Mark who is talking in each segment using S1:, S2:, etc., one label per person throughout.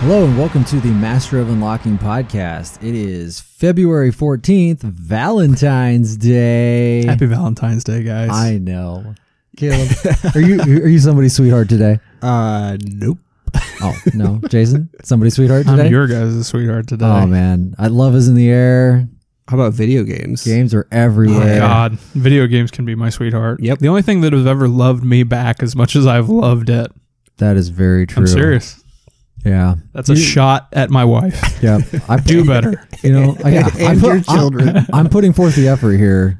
S1: Hello and welcome to the Master of Unlocking podcast. It is February 14th, Valentine's Day.
S2: Happy Valentine's Day, guys.
S1: I know. Caleb, are you are you somebody's sweetheart today?
S2: uh, nope.
S1: Oh, no. Jason, somebody's sweetheart today?
S2: I'm your guys' sweetheart today.
S1: oh man, I love is in the air.
S3: How about video games?
S1: Games are
S2: Oh,
S1: everywhere.
S2: God, video games can be my sweetheart.
S3: Yep.
S2: The only thing that has ever loved me back as much as I've loved it.
S1: That is very true.
S2: I'm serious.
S1: Yeah.
S2: That's a shot at my wife.
S1: Yeah. I
S2: Do better.
S1: You know, I, I,
S3: And your children.
S1: I'm, putting forth the effort here.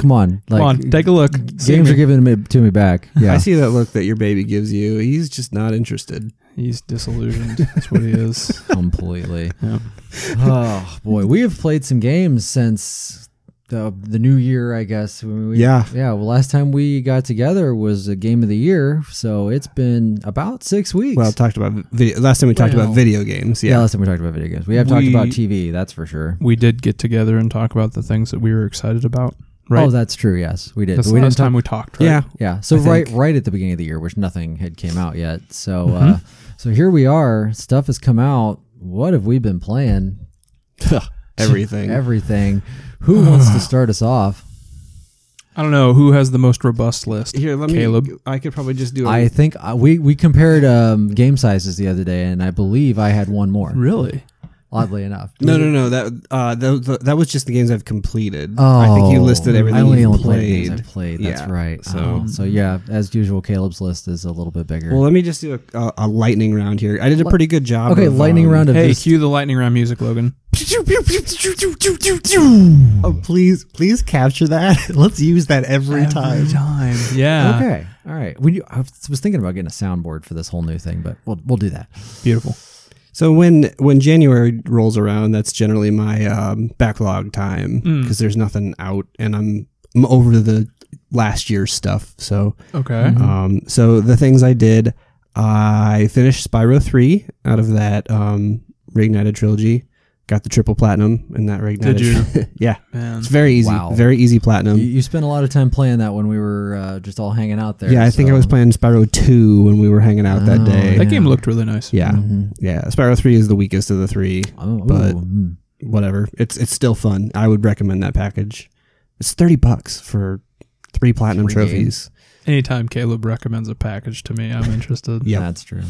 S1: Come on. Like,
S2: Come on, take a look. See
S1: games
S2: me.
S1: are giving me, to me back. Yeah.
S3: I see that look that your baby gives you. He's just not interested.
S2: He's disillusioned. That's what he is.
S1: completely.
S2: Yeah.
S1: Oh boy, we have played some games since the the new year, I guess. When we-
S3: Yeah.
S1: yeah. Well, last time we got together was a game of the year, so it's been about six weeks.
S3: Well, talked about video. Last time we talked
S2: Well.
S3: about video games.
S1: yeah.
S3: Yeah.
S1: last time we talked about video games, we have talked
S2: We-
S1: about TV. That's for sure.
S2: We did get together and talk about the things that we were excited about, right?
S1: Oh, that's true. Yes, we did.
S2: That's
S1: But
S2: the
S1: we
S2: last
S1: didn't talk.
S2: time we talked, right?
S3: Yeah.
S1: yeah. So
S3: I
S1: right,
S3: think.
S1: right at the beginning of the year, which nothing had came out yet. So, uh,
S2: Mm-hmm.
S1: so here we are. Stuff has come out. What have we been playing?
S3: Everything.
S1: Everything. Who wants to start us off?
S2: I don't know who has the most robust list.
S3: Here, let me.
S2: Caleb.
S3: I could probably just do. a-
S1: I think uh, we we compared um, game sizes the other day, and I believe I had one more.
S2: Really?
S1: Oddly enough,
S3: no, no, no. That uh, that, that- that was just the games I've completed. I think you
S1: Oh,
S3: listed everything
S1: I only
S3: you've
S1: only played the
S3: played.
S1: games I've played. That's
S3: Yeah,
S1: right. So,
S3: so-
S1: so yeah, as usual, Caleb's list is a little bit bigger.
S3: Well, let me just do a, a, a lightning round here. I did a pretty good job.
S1: okay,
S3: of,
S1: lightning
S3: um,
S1: round of
S2: Hey,
S1: this.
S2: cue the lightning round music, Logan.
S3: Oh, please, please capture that. Let's use that every,
S2: time. Yeah.
S1: Okay, all right. When you, I was thinking about getting a soundboard for this whole new thing, but we'll we'll do that.
S2: Beautiful.
S3: So when when January rolls around, that's generally my um, backlog time
S2: Mm.
S3: because there's nothing out, and I'm I'm over the last year's stuff. So
S2: Okay.
S3: um, so the things I did, I finished Spyro three out of that um, Reignited trilogy. Got the triple platinum in that Reignited.
S2: you?
S3: yeah,
S2: Man.
S3: it's very easy,
S1: Um, Wow.
S3: very easy platinum.
S1: You, you spent a lot of time playing that when we were uh, just all hanging out there.
S3: yeah, I think I
S1: so-
S3: was playing Spyro two when we were hanging out
S1: Oh,
S3: that day.
S1: yeah.
S2: That game looked really nice.
S3: yeah,
S1: Mhm.
S3: yeah. Spyro three is the weakest of the three.
S1: Oh, ooh,
S3: but-
S1: mm.
S3: whatever. It's it's still fun. I would recommend that package. It's thirty bucks for three platinum
S1: Three
S3: trophies.
S2: Anytime Caleb recommends a package to me, I'm interested.
S3: Yep.
S1: that's true.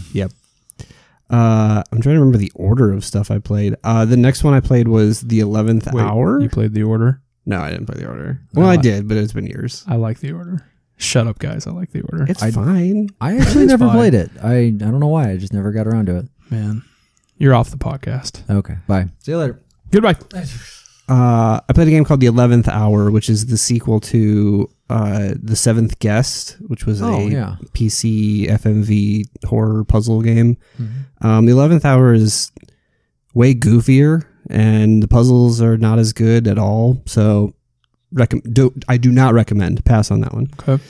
S3: Uh, I'm trying to remember the order of stuff I played. Uh, the next one I played was the eleventh
S2: Wait,
S3: hour.
S2: You played the order.
S3: no, I didn't play the order.
S2: No,
S3: well, I,
S2: I-
S3: did, but it's been years.
S2: I like the order. Shut up, guys. I like the order.
S3: It's
S1: I-
S3: fine.
S1: I actually
S2: It's
S1: never
S2: fine.
S1: played it. I I don't know why. I just never got around to it.
S2: Man, you're off the podcast.
S1: Okay. Bye. See you later.
S2: Goodbye.
S3: Uh, I played a game called The Eleventh Hour, which is the sequel to uh, The Seventh Guest, which was
S1: Oh,
S3: a
S1: yeah.
S3: PC FMV horror puzzle game.
S2: Mm-hmm.
S3: Um, the eleventh hour is way goofier, and the puzzles are not as good at all. So, recom- do, I do not recommend. Pass on that one.
S2: Okay.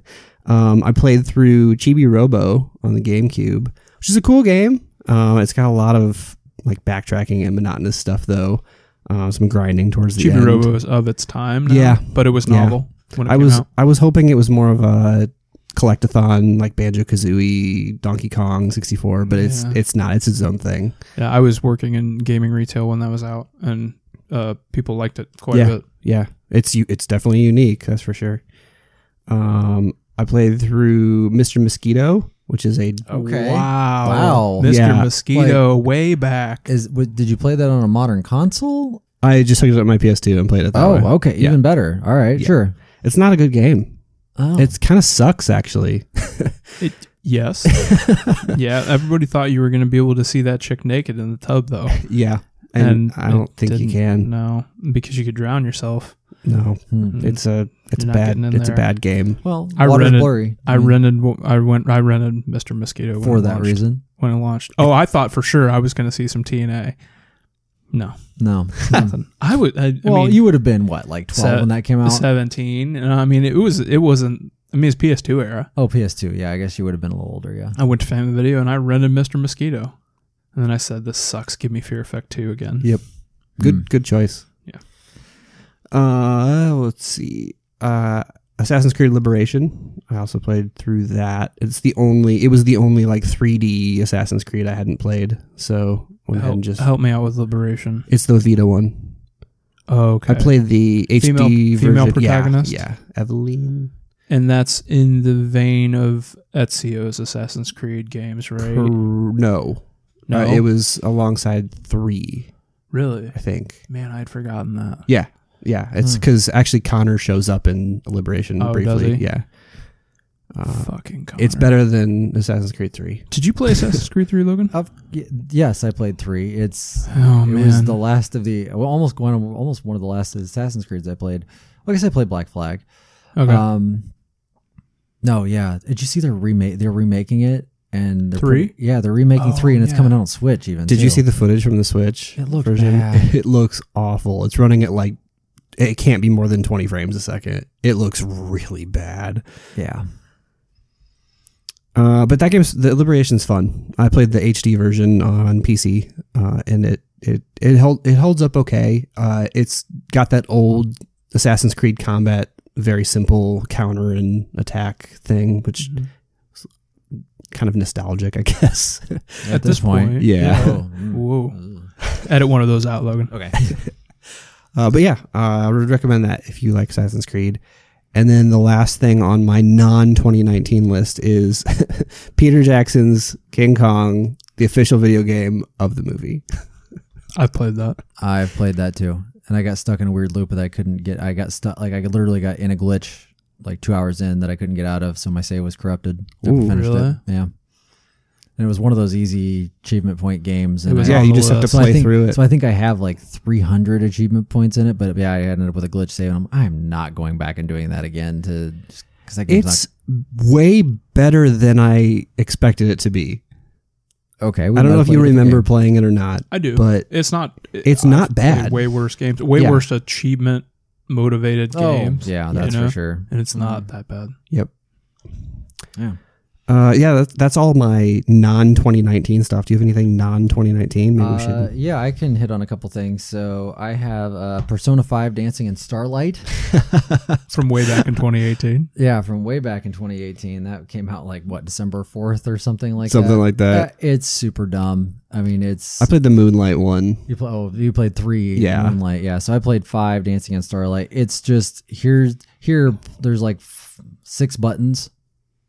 S3: Um, I played through Chibi Robo on the GameCube, which is a cool game. Uh, it's got a lot of like backtracking and monotonous stuff, though. Uh, some grinding towards the
S2: Chibi
S3: end.
S2: Robo is of its time. Now,
S3: Yeah.
S2: but it was
S3: Yeah.
S2: novel when it
S3: I
S2: came
S3: was
S2: out.
S3: I was hoping it was more of a collectathon like Banjo Kazooie, Donkey Kong sixty four, but it's
S2: Yeah.
S3: it's not. It's its own thing.
S2: Yeah, I was working in gaming retail when that was out, and uh, people liked it quite
S3: Yeah.
S2: a bit.
S3: yeah, it's u- it's definitely unique. That's for sure. Um, I played through Mr. Mosquito, which is a
S1: Okay.
S2: Wow.
S1: Wow.
S2: Mr.
S3: Yeah.
S2: Mosquito, way back.
S1: Is w- did you play that on a modern console?
S3: I just hooked it up my PS2 and played it. That
S1: Oh,
S3: way.
S1: okay.
S3: Yeah.
S1: Even better. All right.
S3: Yeah.
S1: Sure.
S3: It's not a good game.
S1: Oh.
S3: It's kind of sucks actually.
S2: It, yes. yeah, everybody thought you were going to be able to see that chick naked in the tub, though.
S3: yeah, and, I
S2: it
S3: don't think you
S2: didn't-
S3: can.
S2: No, because you could drown yourself.
S3: No,
S1: Hmm.
S3: it's a it's
S2: You're not
S3: bad.
S2: getting in
S3: It's
S2: there.
S3: a bad game.
S1: well,
S2: I
S1: water's
S2: rented-
S1: blurry
S2: I
S3: Mm-hmm.
S2: rented. I went. I rented Mr. Mosquito when
S1: Hmm. for
S2: it
S1: that
S2: launched-
S1: reason.
S2: When it launched. Oh, I thought for sure I was going to see some TNA. No,
S1: No. Hmm.
S2: nothing. I would. I, I
S1: well,
S2: mean,
S1: you would have been what, like twelve
S2: Se-
S1: when that came
S2: was
S1: out?
S2: seventeen. And I mean, it was. It wasn't. I mean, it's PS2 era.
S1: oh, PS2. Yeah, I guess you would have been a little older. Yeah.
S2: I went to Family Video and I rented Mr. Mosquito, and then I said, "This sucks. Give me Fear Effect 2 again."
S3: Yep. Good
S2: Hmm.
S1: Mm.
S3: good choice.
S2: Yeah.
S3: Uh let's see. Uh Assassin's Creed Liberation. I also played through that. It's the only. It was the only like 3D Assassin's Creed I hadn't played. So went ahead
S2: Help,
S3: and just.
S2: help me out with liberation.
S3: It's the Vita one.
S2: Oh, okay.
S3: I played the HD
S2: Female-
S3: version.
S2: female
S3: Yeah,
S2: protagonist?
S3: Yeah, Eveline.
S2: and that's in the vein of Ezio's Assassin's Creed games, right?
S3: Cr- no,
S2: no,
S3: Uh, it was alongside three.
S2: really.
S3: I think.
S2: Man, I'd forgotten that.
S3: Yeah, yeah. It's
S2: Hmm.
S3: because actually Connor shows up in Liberation
S2: Oh,
S3: briefly.
S2: does he?
S3: Yeah. Uh,
S2: Fucking. Connor.
S3: it's better than Assassin's Creed Three.
S2: Did you play Assassin's Creed Three,
S3: Uh,
S2: Logan?
S1: Of, y- yes, I played three. It's
S2: Oh
S1: it
S2: man,
S1: was the last of the well, almost one of, almost one of the last of the Assassin's Creeds I played. Well, I guess I played Black Flag.
S2: okay.
S3: uh,
S1: Um, no, yeah. Did you see they're remake? They're remaking it and they're
S2: Three?
S1: pretty- yeah, they're remaking
S2: Oh,
S1: three, and it's
S2: yeah.
S1: coming out on Switch. Even
S3: Did you
S1: too.
S3: see the footage from the Switch?
S1: It looked bad.
S3: It looks awful. It's running at like it can't be more than 20 frames a second. It looks really bad.
S1: Yeah,
S3: Uh, but that game's the Liberation's fun. I played the HD version on PC, uh, and it it it held it holds up okay. Uh, it's got that old Assassin's Creed combat, very simple counter and attack thing, which kind of nostalgic, I guess.
S1: at, this, point,
S3: yeah.
S1: Oh, mm.
S2: Whoa.
S1: Ugh.
S2: Edit one of those out, Logan.
S1: Okay.
S3: Uh, but yeah, uh, I would recommend that if you like Assassin's Creed. And then the last thing on my non 2019 list is Peter Jackson's King Kong, the official video game of the movie.
S2: I played that.
S1: I've played that too, and I got stuck in a weird loop that I couldn't get. I got stuck like I literally got in a glitch like two hours in that I couldn't get out of, so my save was corrupted. Never
S3: Ooh,
S1: finished
S2: really?
S1: It. Yeah, and it was one of those easy achievement point games. And
S2: was
S1: I,
S2: Yeah, on you the just have to
S1: so
S2: list.
S1: I think, So I think I have like 300 achievement points in it, but yeah, I ended up with a glitch save. And I'm, I'm not going back and doing that again to because that game's
S3: it's way better than I expected it to be.
S1: not okay.
S3: I don't know if you remember playing it or not,
S2: I do,
S3: but
S2: it's not.
S3: it's
S2: I've played
S3: not bad.
S2: Way worse games. Way
S3: Yeah.
S2: worse achievement motivated
S1: Oh,
S2: games.
S1: yeah,
S2: you
S1: that's
S2: know?
S1: for sure.
S2: And it's
S3: Mm.
S2: not that bad.
S3: Yep.
S1: Yeah.
S3: Uh, yeah, that's, that's all my non 2019 stuff. Do you have anything non 2019? Maybe we
S1: Uh,
S3: should.
S1: yeah, I can hit on a couple things. So I have uh, Persona 5 Dancing in Starlight.
S2: From way back in 2018.
S1: yeah, from way back in 2018. That came out like, what, December 4th or something like
S3: Something
S1: that?
S3: like that.
S1: Uh, it's super dumb. I mean, it's.
S3: I played the Moonlight one.
S1: You play, oh, you played three.
S3: Yeah.
S1: Moonlight. Yeah. So I played five, Dancing in Starlight. It's just here's here. There's like f- six buttons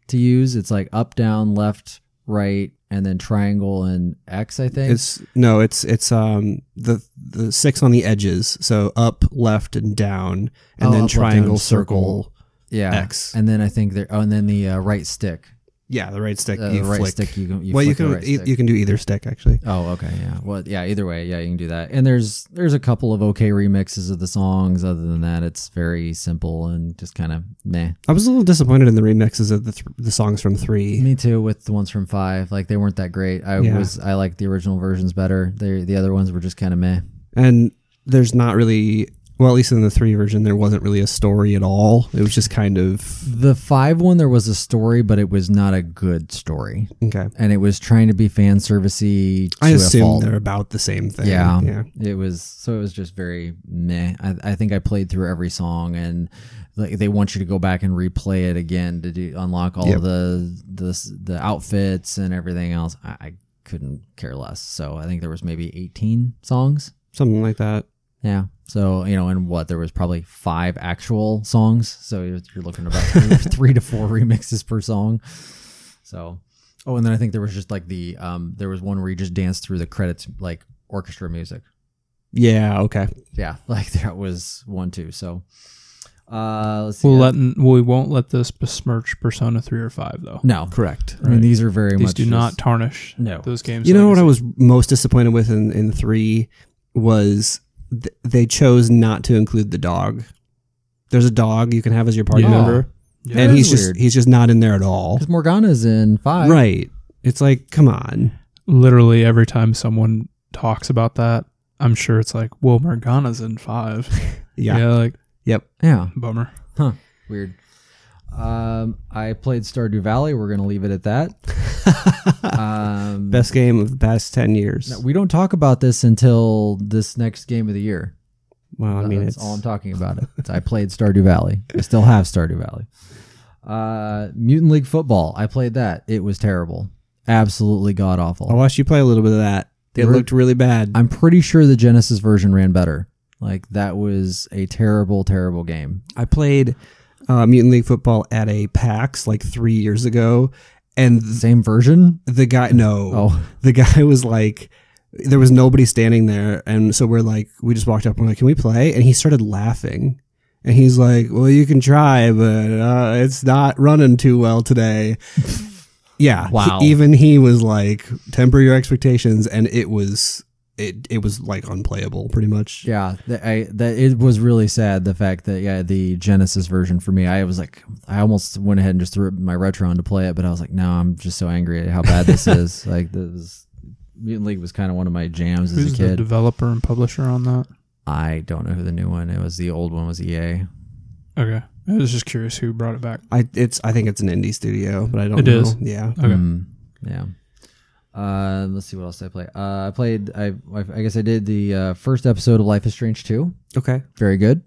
S1: to use. It's like up, down, left, right, and then triangle and X. I think
S3: It's no, it's it's um the the six on the edges, so up, left, and down,
S1: Oh,
S3: and
S1: up,
S3: then
S1: left,
S3: triangle,
S1: down,
S3: circle.
S1: yeah.
S3: X.
S1: And then I think there. Oh, and then the uh, right stick.
S3: Yeah, the right stick.
S1: Uh,
S3: you
S1: the right
S3: flick.
S1: stick. You can. You
S3: well, you
S1: flick the
S3: can
S1: right
S3: e-
S1: stick.
S3: you can do either stick actually.
S1: Oh, okay, yeah. Well, yeah. Either way, yeah, you can do that. And there's there's a couple of okay remixes of the songs. Other than that, it's very simple and just kind of meh.
S3: I was a little disappointed in the remixes of the th- the songs from three.
S1: Me too. With the ones from five, like they weren't that great. I
S3: Yeah.
S1: was I liked the original versions better. They the other ones were just kind of meh.
S3: and there's not really well, at least in the three version, there wasn't really a story at all. It was just kind of
S1: The five one there was a story, but it was not a good story,
S3: okay.
S1: and it was trying to be fan servicey.
S3: I
S1: to a
S3: assume
S1: fault.
S3: they're about the same thing.
S1: Yeah.
S3: yeah.
S1: It was so it was just very meh. I, I think I played through every song, and like they want you to go back and replay it again to do, unlock all
S3: Yep.
S1: the the the outfits and everything else. I, I couldn't care less. So I think there was maybe eighteen songs.
S3: Something like that.
S1: Yeah. So you know, and what there was probably five actual songs. So you're, you're looking about three, three to four remixes per song. So, oh, and then I think there was just like the um, there was one where you just danced through the credits like orchestra music.
S3: Yeah. Okay.
S1: Yeah, like that was one too. So, uh, let's see.
S2: We'll
S1: Uh,
S2: let we won't let this besmirch Persona three or five though.
S1: no.
S3: Correct.
S1: I mean, these are very
S2: These
S1: much
S2: do
S1: just-
S2: not tarnish
S1: No.
S2: those games.
S3: You know what I was most disappointed with in, in three was th- they chose not to include the dog. There's a dog you can have as your party
S2: Yeah.
S3: member,
S2: Yeah.
S3: and
S1: That
S3: he's
S1: is
S3: just
S1: weird.
S3: he's just not in there at all.
S1: because Morgana's in five.
S3: Right? It's like, come on.
S2: literally every time someone talks about that, I'm sure it's like, well, Morgana's in five.
S3: Yeah.
S2: like
S3: Yep.
S1: Yeah.
S2: bummer.
S1: Weird. Um, I played Stardew Valley. We're gonna leave it at that. um,
S3: Best game of the past ten years.
S1: We don't talk about this until this next game of the year.
S3: Well, I
S1: Uh,
S3: mean,
S1: that's
S3: it's
S1: all I'm talking about. It. It's- I played Stardew Valley. I still have Stardew Valley. Uh, Mutant League Football. I played that. It was terrible. Absolutely god awful.
S3: I watched you play a little bit of that. It
S1: Word.
S3: looked really bad.
S1: I'm pretty sure the Genesis version ran better. Like that was a terrible, terrible game.
S3: I played uh, Mutant League Football at a PAX like three years ago, and
S1: Same version.
S3: the guy no
S1: Oh.
S3: the guy was like there was nobody standing there and so we're like we just walked up and we're like can we play and he started laughing and he's like well you can try but uh, it's not running too well today yeah he-
S1: Wow.
S3: even he was like temper your expectations and it was it it was like unplayable pretty much
S1: Yeah, that I that it was really sad the fact that yeah the Genesis version for me I was like I almost went ahead and just threw my Retron to play it but I was like no I'm just so angry at how bad this is like this is- Mutant League was kind of one of my jams as
S2: Who's
S1: a
S2: the
S1: kid.
S2: developer and publisher on that?
S1: I don't know who the new one it was the old one was E EA.
S2: Okay. I was just curious who brought it back.
S3: i it's i think it's an indie studio but i don't
S2: It
S3: know
S2: is.
S3: yeah
S2: Okay.
S1: Mm, yeah. Uh, let's see what else did I play. Uh, I played. I I guess I did the uh, first episode of Life is Strange two.
S3: okay
S1: Very good.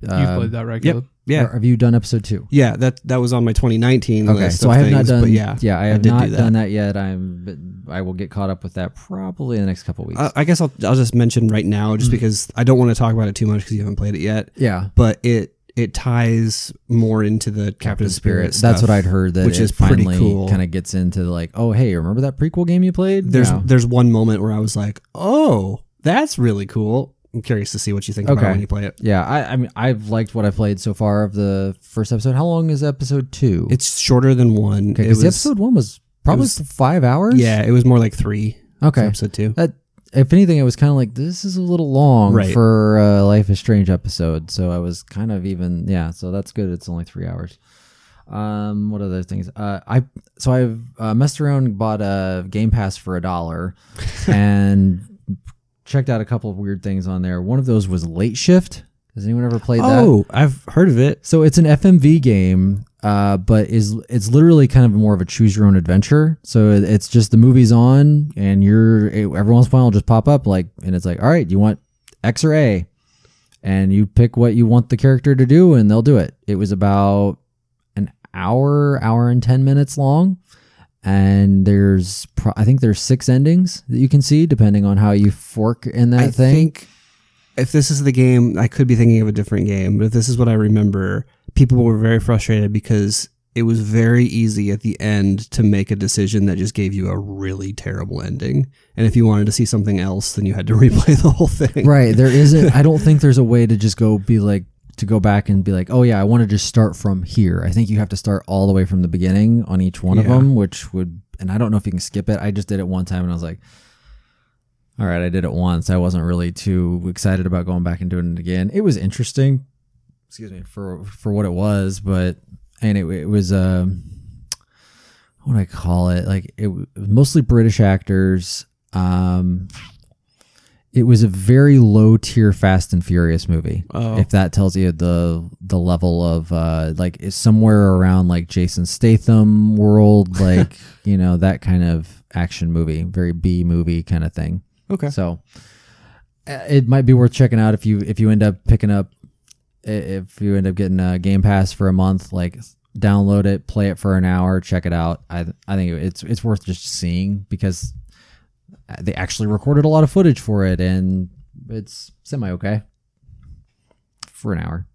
S2: You've
S1: Uh,
S2: played that, right, Caleb?
S3: yeah
S1: or Have you done episode two?
S3: yeah that that was on my 2019
S1: Okay,
S3: list
S1: so
S3: of
S1: I have not
S3: things,
S1: done.
S3: but yeah
S1: yeah, I have
S3: did
S1: not
S3: do that.
S1: done that yet. I'm. But I will get caught up with that probably in the next couple weeks.
S3: I I guess I'll, I'll just mention right now, just
S1: Mm.
S3: because I don't want to talk about it too much because you haven't played it yet.
S1: yeah,
S3: But it it ties more into the Captain Spirit. Stuff.
S1: That's what I'd heard. That
S3: which
S1: it
S3: is pretty
S1: finally
S3: cool.
S1: Kind of gets into like, oh hey, remember that prequel game you played?
S3: There's
S1: Yeah.
S3: there's one moment where I was like, oh, that's really cool. I'm curious to see what you think about
S1: Okay.
S3: it when you play it.
S1: yeah. I, I mean, I've liked what I've played so far of the first episode. How long is episode two?
S3: It's shorter than one.
S1: Okay,
S3: It
S1: because
S3: was-
S1: episode one was probably
S3: was-
S1: five hours.
S3: yeah, it was more like three. for
S1: Okay.
S3: episode two.
S1: That, if anything, it was kind of like this is a little long
S3: Right.
S1: for a Life is Strange episode. So I was kind of even yeah. So that's good. It's only three hours. Um, what other things? Uh, I so I've uh, messed around, and bought a Game Pass for a dollar, and checked out a couple of weird things on there. One of those was Late Shift. Has anyone ever played that?
S3: Oh, I've heard of it.
S1: So it's an FMV game, uh, but is it's literally kind of more of a choose your own adventure. So it- it's just the movie's on, and you're it, every once in a while will just pop up like, and it's like, all right, you want X or A, and you pick what you want the character to do, and they'll do it. It was about an hour, hour and ten minutes long. And there's, pro- I think there's six endings that you can see depending on how you fork in that
S3: I
S1: thing.
S3: think if this is the game, I could be thinking of a different game, but if this is what I remember, people were very frustrated because it was very easy at the end to make a decision that just gave you a really terrible ending. And if you wanted to see something else, then you had to replay the whole thing.
S1: right there isn't i don't think there's a way to just go be like to go back and be like oh yeah i want to just start from here i think you have to start all the way from the beginning on each one of
S3: Yeah.
S1: them which would and i don't know if you can skip it i just did it one time and i was like all right i did it once i wasn't really too excited about going back and doing it again it was interesting excuse me for for what it was but and it, it was um what do i call it like it was mostly british actors um it was a very low tier Fast and Furious movie.
S3: Oh.
S1: If that tells you the the level of uh, like it's somewhere around like Jason Statham world, like you know that kind of action movie, very B movie kind of thing.
S3: Okay.
S1: So uh, it might be worth checking out if you if you end up picking up i- if you end up getting a Game Pass for a month, like download it, play it for an hour, check it out. I I think it's it's worth just seeing because they actually recorded a lot of footage for it and it's semi okay for an hour.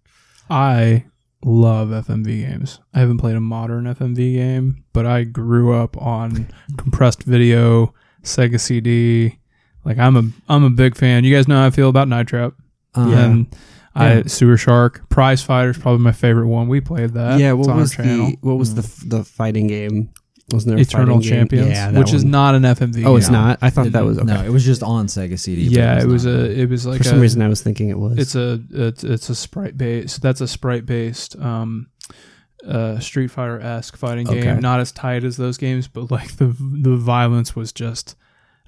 S2: I love FMV games. I haven't played a modern FMV game, but I grew up on compressed video, Sega CD. Like I'm a I'm a big fan. You guys know how I feel about Night Trap.
S1: Um,
S2: And I
S3: Yeah.
S2: Sewer Shark, Prize Fighter's probably my favorite one. We played that.
S3: yeah,
S2: It's
S3: what
S2: on our
S3: was the what was the f- the fighting game? Wasn't there a
S2: Eternal
S3: fighting game?
S2: Champions,
S3: Yeah, that
S2: which is
S3: one.
S2: not an FMV.
S3: Oh,
S2: game.
S3: it's not. I thought
S1: it-
S3: that was okay.
S1: no, it was just on Sega CD. but
S2: Yeah, it was
S1: not.
S2: a it was like
S3: For some
S2: a,
S3: reason I was thinking it was.
S2: it's a it's, it's a sprite based that's a sprite based um uh street fighter esque fighting game
S3: Okay.
S2: not as tight as those games but like the the violence was just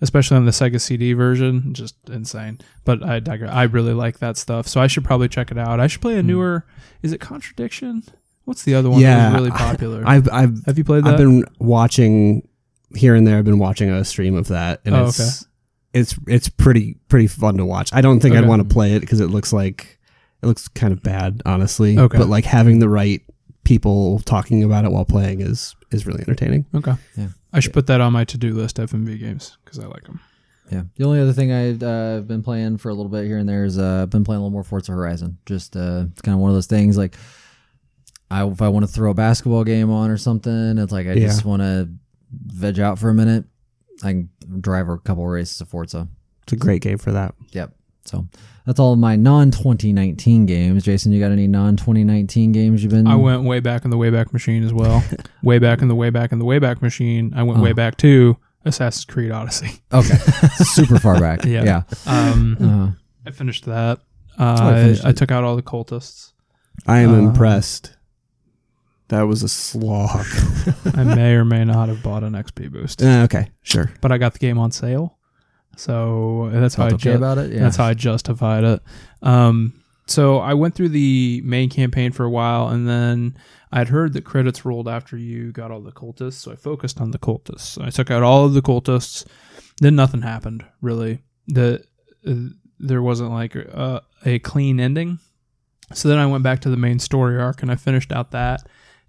S2: especially on the sega cd version just insane but i digress. i really like that stuff so i should probably check it out i should
S3: Hmm.
S2: play a newer is it contradiction what's the other one that
S3: Yeah,
S2: was really popular
S3: I've I've
S2: have you played that
S3: I've been watching here and there. I've been watching a stream of that, and
S2: Oh,
S3: it's it's it's pretty pretty fun to watch. I don't think I'd
S2: Okay.
S3: want to play it because it looks like it looks kind of bad, honestly.
S2: Okay.
S3: But like having the right people talking about it while playing is is really entertaining.
S2: Okay.
S1: Yeah.
S2: I should put that on my to do list, FMV games, because I like them.
S1: Yeah. The only other thing I've uh, been playing for a little bit here and there is uh, I've been playing a little more Forza Horizon. Just uh, it's kind of one of those things like I if I want to throw a basketball game on or something, it's like I
S3: Yeah.
S1: just want to veg out for a minute. I can drive a couple races of Forza.
S3: It's a great game for that.
S1: Yep. So that's all my non 2019 games. Jason, you got any non 2019 games you've been?
S2: I went way back in the Wayback Machine as well. way back in the Wayback in the Wayback Machine. I went way
S1: Oh.
S2: back to Assassin's Creed Odyssey.
S1: Okay. Super far back.
S2: Yeah.
S1: Yeah.
S2: Um,
S1: Uh,
S2: I finished that.
S1: Oh, I
S2: Uh,
S1: finished
S2: I,
S1: it.
S2: took out all the cultists.
S3: I am
S2: Uh,
S3: impressed. That was a slog.
S2: I may or may not have bought an XP boost,
S3: Uh, okay, sure.
S2: but I got the game on sale, so that's how I
S1: felt okay
S2: ju-
S1: about it. Yeah.
S2: that's how I justified it. Um, so I went through the main campaign for a while, and then I'd heard that credits rolled after you got all the cultists, so I focused on the cultists. So I took out all of the cultists. Then nothing happened really. The uh, there wasn't like a, a clean ending. So then I went back to the main story arc and I finished out that,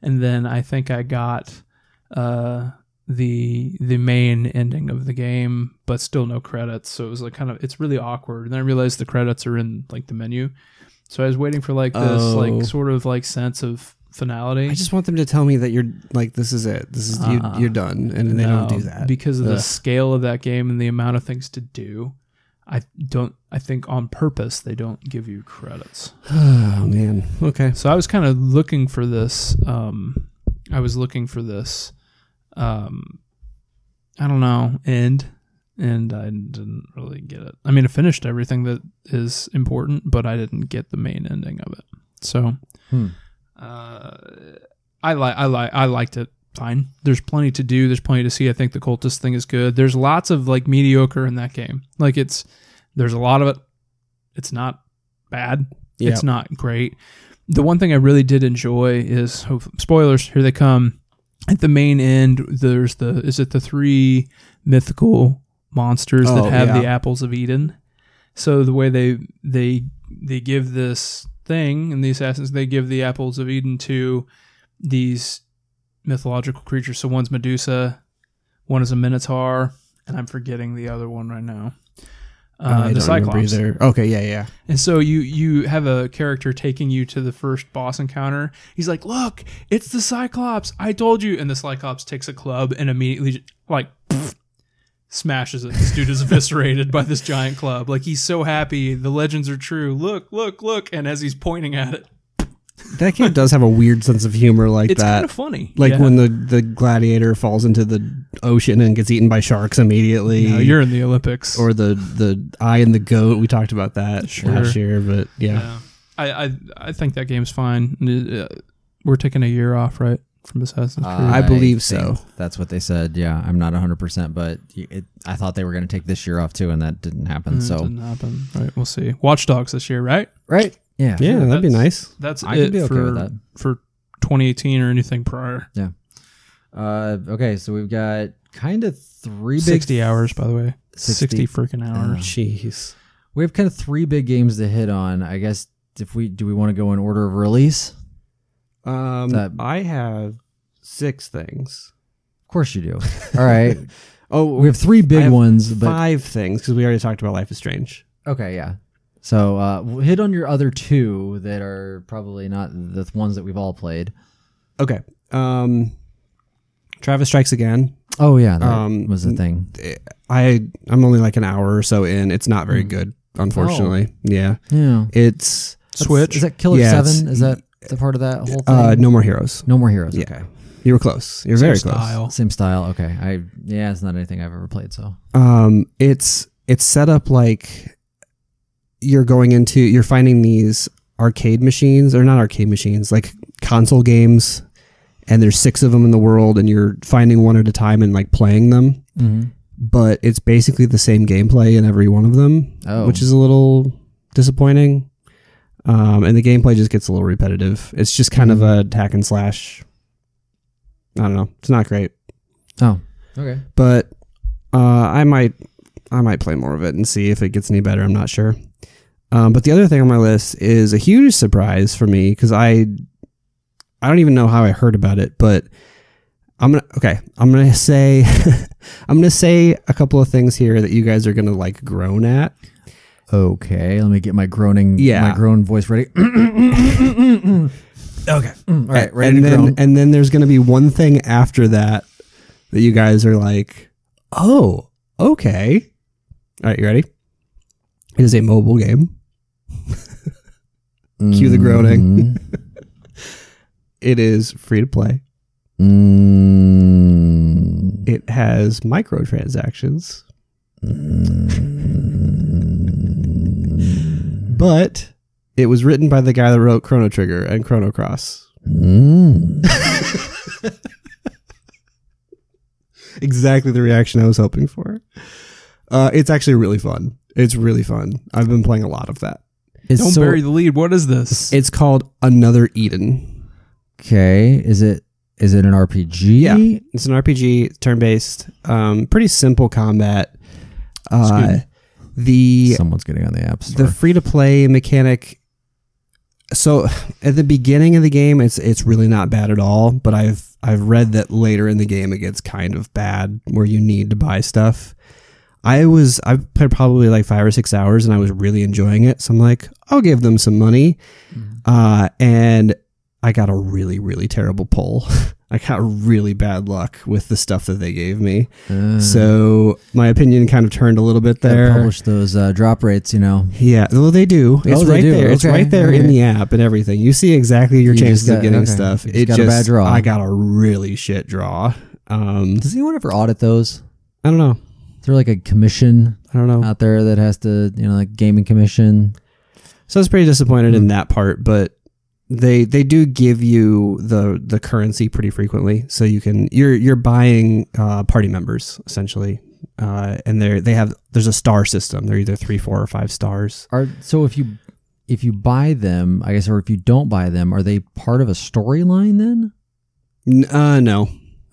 S2: and then I think I got uh, the the main ending of the game, but still no credits. So it was like kind of it's really awkward. And then I realized the credits are in like the menu, so I was waiting for like this
S3: Oh.
S2: like sort of like sense of finality.
S3: I just want them to tell me that you're like this is it. This is you,
S2: Uh,
S3: you're done, and they don't
S2: No,
S3: do that.
S2: Um, because of the
S3: Ugh.
S2: scale of that game and the amount of things to do. I don't. I think on purpose they don't give you credits.
S3: oh
S2: uh,
S3: man. Okay.
S2: So I was kind of looking for this. Um, I was looking for this. Um, I don't know end, and I didn't really get it. I mean, I finished everything that is important, but I didn't get the main ending of it. So,
S1: Hmm.
S2: uh, I like I like I liked it. Fine. There's plenty to do. There's plenty to see. I think the cultist thing is good. There's lots of like mediocre in that game. Like it's there's a lot of it. It's not bad.
S3: Yeah.
S2: It's not great. The one thing I really did enjoy is oh, spoilers. Here they come. At the main end, there's the is it the three mythical monsters
S3: Oh,
S2: that have
S3: yeah.
S2: the apples of Eden. So the way they they they give this thing and the assassins they give the apples of Eden to these mythological creatures. So one's Medusa, one is a Minotaur, and I'm forgetting the other one right now. Uh,
S3: I
S2: the
S3: don't remember
S2: Cyclops.
S3: either. Okay. Yeah. Yeah.
S2: And so you you have a character taking you to the first boss encounter. He's like, "Look, it's the Cyclops. I told you." And the Cyclops takes a club and immediately j- like pfft, smashes it. This dude is eviscerated by this giant club. Like he's so happy. The legends are true. Look, look, look. And as he's pointing at it,
S3: That game does have a weird sense of humor like
S2: it's
S3: that.
S2: kind of funny.
S3: like
S2: Yeah.
S3: when the, the gladiator falls into the ocean and gets eaten by sharks immediately.
S2: No, you're in the Olympics.
S3: or the the eye and the goat. We talked about that
S2: Sure.
S3: last year, but yeah,
S2: Yeah. I, I I think that game's fine. Uh, We're taking a year off, right, from Assassin's
S1: Uh,
S2: Creed.
S3: I believe so.
S1: think That's what they said. Yeah, I'm not 100%, but it, I thought they were going to take this year off too, and that didn't happen.
S2: Mm,
S1: so,
S2: didn't happen. Right, we'll see. Watch Dogs this year, right?
S1: right? Yeah.
S3: yeah, that'd be
S2: that's-
S3: nice.
S2: That's
S1: I
S2: it
S1: could be okay
S2: for
S1: with that.
S2: for 2018 or anything prior.
S1: Uh, okay, so we've got kind of three big.
S2: 60 hours, by the way. 60,
S1: 60
S2: freaking
S1: Oh,
S2: hours.
S3: Jeez,
S1: We have kind of three big games to hit on. I guess if we do, we want to go in order of release.
S3: um,
S1: That-
S3: I have six things.
S1: Of course you do. All right,
S3: Oh,
S1: we have three big
S3: have
S1: ones, but
S3: five things because we already talked about Life is Strange.
S1: okay, yeah. So uh, we'll hit on your other two that are probably not the th- ones that we've all played.
S3: Okay, um, Travis Strikes Again.
S1: Oh yeah, that
S3: Um,
S1: was the thing.
S3: I I'm only like an hour or so in. It's not
S2: Hmm.
S3: very good,
S2: Oh.
S3: unfortunately. Yeah,
S1: Yeah.
S3: it's
S1: That's-
S2: Switch.
S1: Is that Killer
S3: Yeah, it's-
S1: Seven? Is that the part of that whole thing?
S3: uh, No More Heroes.
S1: No more heroes.
S3: Yeah.
S1: Okay.
S3: You were close. You're very close.
S2: Style.
S1: Same style. Okay. I yeah, it's not anything I've ever played. So
S3: um it's it's set up like you're going into you're finding these arcade machines or not arcade machines like console games and there's six of them in the world and you're finding one at a time and like playing them but it's basically the same gameplay in every one of them
S1: Oh.
S3: which is a little disappointing um, and the gameplay just gets a little repetitive it's just kind of a hack and slash i don't know it's not great
S1: oh okay.
S3: but uh, I might I might play more of it and see if it gets any better. I'm not sure. Um, but the other thing on my list is a huge surprise for me because I, I don't even know how I heard about it, but I'm gonna okay. I'm gonna say, I'm gonna say a couple of things here that you guys are gonna like groan at.
S1: Okay, let me get my groaning,
S3: Yeah.
S1: my groan voice ready.
S3: Okay.
S1: All right, ready
S3: and
S1: to
S3: then
S1: groan.
S3: and then there's gonna be one thing after that that you guys are like, oh, okay. All right, you ready? It is a mobile game. cue the groaning. It is free to play.
S1: Mm, mm,
S3: It has microtransactions, but it was written by the guy that wrote Chrono Trigger and Chrono Cross.
S1: mm.
S3: Exactly the reaction I was hoping for. Uh, it's actually really fun. It's really fun. I've been playing a lot of that.
S1: It's
S2: Don't
S1: so-
S2: bury the lead. What is this?
S3: It's called Another Eden.
S1: Okay, is it is it an RPG?
S3: Yeah. It's an RPG, turn based, um, pretty simple combat. Uh,
S2: Excuse
S3: the
S1: Someone's getting on the app store.
S3: the free to play mechanic. So at the beginning of the game, it's it's really not bad at all. But I've I've read that later in the game it gets kind of bad where you need to buy stuff. I was I played probably like five or six hours and I was really enjoying it. So I'm like, I'll give them some money, uh, and I got a really really terrible pull. I got really bad luck with the stuff that they gave me.
S1: Uh,
S3: So my opinion kind of turned a little bit
S1: they
S3: there.
S1: publish those uh, drop rates, you know.
S3: Yeah, well, they do.
S1: Oh,
S3: It's
S1: they
S3: right
S1: do.
S3: there. It's
S1: Okay.
S3: right there in
S1: Okay.
S3: the app and everything. You see exactly your
S1: You
S3: chances
S1: just got-
S3: of getting
S1: okay.
S3: stuff.
S1: You just
S3: it
S1: got a
S3: just
S1: bad draw.
S3: I got a really shit draw. Um,
S1: Does anyone ever audit those?
S3: I don't know.
S1: Is there like a commission
S3: I don't know.
S1: out there that has to, you know, like gaming commission?
S3: so I was pretty disappointed
S1: hmm.
S3: in that part, but they they do give you the the currency pretty frequently, so you can you're you're buying uh, party members essentially, uh, and they they have there's a star system. They're either three, four, or five stars.
S1: Are so if you if you buy them, I guess, or if you don't buy them, are they part of a storyline then?
S3: N- uh, no,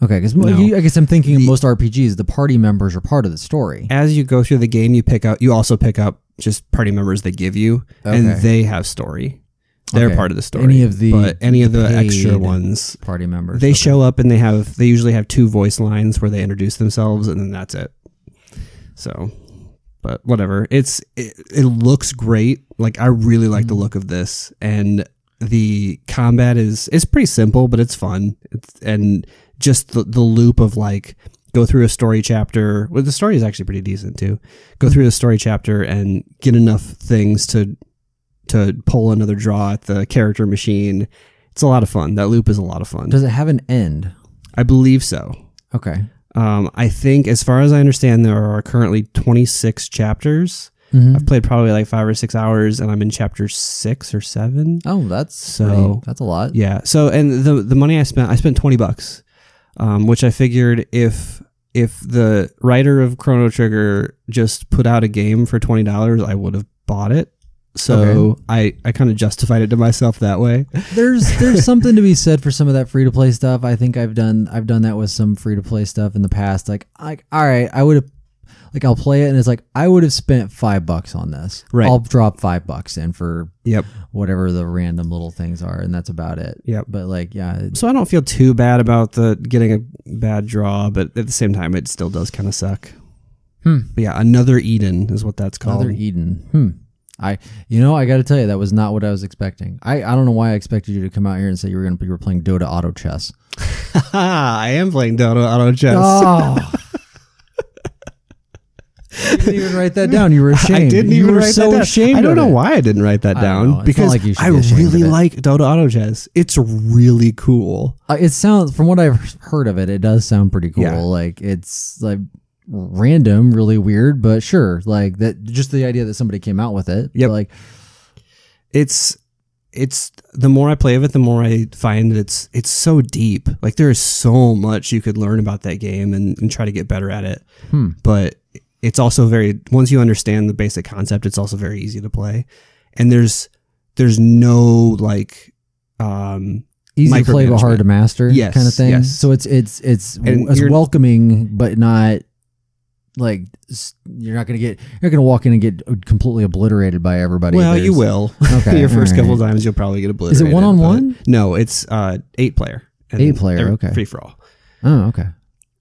S1: Okay, because
S3: No.
S1: I guess I'm thinking in most RPGs, the party members are part of the story.
S3: as you go through the game, you pick up. You also pick up just party members they give you,
S1: Okay.
S3: and they have story. They're
S1: Okay.
S3: part of the story.
S1: Any of the
S3: but any of the extra
S1: paid
S3: ones,
S1: Party members.
S3: they
S1: okay.
S3: show up and they have. They usually have two voice lines where they introduce themselves, and then that's it. So, but whatever. It's it, it looks great. Like I really like the look of this, and the combat is it's pretty simple, but it's fun. It's and just the the loop of like go through a story chapter. Well, the story is actually pretty decent too. Go through the story chapter and get enough things to to pull another draw at the character machine. It's a lot of fun. That loop is a lot of fun.
S1: Does it have an end?
S3: I believe so.
S1: Okay.
S3: Um, I think, as far as I understand, there are currently 26 chapters.
S1: Mhm.
S3: I've played probably like five or six hours, and I'm in chapter six or seven.
S1: Oh, that's
S3: So-
S1: pretty- that's a lot.
S3: Yeah. So, and the the money I spent, I spent 20 bucks, um, which I figured if if the writer of Chrono Trigger just put out a game for twenty dollars, I would have bought it. So
S1: Okay.
S3: I I kind of justified it to myself that way.
S1: There's there's something to be said for some of that free to play stuff. I think I've done I've done that with some free to play stuff in the past. Like I all right, I would have like I'll play it and it's like I would have spent five bucks on this.
S3: Right.
S1: I'll drop five bucks in for
S3: Yep.
S1: whatever the random little things are, and that's about it.
S3: Yep.
S1: But like yeah, it-
S3: So I don't feel too bad about the getting a bad draw, but at the same time, it still does kind of suck.
S1: Hmm.
S3: But yeah, another Eden is what that's called.
S1: another Eden. Hmm. I you know I got to tell you that was not what I was expecting. I I don't know why I expected you to come out here and say you were going to be were playing Dota Auto Chess.
S3: I am playing Dota Auto Chess.
S1: Oh. you didn't even write that down. You were ashamed.
S3: I didn't
S1: you
S3: even
S1: were
S3: write
S1: so
S3: that down.
S1: ashamed.
S3: I don't
S1: of
S3: know
S1: it.
S3: why I didn't write that
S1: I don't know.
S3: down
S1: It's not
S3: because
S1: like you should
S3: I
S1: be ashamed of
S3: really
S1: it.
S3: like Dota Auto Chess. It's really cool.
S1: Uh, It sounds, from what I've heard of it, it does sound pretty cool.
S3: Yeah.
S1: Like it's like random, really weird, but sure. Like that, just the idea that somebody came out with it.
S3: Yep.
S1: Like
S3: It's it's the more I play of it, the more I find that it's it's so deep. Like there is so much you could learn about that game and, and try to get better at it.
S1: Hmm.
S3: But it's also very once you understand the basic concept, it's also very easy to play. And there's there's no like um
S1: easy to play but hard to master
S3: Yes,
S1: kind of thing.
S3: yes.
S1: So it's it's it's,
S3: And
S1: it's
S3: you're-
S1: welcoming but not like s- you're not gonna get you're not gonna walk in and get uh, completely obliterated by everybody.
S3: well,
S1: There's-
S3: you will.
S1: Okay,
S3: Your first
S1: all
S3: couple
S1: right.
S3: times, you'll probably get obliterated.
S1: one-on-one?
S3: but- No, it's uh, eight player. And
S1: Eight player,
S3: they're
S1: okay.
S3: Free for all.
S1: Oh, okay.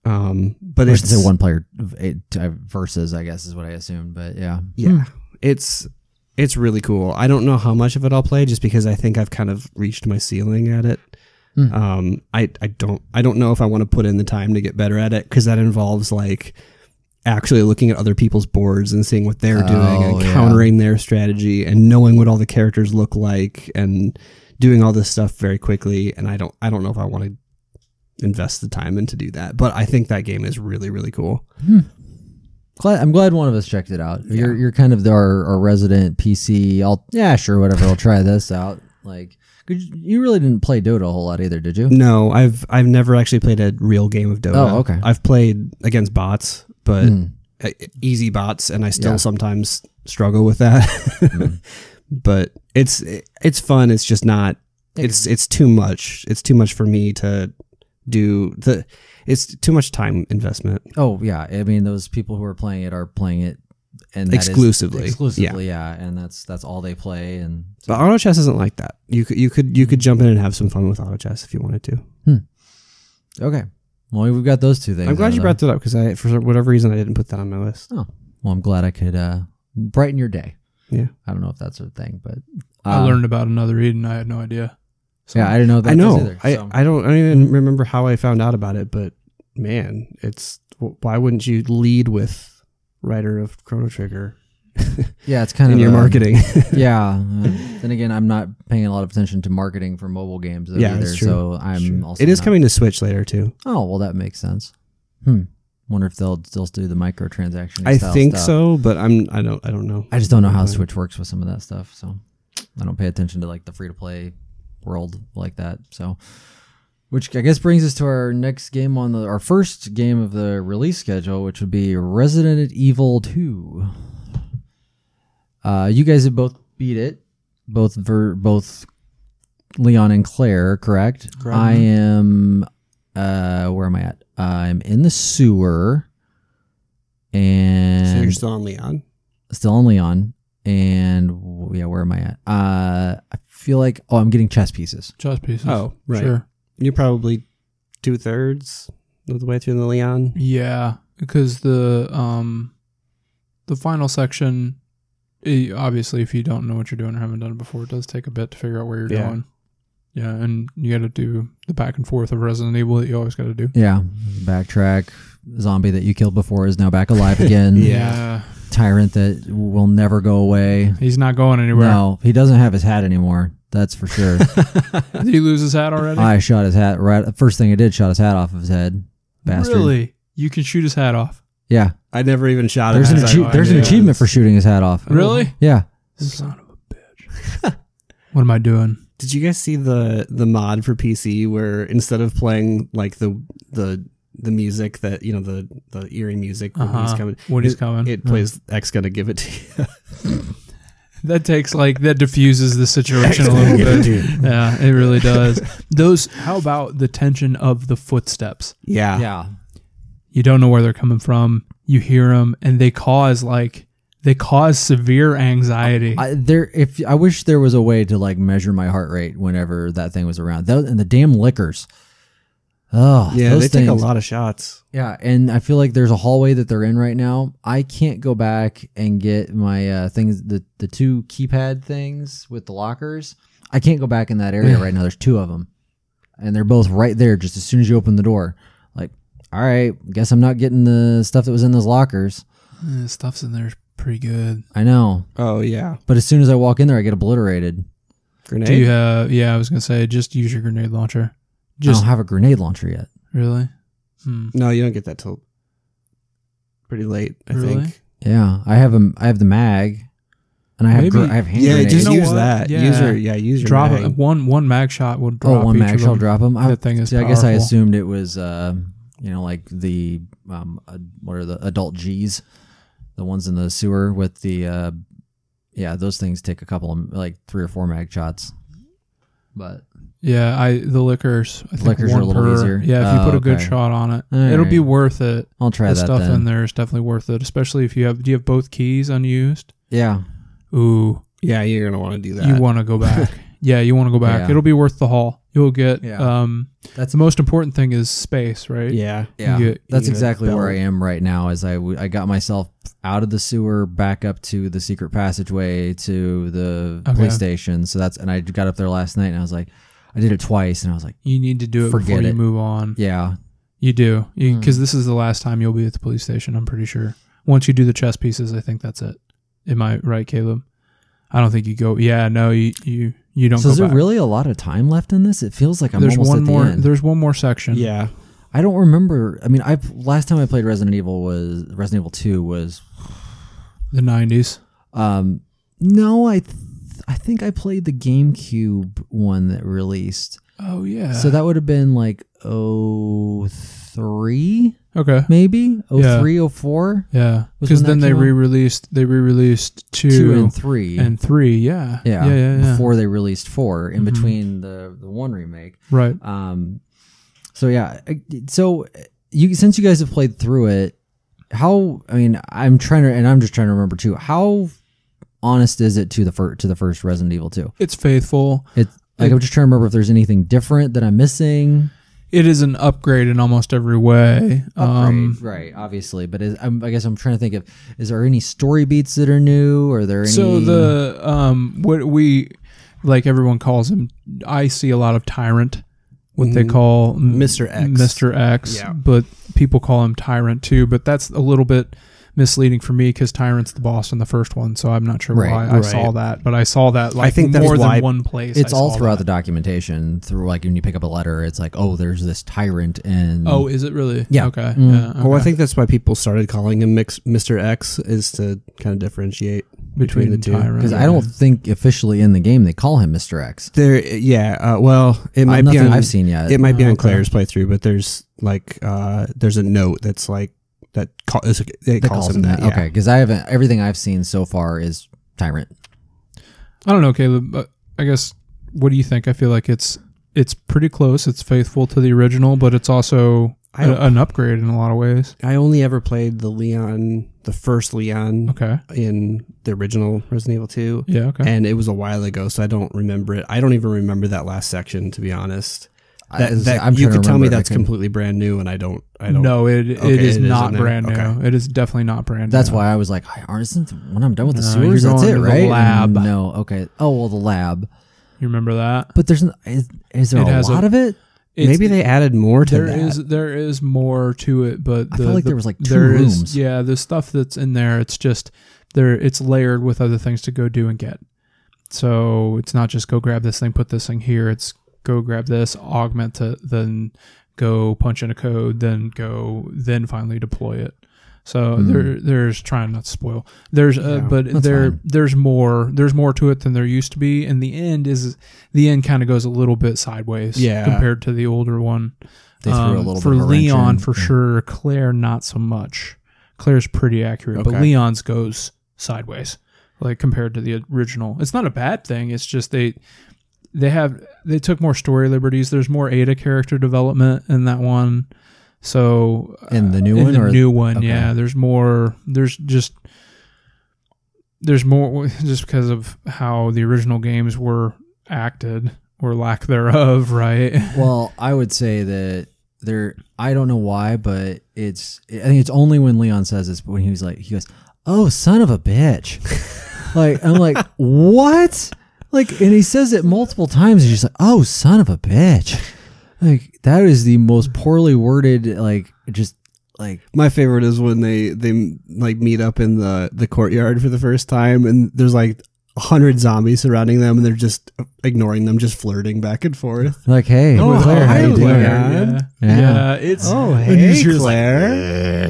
S3: Um, but
S1: But I should
S3: it's
S1: say one player v- it- uh, versus, I guess, is what I assumed. But yeah, Hmm.
S3: Yeah, it's it's really cool. I don't know how much of it I'll play, just because I think I've kind of reached my ceiling at it.
S1: Hmm.
S3: Um, I I don't I don't know if I want to put in the time to get better at it because that involves like actually looking at other people's boards and seeing what they're doing
S1: Oh,
S3: and
S1: yeah.
S3: countering their strategy and knowing what all the characters look like and doing all this stuff very quickly. And I don't I don't know if I want to invest the time in to do that. But I think that game is really really cool.
S1: glad, I'm glad one of us checked it out. You're you're kind of our, our resident PC. I'll yeah, sure, whatever. I'll try this out. Like, 'cause you really didn't play Dota a whole lot either, did you?
S3: No, I've I've never actually played a real game of Dota.
S1: Oh, okay.
S3: I've played against bots, but
S1: Mm.
S3: uh, easy bots, and I still
S1: Yeah. Hmm.
S3: sometimes struggle with that. But it's it's fun. It's just not.
S1: Yeah,
S3: It's it's too much. It's too much for me to do the. It's too much time investment.
S1: Oh yeah, I mean those people who are playing it are playing it and that is-
S3: Exclusively, yeah.
S1: exclusively, yeah. and that's that's all they play. And
S3: But auto chess isn't like that. You could you could you could
S1: Hmm.
S3: jump in and have some fun with auto chess if you wanted to.
S1: okay, well we've got those two things.
S3: I'm glad
S1: out
S3: you
S1: of
S3: brought that up because I for whatever reason I didn't put that on my list.
S1: the- Oh, well I'm glad I could uh, brighten your day.
S3: Yeah.
S1: I don't know if that's a thing, but
S2: I
S1: um,
S2: learned about another Eden. I had no idea. So,
S1: Yeah, I didn't know that.
S3: I know.
S1: Either,
S3: I,
S1: so. Mm-hmm.
S3: I don't. I don't even remember how I found out about it, but man, it's why wouldn't you lead with writer of Chrono Trigger
S1: yeah, it's kind
S3: in
S1: of
S3: your
S1: a-
S3: marketing?
S1: yeah. uh, then again, I'm not paying a lot of attention to marketing for mobile games though,
S3: Yeah,
S1: either.
S3: that's true.
S1: So I'm also
S3: it is
S1: not-
S3: coming to Switch later too.
S1: Oh well, that makes sense. Hmm. Wonder if they'll still do the microtransaction.
S3: I think so, but I'm. I don't. I don't know.
S1: I just don't know how
S3: Right.
S1: Switch works with some of that stuff, so I don't pay attention to like the free to play world like that. So, which I guess brings us to our next game on the our first game of the release schedule, which would be Resident Evil Two. Uh, you guys have both beat it, both ver- both Leon and Claire, correct?
S2: Correct.
S1: I am. Uh, where am I at? I'm in the sewer, and
S3: so you're still on Leon.
S1: still on Leon. And w- yeah, where am I at? Uh, I feel like oh, I'm getting chess pieces.
S2: chess pieces.
S3: Oh, right.
S2: Sure.
S3: You're probably two thirds of the way through the Leon.
S2: Yeah, because the um, the final section, eh, obviously, if you don't know what you're doing or haven't done it before, it does take a bit to figure out where you're
S3: Yeah.
S2: going. Yeah, and you got to do the back and forth of Resident Evil that you always got to do.
S1: Yeah, backtrack. Zombie that you killed before is now back alive again.
S3: Yeah.
S1: tyrant that will never go away.
S2: he's not going anywhere.
S1: No, he doesn't have his hat anymore. That's for sure.
S2: Did he lose his hat already?
S1: I shot his hat right. First thing I did, shot his hat off of his head. Bastard.
S2: Really? You can shoot his hat off.
S1: Yeah.
S3: I never even shot
S1: There's
S3: it.
S1: an
S2: that's
S1: achie-
S2: how I
S1: there's an
S2: do it.
S1: achievement for shooting his hat off.
S3: Oh.
S2: Really?
S1: Yeah.
S2: Son of a bitch. what am I doing?
S3: Did you guys see the the mod for PC where instead of playing like the the the music that you know the the eerie music when he's
S2: Uh-huh.
S3: coming,
S2: When he's
S3: it-
S2: coming.
S3: it plays X gonna give it to you.
S2: That takes like that diffuses the situation a little
S3: Yeah,
S2: bit.
S3: dude.
S2: Yeah, it really does. Those how about the tension of the footsteps?
S3: yeah,
S1: Yeah.
S2: You don't know where they're coming from. You hear them and they cause like they cause severe anxiety.
S1: I, there, if I wish there was a way to like measure my heart rate whenever that thing was around. Those, and the damn liquors. Oh,
S3: yeah.
S1: those
S3: they
S1: things.
S3: take a lot of shots.
S1: Yeah, and I feel like there's a hallway that they're in right now. I can't go back and get my uh, things, the the two keypad things with the lockers. I can't go back in that area right now. There's two of them, and they're both right there. Just as soon as you open the door, like, all right, guess I'm not getting the stuff that was in those lockers.
S2: Eh, stuff's in there's pretty good.
S1: I know,
S3: Oh yeah,
S1: but as soon as I walk in there, I get obliterated.
S3: grenade.
S2: Do you have yeah, I was gonna say just use your grenade launcher.
S1: I
S2: Just
S1: don't have a grenade launcher yet.
S2: really? Hmm.
S3: no, you don't get that till pretty late. I
S2: Really?
S3: think.
S1: Yeah, I have a, I have the mag, and I have gr-
S2: Maybe-
S1: I have hand
S3: Yeah,
S1: grenades.
S3: just
S2: You know
S3: use
S2: what?
S3: that.
S2: Yeah.
S3: Use your yeah. Use your
S2: Drop
S3: mag.
S2: it. one one mag shot will drop
S1: oh, one
S2: each
S1: mag
S2: of
S1: shall
S2: them.
S1: drop them. I,
S2: That thing is
S1: see, I guess I
S2: powerful.
S1: assumed it was, uh, you know, like the um, uh, what are the adult G's, the ones in the sewer with the, uh, yeah, those things take a couple of like three or four mag shots. but
S2: Yeah, I the liquors. I think
S1: Liquors are a
S2: one
S1: little
S2: per-
S1: easier.
S2: Yeah, if you
S1: Oh,
S2: put a good
S1: okay.
S2: shot on it,
S1: All
S2: it'll be
S1: right.
S2: worth it.
S1: I'll try
S2: the
S1: that
S2: stuff
S1: then.
S2: in there is definitely worth it, especially if you have. Do you have both keys unused?
S1: Yeah,
S2: Ooh,
S3: Yeah, you're gonna want to do that.
S2: you want to go back? yeah, you want to go back.
S1: Yeah.
S2: It'll be worth the haul. You'll get.
S1: Yeah.
S2: Um,
S1: That's-
S2: that's the most important thing is space, right?
S3: yeah,
S1: yeah.
S2: You get-
S1: That's
S3: you get
S1: exactly where I
S3: belt.
S1: am right now. Is I w- I got myself out of the sewer, back up to the secret passageway to the
S2: Okay.
S1: police station. So that's and I got up there last night and I was like, I did it twice and I was like,
S2: You need to do it
S1: Forget
S2: before you
S1: it.
S2: move on.
S1: yeah, Mm-hmm.
S2: You do, because this is the last time you'll be at the police station. I'm pretty sure. Once you do the chess pieces, I think that's it. Am I right, Caleb? I don't think you go. Yeah, no, you you you don't.
S1: So
S2: go
S1: is there
S2: back.
S1: really a lot of time left in this? It feels like I'm
S2: there's
S1: almost
S2: one
S1: at the
S2: more.
S1: end.
S2: There's one more section.
S3: Yeah,
S1: I don't remember. I mean, I last time I played Resident Evil was Resident Evil Two was
S2: the '90s.
S1: um no I th- I think I played the GameCube one that released.
S2: Oh yeah.
S1: so that would have been like oh three
S2: okay.
S1: maybe
S2: Yeah.
S1: oh three oh four
S2: Yeah,
S1: Was
S2: because
S1: when
S2: then
S1: that
S2: they
S1: came out?
S2: re-released. They re-released two,
S1: two and three
S2: and three. Yeah.
S1: yeah,
S2: Yeah. Yeah. yeah.
S1: before they released four in
S2: Mhm.
S1: between the the one remake.
S2: Right.
S1: Um, so yeah, I- so you since you guys have played through it, how I mean, I'm trying to, and I'm just trying to remember too. How honest is it to the first to the first Resident Evil two?
S2: It's faithful.
S1: It's like I'm just trying to remember if there's anything different that I'm missing.
S2: It is an upgrade in almost every way. Um,
S1: Upgrade, right, obviously, but is, I'm, I guess I'm trying to think of is there any story beats that are new? Are there any?
S2: So the um, what we like everyone calls him. I see a lot of tyrant. What they
S3: Mm,
S2: call
S3: Mr. X.
S2: Mr. X.
S3: Yeah.
S2: But people call him tyrant too. But that's a little bit misleading for me because tyrant's the boss in the first one. So I'm not sure
S1: Right,
S2: why I
S3: right.
S2: saw that. But I saw that like
S3: think that's
S2: more than
S3: why-
S2: one place.
S1: it's
S2: I
S1: all
S2: saw
S1: throughout
S2: that.
S1: the documentation. Through like when you pick up a letter, it's like oh, there's this tyrant and
S2: Oh, is it really?
S1: Yeah.
S2: Okay.
S1: Mm.
S2: Yeah. Okay.
S3: Well, I think that's why people started calling him Mix, Mr. X is to kind of differentiate between, the two.
S2: tyrant
S1: Because I
S2: and-
S1: don't think officially in the game they call him Mr. X.
S3: There, yeah. Uh, well, it
S1: Well,
S3: might be
S1: nothing
S3: on,
S1: I've seen yet.
S3: It might be
S2: Oh,
S3: on
S2: okay.
S3: Claire's playthrough, but there's like uh, there's a note that's like that call, is, it
S1: They
S3: calls
S1: call
S3: him that. yeah.
S1: Okay, because I haven't. Everything I've seen so far is Tyrant.
S2: I don't know, Caleb. But I guess what do you think? I feel like it's it's pretty close. It's faithful to the original, but it's also
S3: I
S2: a-
S3: don't-
S2: an upgrade in a lot of ways.
S3: I only ever played the Leon, the first Leon,
S2: Okay.
S3: in the original Resident Evil Two,
S2: Yeah. Okay.
S3: and it was a while ago, so I don't remember it. I don't even remember that last section, to be honest.
S1: I-
S3: That,
S1: as I say,
S3: that-
S1: I'm
S3: you
S1: trying to
S3: could tell me
S1: remember if I
S3: that's
S1: can-
S3: completely brand new, and I don't. I don't.
S2: no, it
S3: Okay,
S2: it is
S3: it isn't
S2: not
S3: now.
S2: brand new.
S3: Okay.
S2: It is definitely not brand
S1: That's
S2: new.
S1: why I was like, I honestly, when I'm done with the
S2: No,
S1: sewers,
S2: you're
S1: that's
S2: going
S1: it,
S2: to the
S1: right?
S2: lab.
S1: No, okay. Oh well, the lab.
S2: you remember that.
S1: But there's n- is, is there
S2: It
S1: a
S2: has
S1: lot
S2: a-
S1: of it?
S2: It's-
S3: Maybe they added more to
S2: there
S3: that.
S2: is there is more to it, but
S1: I
S2: the,
S1: felt like
S2: the-
S1: there was, like, two
S2: there is-
S1: rooms.
S2: yeah, the stuff that's in there, it's just there. It's layered with other things to go do and get. So it's not just go grab this thing, put this thing here. It's go grab this, augment it, then go punch in a code, then go, then finally deploy it. So
S1: Hmm.
S2: there, there's trying not to spoil. There's, uh,
S3: Yeah,
S2: but
S1: that's
S2: there,
S1: fine.
S2: there's more. There's more to it than there used to be. And the end is the end kind of goes a little bit sideways,
S3: Yeah.
S2: compared to the older one.
S1: They threw a
S2: Um,
S1: little
S2: for
S1: bit of a wrench
S2: Leon
S1: in.
S2: for sure. Claire not so much. Claire's pretty accurate, but
S3: Okay.
S2: Leon's goes sideways, like compared to the original. It's not a bad thing. It's just they they have they took more story liberties. There's more Ada character development in that one. So
S1: in the new
S2: in
S1: one
S2: the
S1: or
S2: new one,
S1: okay.
S2: yeah. There's more. There's just there's more just because of how the original games were acted or lack thereof, right?
S1: Well, I would say that there. I don't know why, but it's. I think it's only when Leon says this, but when he was like, he goes, "Oh, son of a bitch," like I'm like, what? Like, and he says it multiple times. And he's just like, "Oh, son of a bitch," like that is the most poorly worded. Like, just like
S3: My favorite is when they they like meet up in the the courtyard for the first time, and there's like a hundred zombies surrounding them, and they're just ignoring them, just flirting back and forth.
S1: like, hey,
S3: Oh,
S1: Claire, how
S3: hi,
S1: you doing?
S3: Claire.
S2: Yeah.
S1: Yeah.
S2: Yeah, it's
S3: hey, Claire.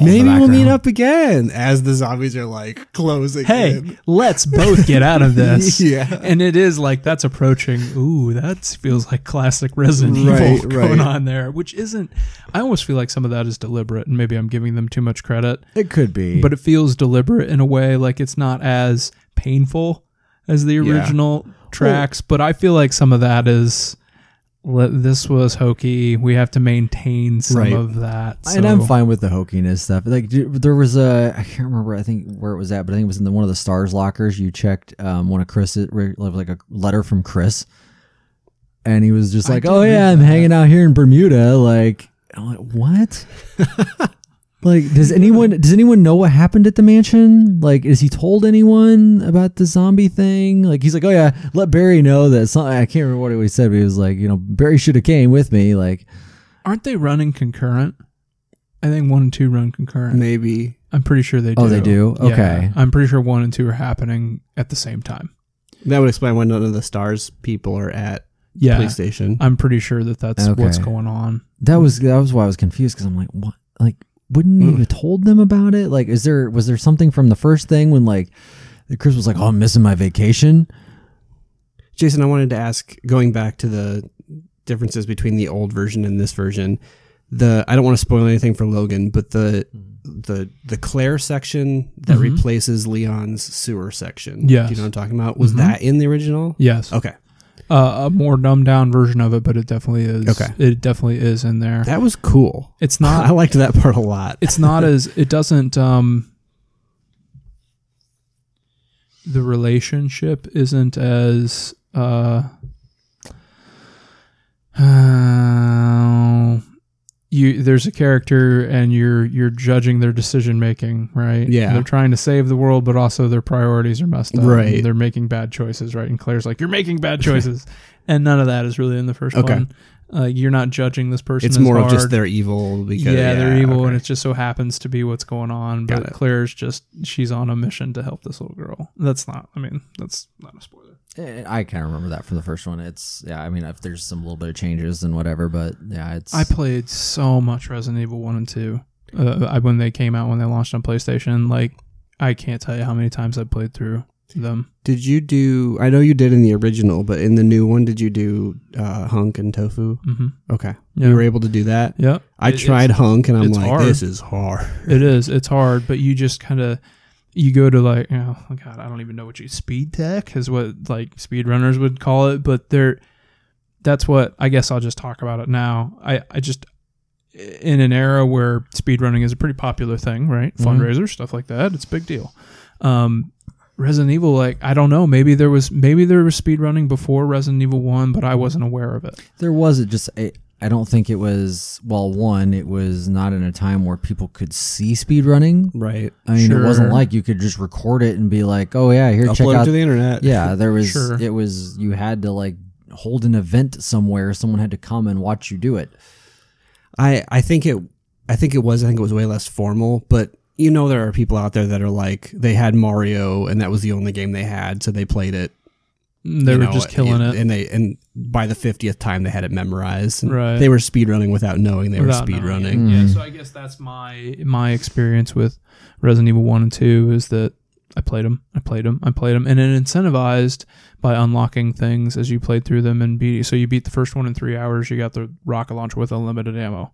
S3: Maybe we'll meet
S1: background.
S3: up again as the zombies are like closing. in.
S2: hey, let's both get out of this.
S3: Yeah.
S2: And it is like that's approaching. Ooh, that feels like classic Resident
S3: Right,
S2: Evil going
S3: right.
S2: on there, which isn't. I almost feel like some of that is deliberate, and maybe I'm giving them too much credit,
S1: It could be,
S2: but it feels deliberate in a way like it's not as painful as the
S3: Yeah.
S2: original tracks, but I feel like some of that is le- this was hokey. We have to maintain some
S3: Right.
S2: of that.
S1: And I'm
S2: so-
S1: fine with the hokiness stuff. Like d- there was a I can't remember I think where it was at, but I think it was in the, one of the stars lockers. You checked um, one of Chris like a letter from Chris, and he was just
S2: I
S1: like,
S2: did
S1: "Oh
S2: read
S1: yeah, I'm
S2: that.
S1: hanging out here in Bermuda." Like I'm like, what? like does anyone does anyone know what happened at the mansion? Like is he told anyone about the zombie thing? Like he's like, "Oh yeah, let Barry know that." Some, I can't remember what he said, but he was like, "You know, Barry should have came with me." Like
S2: Aren't they running concurrent? I think one and two run concurrent.
S3: Maybe.
S2: I'm pretty sure they do.
S1: Oh, they do?
S2: Yeah.
S1: Okay.
S2: I'm pretty sure one and two are happening at the same time.
S3: That would explain why none of the stars people are at
S2: Yeah.
S3: police station.
S2: I'm pretty sure that that's
S1: Okay.
S2: what's going on.
S1: That was that was why I was confused because I'm like, what? Like, wouldn't you
S3: Mm.
S1: have told them about it? Like, is there was there something from the first thing when like Chris was like, "Oh, I'm missing my vacation."
S3: Jason, I wanted to ask, going back to the differences between the old version and this version, the I don't want to spoil anything for Logan, but the the the Claire section that
S2: Mhm.
S3: replaces Leon's sewer section.
S2: Yes.
S3: Do you know what I'm talking about? Was
S2: Mhm.
S3: that in the original?
S2: Yes.
S3: Okay.
S2: Uh, a more dumbed down version of it, but it definitely is.
S3: Okay.
S2: It definitely is in there.
S3: That was cool.
S2: it's
S3: I
S2: not.
S3: liked that part a lot.
S2: it's not as. It doesn't. Um. The relationship isn't as. Uh, uh, you there's a character and you're you're judging their decision making, right?
S3: Yeah.
S2: They're trying to save the world, but also their priorities are messed up.
S3: Right.
S2: And They're making bad choices, right? And Claire's like, You're making bad choices. and none of that is really in the first
S3: Okay.
S2: one. Uh, you're not judging this person.
S3: It's
S2: as
S3: more of
S2: hard.
S3: just they're evil because
S2: yeah, they're evil,
S3: okay.
S2: and it just so happens to be what's going on.
S3: Got
S2: But
S3: it.
S2: Claire's just she's on a mission to help this little girl. That's not. I mean, that's not a spoiler.
S1: Eh, I kind of remember that from the first one. It's yeah. I mean, if there's some little bit of changes and whatever, but yeah, it's
S2: I played so much Resident Evil One and Two uh, I- when they came out when they launched on PlayStation. Like I can't tell you how many times I played through them.
S3: Did you do? I know you did in the original, but in the new one, did you do uh, hunk and tofu?
S2: Mm-hmm.
S3: Okay,
S2: Yeah.
S3: you were able to do that.
S2: Yep.
S3: I
S2: It- it's-
S3: tried hunk, and I'm
S2: it's
S3: like,
S2: hard.
S3: this is hard.
S2: It is. It's hard, but you just kind of you go to like oh my god, I don't even know what you speed tech is what like speedrunners would call it, but they're that's what I guess I'll just talk about it now. I I just in an era where speedrunning is a pretty popular thing, right?
S1: Mhm.
S3: Mm-hmm.
S2: Fundraiser stuff like that, it's a big deal. Um Resident Evil, like I don't know, maybe there was maybe there was speedrunning before Resident Evil One, but I wasn't aware of it.
S1: there was it just. I I don't think it was well. One, it was not in a time where people could see speed running.
S3: Right.
S1: I mean, it wasn't
S2: Sure.
S1: like you could just record it and be like, "Oh yeah, here, check
S3: Upload
S1: out
S3: to the internet.
S1: Yeah, there was.
S2: Sure.
S1: It was you had to like hold an event somewhere. Someone had to come and watch you do it.
S3: I I think it I think it was I think it was way less formal, but you know there are people out there that are like they had Mario and that was the only game they had, so they played it.
S2: They
S3: you
S2: were
S3: know,
S2: just killing
S3: and,
S2: it.
S3: and they and by the fiftieth time they had it memorized. And
S2: Right.
S3: They were speedrunning without knowing they
S2: Without
S3: were
S2: knowing.
S3: speedrunning.
S1: Mm.
S2: Yeah, so I guess that's my my experience with Resident Evil One and Two is that I played them, I played them, I played them, and it incentivized by unlocking things as you played through them and beat. So you beat the first one in three hours, you got the rocket launcher with unlimited ammo.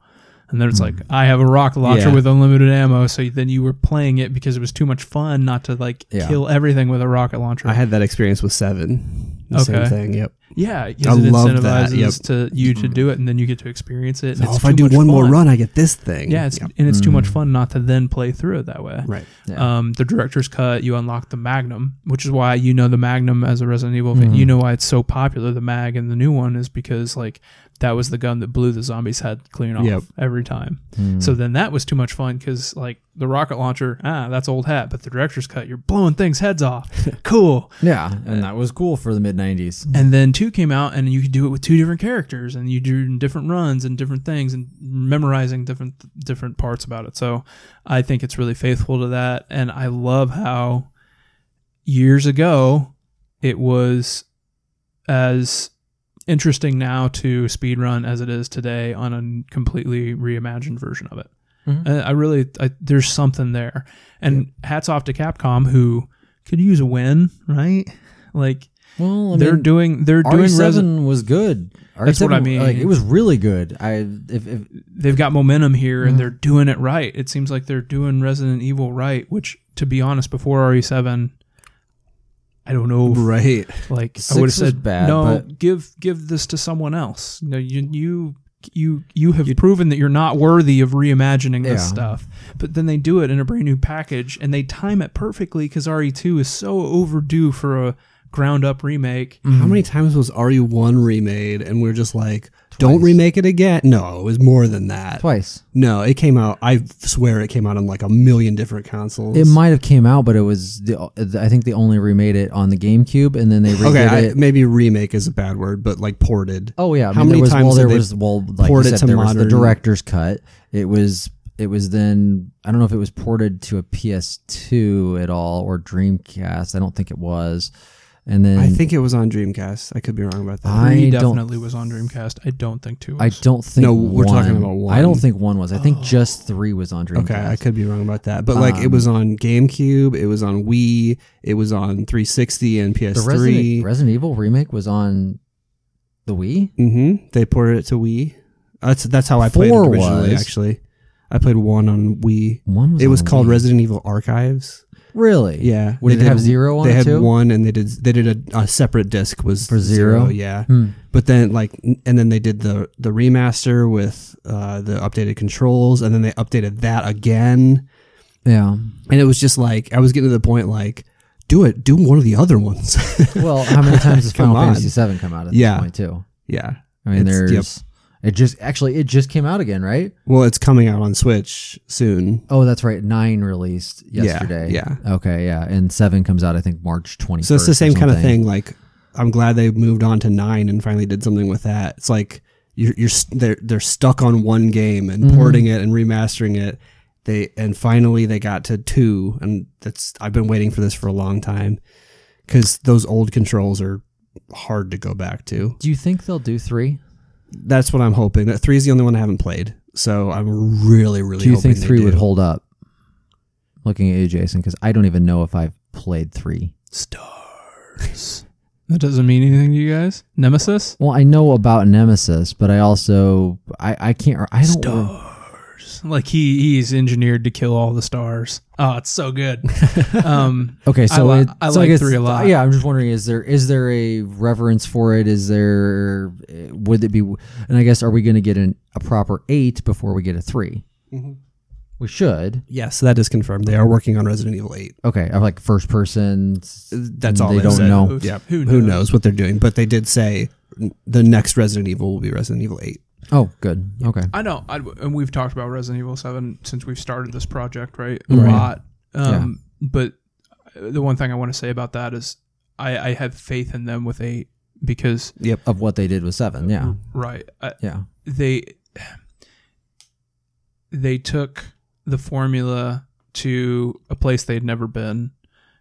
S2: And then it's like I have a rocket launcher
S3: Hmm. Yeah.
S2: with unlimited ammo, so then you were playing it because it was too much fun not to like
S1: Yeah.
S2: kill everything with a rocket launcher.
S3: I had that experience with seven. The Same
S2: Okay.
S3: thing. Yep.
S2: yeah, 'cause
S3: I
S2: it
S3: love that,
S2: incentivizes to you to do it, and then you get to experience it. and
S3: Oh,
S2: it's
S3: if I
S2: too
S3: do
S2: much
S3: one more
S2: fun.
S3: run, I get this thing.
S2: yeah, it's,
S3: Yep.
S2: and it's too much
S1: Mm.
S2: fun not to then play through it that way.
S3: right.
S1: Yeah.
S2: Um, the director's cut, you unlock the Magnum, which is why you know the Magnum as a Resident Evil fan.
S1: Mhm.
S2: You know why it's so popular. The Mag and the new one is because like that was the gun that blew the zombies head clean off
S3: Yep.
S2: every time.
S1: Mm.
S2: So then that was too much fun because like the rocket launcher, ah, that's old hat. But the director's cut, you're blowing things heads off. cool.
S1: yeah, and that was cool for the mid '90s.
S2: And then two came out, and you could do it with two different characters, and you do different runs and different things, and memorizing different different parts about it. So, I think it's really faithful to that, and I love how years ago it was as interesting now to speedrun as it is today on a completely reimagined version of it.
S1: Mhm.
S2: Uh, I really, I, there's something there, and hats off to Capcom who could use a win, right? Like
S1: Well, I
S2: they're
S1: mean,
S2: doing they're doing
S1: RE7
S2: Resident.
S1: was good. RE7,
S2: That's what I mean.
S1: Like, it was really good. I if, if
S2: They've got momentum here
S1: Mm.
S2: and they're doing it right. It seems like they're doing Resident Evil right, which to be honest, before RE7, I don't know. if-
S3: Right.
S2: Like
S1: Six
S2: I would have
S1: was
S2: said,
S1: bad,
S2: no,
S1: but-
S2: give give this to someone else. No, you you you you have proven that you're not worthy of reimagining this
S1: Yeah.
S2: stuff. But then they do it in a brand new package, and they time it perfectly because RE2 is so overdue for a ground up remake.
S1: Hmm.
S3: How many times was RE1 remade and we are just like, don't remake it again? No, it was more than that.
S1: twice.
S3: No, it came out, I swear it came out on like a million different consoles.
S1: It might have came out, but it was the I think they only remade it on the GameCube, and then they redid
S3: okay, I,
S1: it.
S3: maybe remake is a bad word, but like ported.
S1: Oh yeah, I
S3: How
S1: mean,
S3: many
S1: there was,
S3: times
S1: well,
S3: did
S1: there
S3: they
S1: was well, like you
S3: port it
S1: said,
S3: to
S1: there was
S3: modern-
S1: the director's cut. It was it was then I don't know if it was ported to a PS2 at all or Dreamcast. I don't think it was. And then
S3: I think it was on Dreamcast. I could be wrong about that.
S1: I
S2: Three
S1: don't-
S2: definitely was on Dreamcast. I don't think two.
S1: I
S2: Was.
S1: don't think
S3: No, we're talking about
S1: I don't
S3: one.
S1: think one was. I think just three was on Dreamcast.
S3: Okay, I could be wrong about that. But like it was on GameCube, it was on Wii, it was on 360 and
S1: the
S3: PS3.
S1: Resident, Resident Evil remake was on the Wii.
S3: Mm-hmm. They ported it to Wii. That's that's how I played
S1: Four
S3: it originally.
S1: was.
S3: Actually, I played one on Wii.
S1: One was
S3: it
S1: on
S3: was
S1: the
S3: called
S1: Wii.
S3: Resident Evil Archives.
S1: Really?
S3: Yeah,
S1: Would it
S3: They
S1: have zero on
S3: They
S1: it
S3: had
S1: too?
S3: one, and they did they did a, a separate disc was
S1: For zero?
S3: Yeah,
S1: Hmm.
S3: but then like n- and then they did the the remaster with uh, the updated controls, and then they updated that again,
S1: Yeah.
S3: and it was just like I was getting to the point like do it, do one of the other ones.
S1: Well, how many times has
S3: Come
S1: Final
S3: on.
S1: Fantasy VII come out at
S3: Yeah.
S1: this point too?
S3: yeah,
S1: I mean,
S3: It's- yep.
S1: there's it just actually it just came out again, right?
S3: well, it's coming out on Switch soon.
S1: Oh, that's right. Nine released yesterday.
S3: yeah.
S1: Okay. Yeah. And seven comes out, I think, March 21st.
S3: So it's the
S1: or
S3: same kind of
S1: something.
S3: thing. Like, I'm glad they moved on to nine and finally did something with that. It's like you're, you're st- they're they're stuck on one game and
S1: Mm-hmm.
S3: porting it and remastering it. They and finally they got to two, and that's I've been waiting for this for a long time because those old controls are hard to go back to.
S1: Do you think they'll do three?
S3: That's what I'm hoping. That three is the only one I haven't played, so I'm really really.
S1: Do you
S3: hoping
S1: think
S3: they
S1: three would
S3: do.
S1: hold up? Looking at you, Jason, because I don't even know if I've played three.
S2: Stars. That doesn't mean anything to you guys. Nemesis.
S1: Well, I know about Nemesis, but I also I I can't I don't. rem-
S2: Stars. Like he he's engineered to kill all the stars. Oh, it's so good. um,
S1: Okay, so
S2: I li-
S1: it,
S2: I
S1: so
S2: like
S1: guess-
S2: three a lot.
S1: Yeah, I'm just wondering is there is there a reverence for it? Is there eh, would it be? And I guess are we going to get an, a proper eight before we get a 3
S2: Mm-hmm.
S1: We should.
S3: Yes, that is confirmed. They are working on Resident Evil Eight.
S1: Okay, I'm like first person.
S3: That's all
S1: They don't
S3: said.
S1: know.
S3: Yep.
S2: Who
S3: Who knows what they're doing? But they did say the next Resident Evil will be Resident Evil Eight.
S1: Oh, good. Okay.
S2: I know, I, and we've talked about Resident Evil Seven since we've started this project, right? A
S1: Right.
S2: lot. Um, But the one thing I want to say about that is, I, I have faith in them with eight because
S1: Of what they did with seven. Yeah.
S2: right, I,
S1: Yeah.
S2: they they took the formula to a place they'd never been.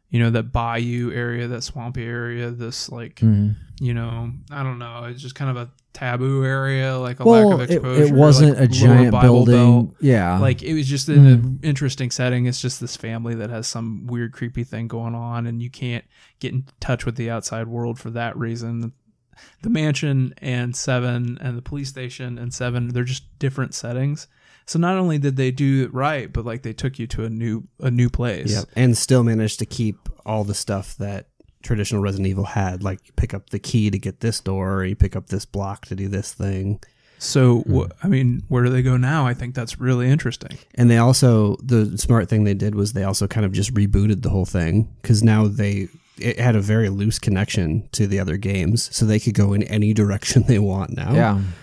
S2: You know, that bayou area, that swampy area, this like
S1: Mhm.
S2: you know, I don't know, it's just kind of a taboo area, like a
S1: Well,
S2: lack of
S1: it,
S2: exposure.
S1: it wasn't
S2: like
S1: a
S2: lower
S1: giant
S2: Bible
S1: building.
S2: belt.
S3: Uh-huh.
S1: Yeah.
S2: Like it was just in an
S3: Mm-hmm.
S2: interesting setting. It's just this family that has some weird, creepy thing going on, and you can't get in touch with the outside world for that reason. The mansion and Seven and the police station and Seven, they're just different settings. So not only did they do it right, but like they took you to a new a new place.
S3: Yep. And still managed to keep all the stuff that traditional Resident Evil had, like you pick up the key to get this door, or you pick up this block to do this thing.
S2: So wh-
S3: Mm-hmm.
S2: I mean, where do they go now? I think that's really interesting.
S3: And they also the smart thing they did was they also kind of just rebooted the whole thing because now they it had a very loose connection to the other games, so they could go in any direction they want now.
S1: yeah.
S2: oh.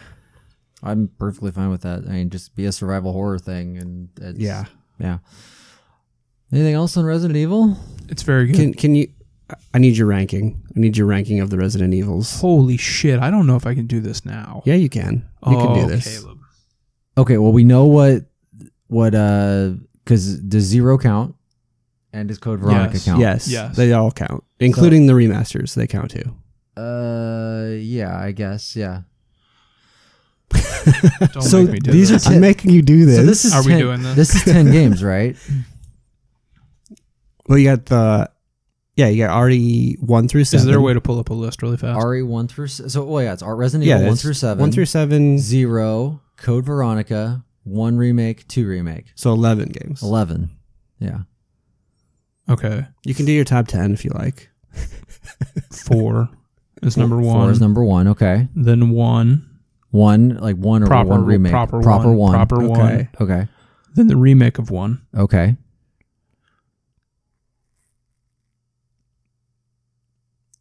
S1: I'm perfectly fine with that. I mean, just be a survival horror thing, and it's,
S3: Yeah.
S1: yeah. Anything else on Resident Evil?
S2: It's very good.
S3: Can can you? I need your ranking. I need your ranking of the Resident Evils.
S2: Holy shit! I don't know if I can do this now. Oh,
S3: Yeah, you can. You can do this.
S2: Caleb.
S1: Okay, well we know what what uh because does zero count and does Code Veronica
S2: Yes.
S1: count?
S3: Yes,
S2: Yes.
S3: they all count, including the remasters. They count too.
S1: Uh, yeah, I guess. Yeah.
S2: Don't
S3: So
S2: make me do
S1: these
S2: this.
S1: are I'm
S3: making you do
S1: So this is
S2: Are we
S1: 10
S2: doing this?
S1: This is ten games, right?
S3: well, you got the yeah, you got RE one through seven.
S2: Is there a way to pull up a list really fast?
S1: RE one through se- so oh yeah, it's Art Resident
S3: yeah,
S1: Evil one
S3: it's
S1: through seven,
S3: One through seven,
S1: zero, Code Veronica, one remake, two remake,
S3: so eleven games.
S1: eleven. Yeah.
S2: Okay.
S3: You can do your top ten if you like.
S2: four is number one.
S1: Four is number one. Okay.
S2: then one
S1: One like one or
S2: proper
S1: one remake.
S2: proper,
S1: proper
S2: one,
S1: one.
S2: proper one.
S3: Okay.
S1: Okay.
S2: Then the remake of one.
S1: Okay.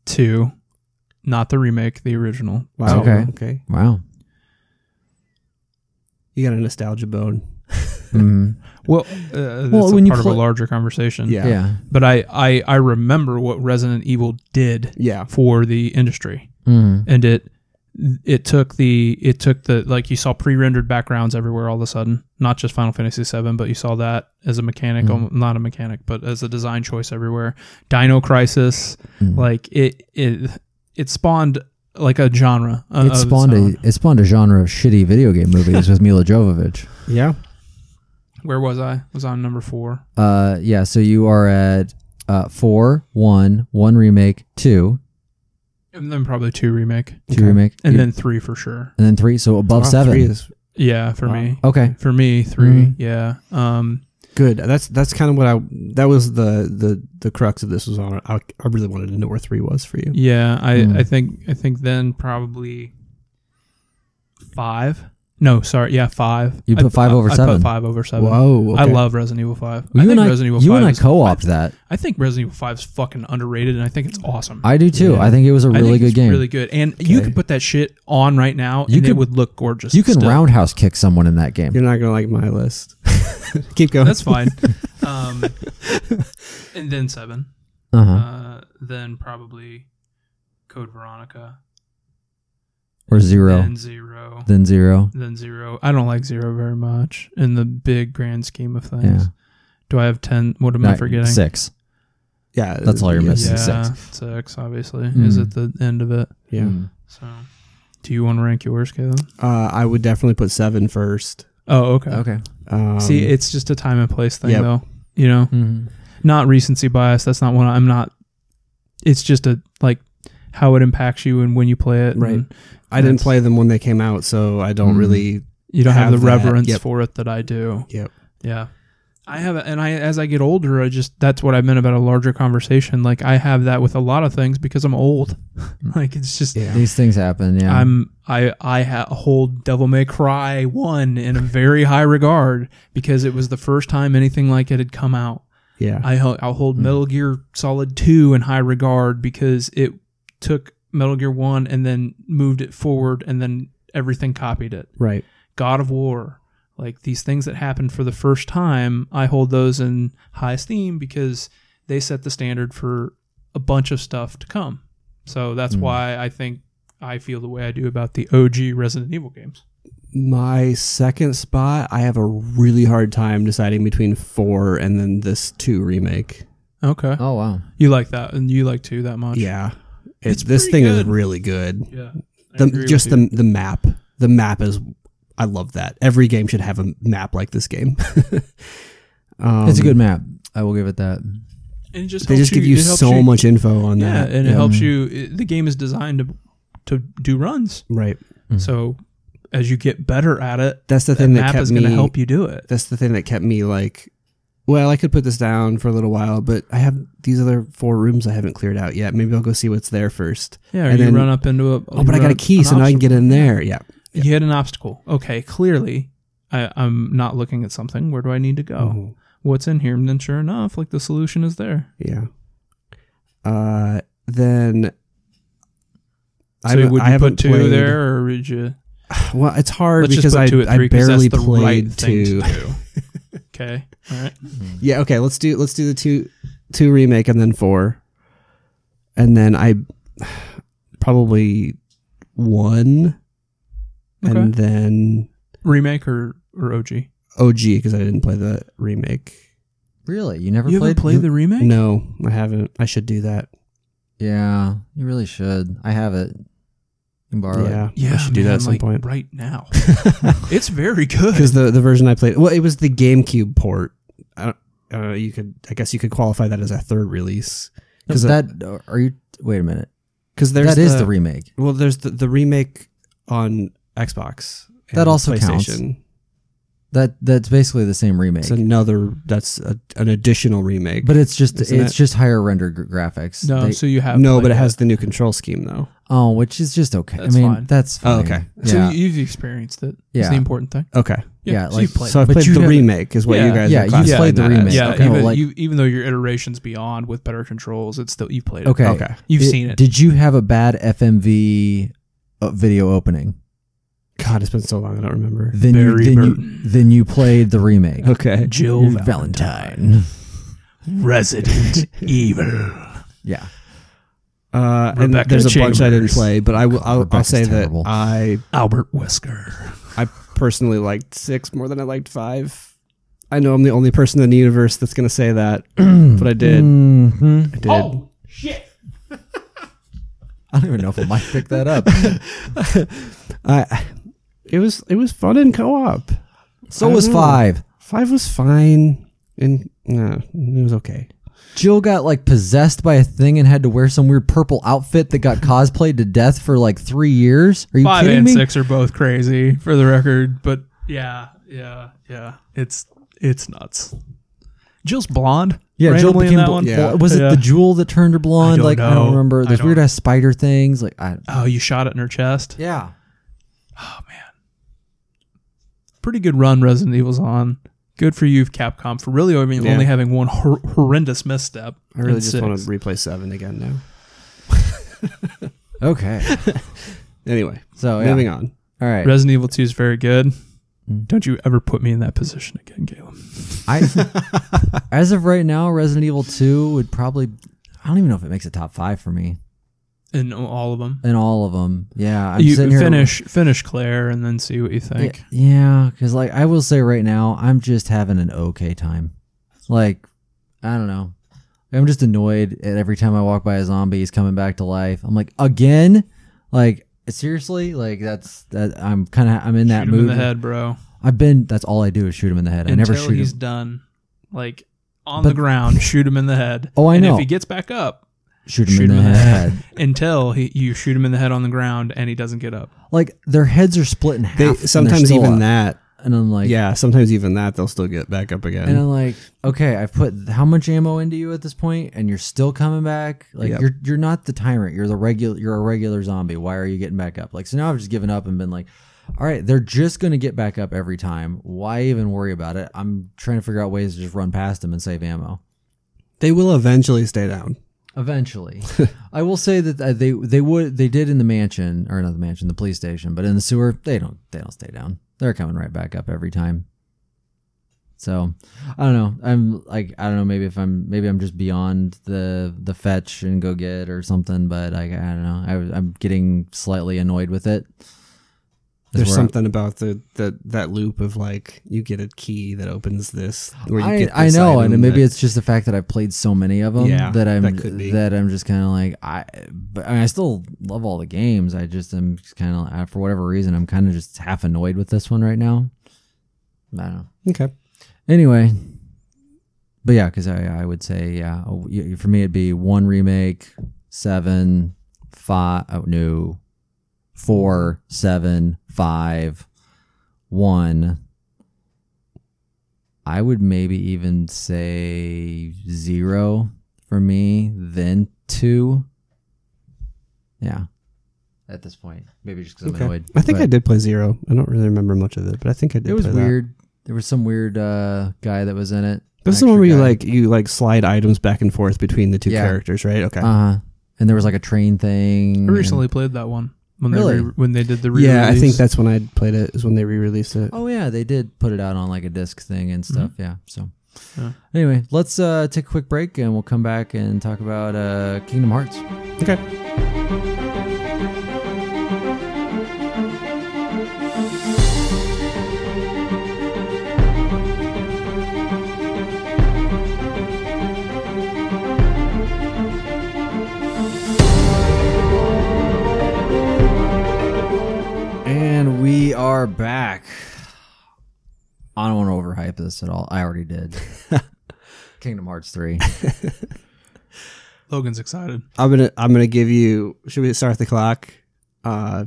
S2: Two, not the remake, the original.
S3: Wow.
S1: Okay.
S3: Okay.
S1: Wow.
S3: You got a nostalgia bone.
S2: Mm-hmm.
S1: hmm
S2: Well, uh, that's
S1: Well,
S2: a
S1: when you
S2: part
S1: play-
S2: of a larger conversation.
S3: Yeah.
S1: Yeah.
S2: But I, I I remember what Resident Evil did
S3: Yeah.
S2: for the industry,
S1: Mhm.
S2: and it it took the it took the like you saw pre-rendered backgrounds everywhere all of a sudden not just final fantasy 7 but you saw that as a mechanic
S1: Mm-hmm.
S2: um, not a mechanic but as a design choice everywhere dino crisis
S1: Mhm.
S2: like it it it spawned like a genre uh, of
S1: It
S2: its
S1: spawned
S2: own.
S1: a it spawned a genre of shitty video game movies with Mila Jovovich.
S3: Yeah.
S2: where was i was on number 4
S1: Uh, yeah. So you are at uh four, one, one remake, two,
S2: and then probably 2 remake
S1: two
S3: Okay.
S1: remake,
S2: and
S1: you-
S2: then 3 for sure
S1: and then three. So above
S3: Wow,
S1: seven.
S3: three is
S2: yeah for me
S1: okay.
S2: for me 3
S1: Mhm.
S2: yeah um
S3: good. That's that's kind of what I. That was the the the crux of this was on. I, I really wanted to know where three was for you.
S2: Yeah, I,
S1: Mm.
S2: I think I think then probably five. No, sorry, yeah, five.
S1: You
S2: I-
S1: put five
S2: I-
S1: over
S2: I
S1: seven.
S2: put five over seven.
S3: Whoa.
S2: I
S3: okay.
S2: love Resident Evil Five.
S1: Well,
S2: I
S1: you
S2: think
S1: and I,
S2: Resident Evil
S1: you
S2: Five.
S1: and I
S2: is-
S1: co-opt that.
S2: I think Resident Evil Five is fucking underrated, and I think it's awesome.
S1: I do too.
S3: Yeah.
S1: I think it was a
S2: I
S1: really
S2: think
S1: good
S2: it's
S1: game.
S2: Really good, and you
S3: Okay.
S2: could put that shit on right now,
S1: You
S2: and it
S1: could-
S2: would look gorgeous.
S1: you can
S2: still.
S1: roundhouse kick someone in that game.
S3: You're not gonna like my list. Keep going.
S2: That's fine. um, and then seven.
S1: Uh-huh.
S2: Uh, then probably Code Veronica.
S1: or zero,
S2: Then zero.
S1: then zero.
S2: than zero. I don't like zero very much in the big grand scheme of things.
S1: Yeah.
S2: Do I have ten? What am I
S1: Not-
S2: forgetting?
S1: Six.
S3: yeah.
S1: That's all you're
S3: yeah.
S1: missing.
S2: Yeah,
S1: is
S2: six. obviously is
S1: Mhm.
S2: at the end of it.
S3: Yeah.
S1: Mm.
S2: So, do you want to rank yours, Caleb?
S3: Uh, I would definitely put seven first.
S2: Oh, okay.
S1: Okay.
S3: Um,
S2: See, it's just a time and place thing,
S3: Yep.
S2: though. You know,
S1: Mm-hmm.
S2: not recency bias. That's not one. I'm not. It's just a like how it impacts you and when you play it.
S3: Right.
S2: and
S3: I didn't
S2: that's-
S3: play them when they came out, so I don't
S1: Mm.
S3: really.
S2: You don't have,
S3: Have
S2: the
S3: that.
S2: reverence
S3: Yep.
S2: for it that I do.
S3: Yep.
S2: Yeah. I have, and I as I get older, I just that's what I meant about a larger conversation. Like I have that with a lot of things because I'm old. like it's just
S3: Yeah.
S1: These things happen. Yeah.
S2: I'm I I ha- hold Devil May Cry one in a very high regard because it was the first time anything like it had come out.
S3: Yeah.
S2: I ho- I'll
S3: Mm.
S2: hold Metal Gear Solid two in high regard because it took Metal Gear one and then moved it forward and then everything copied it.
S3: right.
S2: God of War, like these things that happened for the first time, I hold those in high esteem because they set the standard for a bunch of stuff to come. So that's
S3: Hmm.
S2: why I think I feel the way I do about the OG Resident Evil games.
S3: My second spot, I have a really hard time deciding between four and then this two remake.
S2: Okay.
S1: oh wow.
S2: You like that and you like two that much.
S3: Yeah, it's this thing is
S2: good.
S3: really good.
S2: Yeah. I agree
S3: The,
S2: with
S3: just
S2: you.
S3: the the map. The map is, I love that. Every game should have a map like this game. um,
S1: it's a good map. I will give it that.
S2: and it just
S3: They
S2: helps
S3: just give you
S2: it helps
S3: so much info on
S2: Yeah,
S3: that.
S2: and it helps you it- the game is designed to to do runs.
S3: Right.
S2: So as you get better at it,
S3: That's Hmm. the
S2: the
S3: thing that
S2: map is
S3: kept
S2: going to
S3: me.
S2: help you do it.
S3: That's the thing that kept me like. Well, I could put this down for a little while, but I have these other four rooms I haven't cleared out yet. Maybe I'll go see what's there first.
S2: Yeah, or
S3: And
S2: you
S3: then-
S2: run up into a.
S3: Oh, but I got a key, so now I can get in there. Yeah.
S2: You hit an obstacle. Okay, clearly, I, I'm not looking at something. Where do I need to go?
S3: Mhm.
S2: What's in here? And then, sure enough, like the solution is there.
S3: Yeah. Uh, then
S2: So
S3: haven't-
S2: would you put
S3: haven't
S2: two
S3: played-
S2: there, or would you?
S3: Well, it's hard
S2: Let's
S3: because
S2: just put
S3: I,
S2: two at
S3: I
S2: three because
S3: barely
S2: that's the
S3: played
S2: right thing
S3: two.
S2: to do. okay, all right.
S3: Yeah. Okay. Let's do let's do the two two remake and then four, and then I probably one,
S2: Okay.
S3: and then
S2: Remake or or OG? You
S3: OG because I didn't play the remake.
S1: Really? You never
S2: haven't played,
S1: played?
S2: the remake?
S3: No, I haven't. I should do that.
S1: Yeah. You really should. I have it. You can borrow it.
S3: Yeah,
S2: Yeah,
S3: I should do
S2: man,
S3: that at some
S2: like,
S3: point.
S2: Right now, it's very good.
S3: because the the version I played, well, it was the GameCube port. I don't, uh, you could, I guess, you could qualify that as a third release
S1: No,
S3: because that
S1: that are you? Wait a minute.
S3: because
S1: That
S3: there's
S1: is
S3: the,
S1: the remake.
S3: well, there's the, the remake on Xbox. and
S1: That also counts.
S3: PlayStation.
S1: That that's basically the same remake,
S3: It's another. That's a, an additional remake.
S1: but it's just it's
S3: Isn't it?
S1: just higher rendered gr- graphics.
S2: No,
S1: They-
S2: so you have
S3: no,
S2: played
S3: but it has the new control scheme though.
S1: oh, which is just okay.
S2: That's
S1: I mean,
S2: fine.
S1: that's fine.
S3: Oh, okay.
S2: So
S1: Yeah,
S2: you- you've experienced it.
S1: Yeah.
S2: Yeah, it's the important thing.
S3: Okay,
S1: Yeah,
S2: so
S1: like-
S2: you've played.
S3: so I
S1: But
S3: played
S1: you
S3: the
S1: haven't-
S3: remake is what
S2: Yeah.
S3: you guys
S1: Yeah,
S3: are
S1: you've
S3: classifying
S1: played the
S3: that as.
S1: remake.
S2: it. yeah,
S1: okay.
S2: even,
S1: Like-
S2: you, even though your iterations beyond with better controls, it's still you've played. It.
S1: okay.
S3: Okay.
S2: you've
S1: It-
S2: seen it.
S1: Did you have a bad FMV uh, video opening?
S3: God, it's been so long. I don't remember.
S1: Then you
S2: Barry
S1: then
S2: Burton.
S1: you then you played the remake.
S3: Okay.
S2: Jill
S1: Valentine.
S2: Resident Evil.
S1: Yeah.
S3: Uh, and
S2: Rebecca
S3: there's a bunch I didn't
S2: Chambers.
S3: play, but I will. I'll, I'll
S1: Rebecca's
S3: say
S1: terrible.
S3: that I
S2: Albert Wesker.
S3: I personally liked six more than I liked five. I know I'm the only person in the universe that's gonna say that, but I did.
S1: hmm
S3: I did.
S2: Oh,
S1: I don't even know if I might pick that up.
S3: I, it was it was fun in co-op.
S1: So
S3: I
S1: was
S3: don't know.
S1: five.
S3: Five was fine, and no, it was okay.
S1: Jill got like possessed by a thing and had to wear some weird purple outfit that got cosplayed to death for like three years. Are you
S2: Five
S1: kidding
S2: and
S1: me?
S2: six are both crazy for the record, but yeah, yeah, yeah. It's it's nuts. Jill's blonde.
S1: Yeah, Jill
S2: randomly in
S1: became
S2: that
S1: bl-
S2: one.
S1: bl- Was it
S2: Yeah.
S1: the jewel that turned her blonde?
S2: don't
S1: like I don't
S2: know.
S1: remember.
S2: I
S1: Those
S2: don't-
S1: weird ass spider things. Like I
S2: Oh, you shot it in her chest.
S1: yeah.
S2: Oh man, pretty good run Resident Evil's on. Good for you, Capcom, for really only,
S3: Yeah.
S2: only having one hor- horrendous misstep.
S3: I really
S2: in
S3: just
S2: six.
S3: want to replay seven again now.
S1: Okay.
S3: Anyway,
S1: So
S3: moving
S1: Oh, yeah.
S3: on.
S1: All right. Mm.
S2: Resident Evil Two is very good. Don't you ever put me in that position again, Caleb?
S1: I as of right now, Resident Evil Two would probably. I don't even know if it makes a top five for me
S2: In all of them,
S1: in all of them. Yeah, I'm
S2: you
S1: sitting here
S2: finish finish Claire and then see what you think.
S1: Yeah, yeah, because like I will say right now, I'm just having an okay time. Like I don't know, I'm just annoyed at every time I walk by a zombie, he's coming back to life. I'm like again, like seriously, like that's that. I'm kind of I'm in that
S2: Shoot him
S1: mood.
S2: in the head, bro.
S1: I've been. That's all I do is shoot him in the head. I never
S2: until
S1: shoot
S2: he's
S1: him.
S2: done, like on
S1: But-
S2: the ground, shoot him in the head.
S1: Oh, I
S2: and
S1: know.
S2: If he gets back up,
S1: Shoot him
S2: shoot
S1: in the head.
S2: until he, you shoot him in the head on the ground and he doesn't get up.
S1: like their heads are split in half.
S3: They
S1: and they're
S3: sometimes
S1: still
S3: even
S1: up.
S3: that.
S1: and I'm like,
S3: yeah, sometimes even that they'll still get back up again.
S1: And I'm like, okay, I've put how much ammo into you at this point, and you're still coming back. Like
S3: Yep.
S1: you're you're not the tyrant. You're the regular. You're a regular zombie. Why are you getting back up? Like so now I've just given up and been like, all right, they're just gonna get back up every time. Why even worry about it? I'm trying to figure out ways to just run past them and save ammo.
S3: they will eventually stay down.
S1: Eventually, I will say that uh, they they would they did in the mansion or not the mansion, the police station, but in the sewer they don't they don't stay down. They're coming right back up every time. So I don't know. I'm like I don't know. Maybe if I'm maybe I'm just beyond the the fetch and go get or something. But like I don't know. I, was- I'm getting slightly annoyed with it. Is
S3: There's
S1: where I'm-
S3: something about the, the that loop of like you get a key that opens this. Where you
S1: I,
S3: get
S1: I
S3: this
S1: know,
S3: item
S1: and maybe
S3: that-
S1: it's just the fact that I've played so many of them
S3: Yeah,
S1: that I'm
S3: that could be.
S1: that I'm just kind of like I. But I, mean, I still love all the games. I just am kind of for whatever reason I'm kind of just half annoyed with this one right now. I don't know.
S3: okay.
S1: Anyway, but yeah, because I I would say yeah oh, y- for me it'd be one remake, seven, five oh no, four seven five, one. I would maybe even say zero for me, then two. Yeah, at this point, maybe just because I'm
S3: Okay.
S1: annoyed.
S3: I think
S1: but-
S3: I did play Zero. I don't really remember much of it, but I think I did.
S1: it was
S3: play that.
S1: weird. There was some weird uh, guy that was in it.
S3: This is the
S1: An
S3: one where
S1: extra
S3: you
S1: guy.
S3: like you like slide items back and forth between the two
S1: Yeah.
S3: characters, right? Okay.
S1: Uh huh. And there was like a train thing.
S2: I recently played that one when
S1: Really?
S2: they re- when they did the re
S3: yeah, I think that's when I played it. Is when they re-released it.
S1: and- oh yeah, they did put it out on like a disc thing and stuff. Mm-hmm. Yeah. So
S2: Yeah.
S1: anyway, let's uh, take a quick break and we'll come back and talk about uh, Kingdom Hearts.
S3: Okay.
S1: And we are back. I don't want to overhype this at all. I already did. Kingdom Hearts three.
S2: Logan's excited.
S3: I'm gonna I'm gonna give you. Should we start the clock? Uh,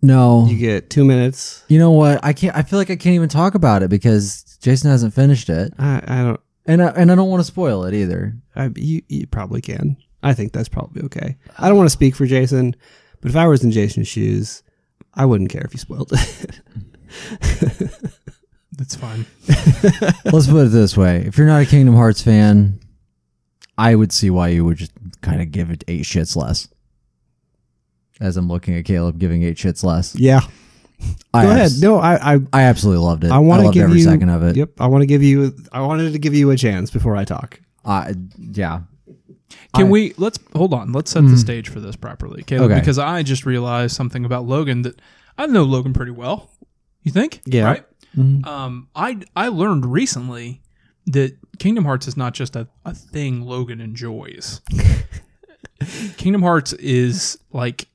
S1: No,
S3: You get two minutes.
S1: you know what? I can't. I feel like I can't even talk about it because Jason hasn't finished it,
S3: I, I don't.
S1: and I, and I don't want to spoil it either.
S3: I, you, you probably can. I think that's probably okay. I don't want to speak for Jason, but if I was in Jason's shoes, I wouldn't care if you spoiled it.
S2: That's fine.
S1: Let's put it this way: if you're not a Kingdom Hearts fan, I would see why you would just kind of give it eight shits less. As I'm looking at Caleb giving eight shits less,
S3: yeah. Go
S1: I
S3: ahead.
S1: abs-
S3: No, I, I,
S1: I absolutely loved it.
S3: I
S1: I,
S3: want to
S1: loved
S3: give
S1: every
S3: you,
S1: second of it.
S3: Yep. I want to give you. I wanted to give you a chance before I talk.
S1: I, yeah,
S2: Can
S1: I- Hmm.
S2: we let's hold on? Let's set the stage for this properly, Caleb,
S1: Okay.
S2: because I just realized something about Logan that I know Logan pretty well. You think?
S3: Yeah.
S2: Right.
S1: Mm-hmm.
S2: Um, I I learned recently that Kingdom Hearts is not just a, a thing Logan enjoys. Kingdom Hearts is like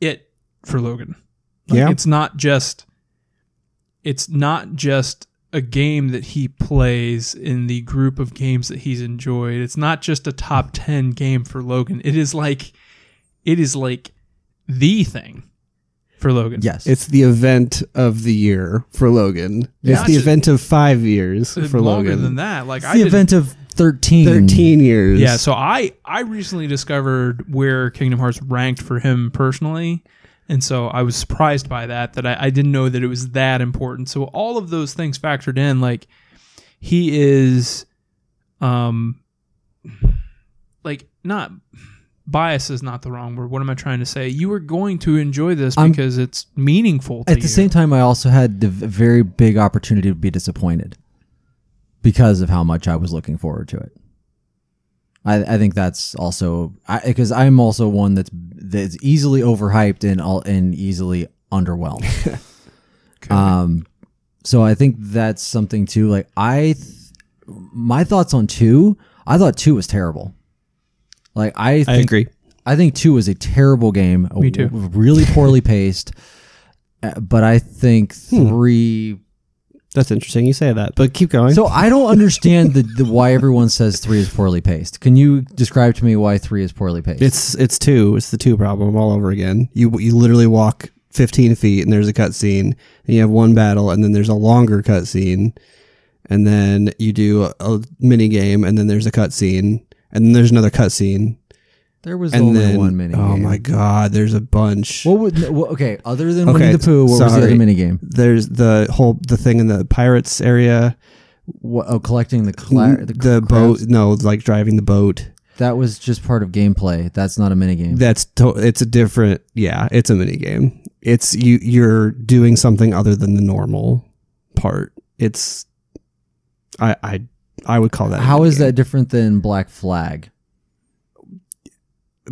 S2: it for Logan. Like,
S3: Yeah.
S2: It's not just it's not just a game that he plays in the group of games that he's enjoyed. It's not just a top 10 game for Logan. It is like it is like the thing for Logan.
S1: yes,
S3: It's the event of the year for Logan.
S2: Yeah.
S3: It's the event of five years
S2: It's
S3: for
S2: longer
S3: Logan.
S2: than that. Like
S1: It's
S2: I
S1: the
S2: didn't-
S1: event of thirteen.
S3: Thirteen years.
S2: Yeah, so I I recently discovered where Kingdom Hearts ranked for him personally, and so I was surprised by that that I, I didn't know that it was that important. So all of those things factored in, like he is, um, like not bias is not the wrong word. What am I trying to say? You are going to enjoy this
S1: I'm-
S2: because it's meaningful. To
S1: At the
S2: you.
S1: same time, I also had the v- very big opportunity to be disappointed because of how much I was looking forward to it. I, I think that's also because I'm also one that's that's easily overhyped and all and easily underwhelmed. Um, so I think that's something too. Like I, th- my thoughts on two. I thought two was terrible. Like I, think,
S3: I agree.
S1: I think two is a terrible game.
S2: Me too.
S1: Really poorly paced. Uh, But I think
S2: Hmm.
S1: three.
S3: That's interesting. You say that, but keep going.
S1: So I don't understand the, the why everyone says three is poorly paced. Can you describe to me why three is poorly paced?
S3: It's it's two. It's the two problem all over again. You you literally walk fifteen feet and there's a cutscene, and you have one battle, and then there's a longer cutscene, and then you do a, a mini game, and then there's a cutscene, and then there's another cutscene,
S1: there was
S3: and
S1: only
S3: then
S1: one mini.
S3: oh
S1: game.
S3: my god, there's a bunch.
S1: What would what, okay? Other than
S3: Okay,
S1: Winnie the Pooh, what was the
S3: sorry.
S1: other mini game?
S3: there's the whole the thing in the pirates area,
S1: What, oh, collecting the cla-
S3: the,
S1: crabs?
S3: boat. No, like driving the boat.
S1: That was just part of gameplay. That's not a mini game.
S3: That's to, it's a different. Yeah, it's a mini game. It's you you're doing something other than the normal part. It's I I I would call that. a
S1: How
S3: mini
S1: is
S3: game.
S1: that different than Black Flag?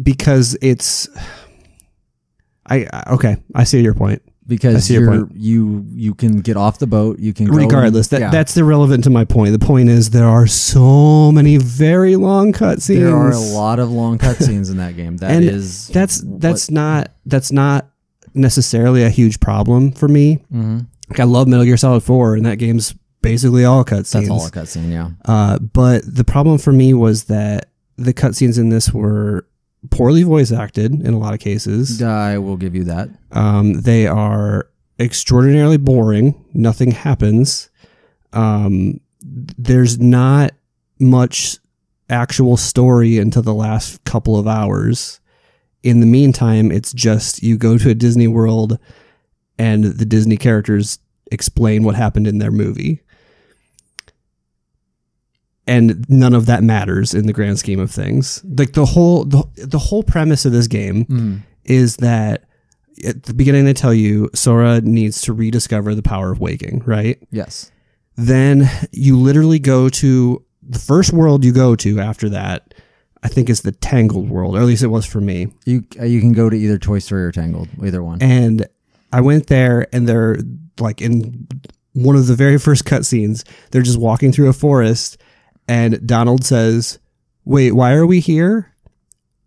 S3: Because it's I I- okay. I see your point. I
S1: Because
S3: see your
S1: you're, you you can get off the boat. You can go and-
S3: Regardless, that
S1: yeah.
S3: that's irrelevant to my point. The point is there are so many very long cutscenes.
S1: There are a lot of long cutscenes in that game. That
S3: And
S1: is
S3: That's that's not that's not necessarily a huge problem for me.
S1: Mhm.
S3: Like I love Metal Gear Solid Four, and that game's basically all cutscenes.
S1: that's all a cutscene. Yeah,
S3: Uh, but the problem for me was that the cutscenes in this were poorly voice acted in a lot of cases.
S1: I will give you that.
S3: Um, they are extraordinarily boring. Nothing happens. Um, there's not much actual story until the last couple of hours. In the meantime, it's just you go to a Disney World and the Disney characters explain what happened in their movie. And none of that matters in the grand scheme of things. Like the whole the, the whole premise of this game
S1: Mm.
S3: is that at the beginning they tell you Sora needs to rediscover the power of waking, right?
S1: Yes,
S3: then you literally go to the first world you go to after that i think is the tangled world or at least it was for me
S1: you uh, you can go to either Toy Story or Tangled, either one.
S3: and i went there and they're like in one of the very first cutscenes they're just walking through a forest and donald says wait why are we here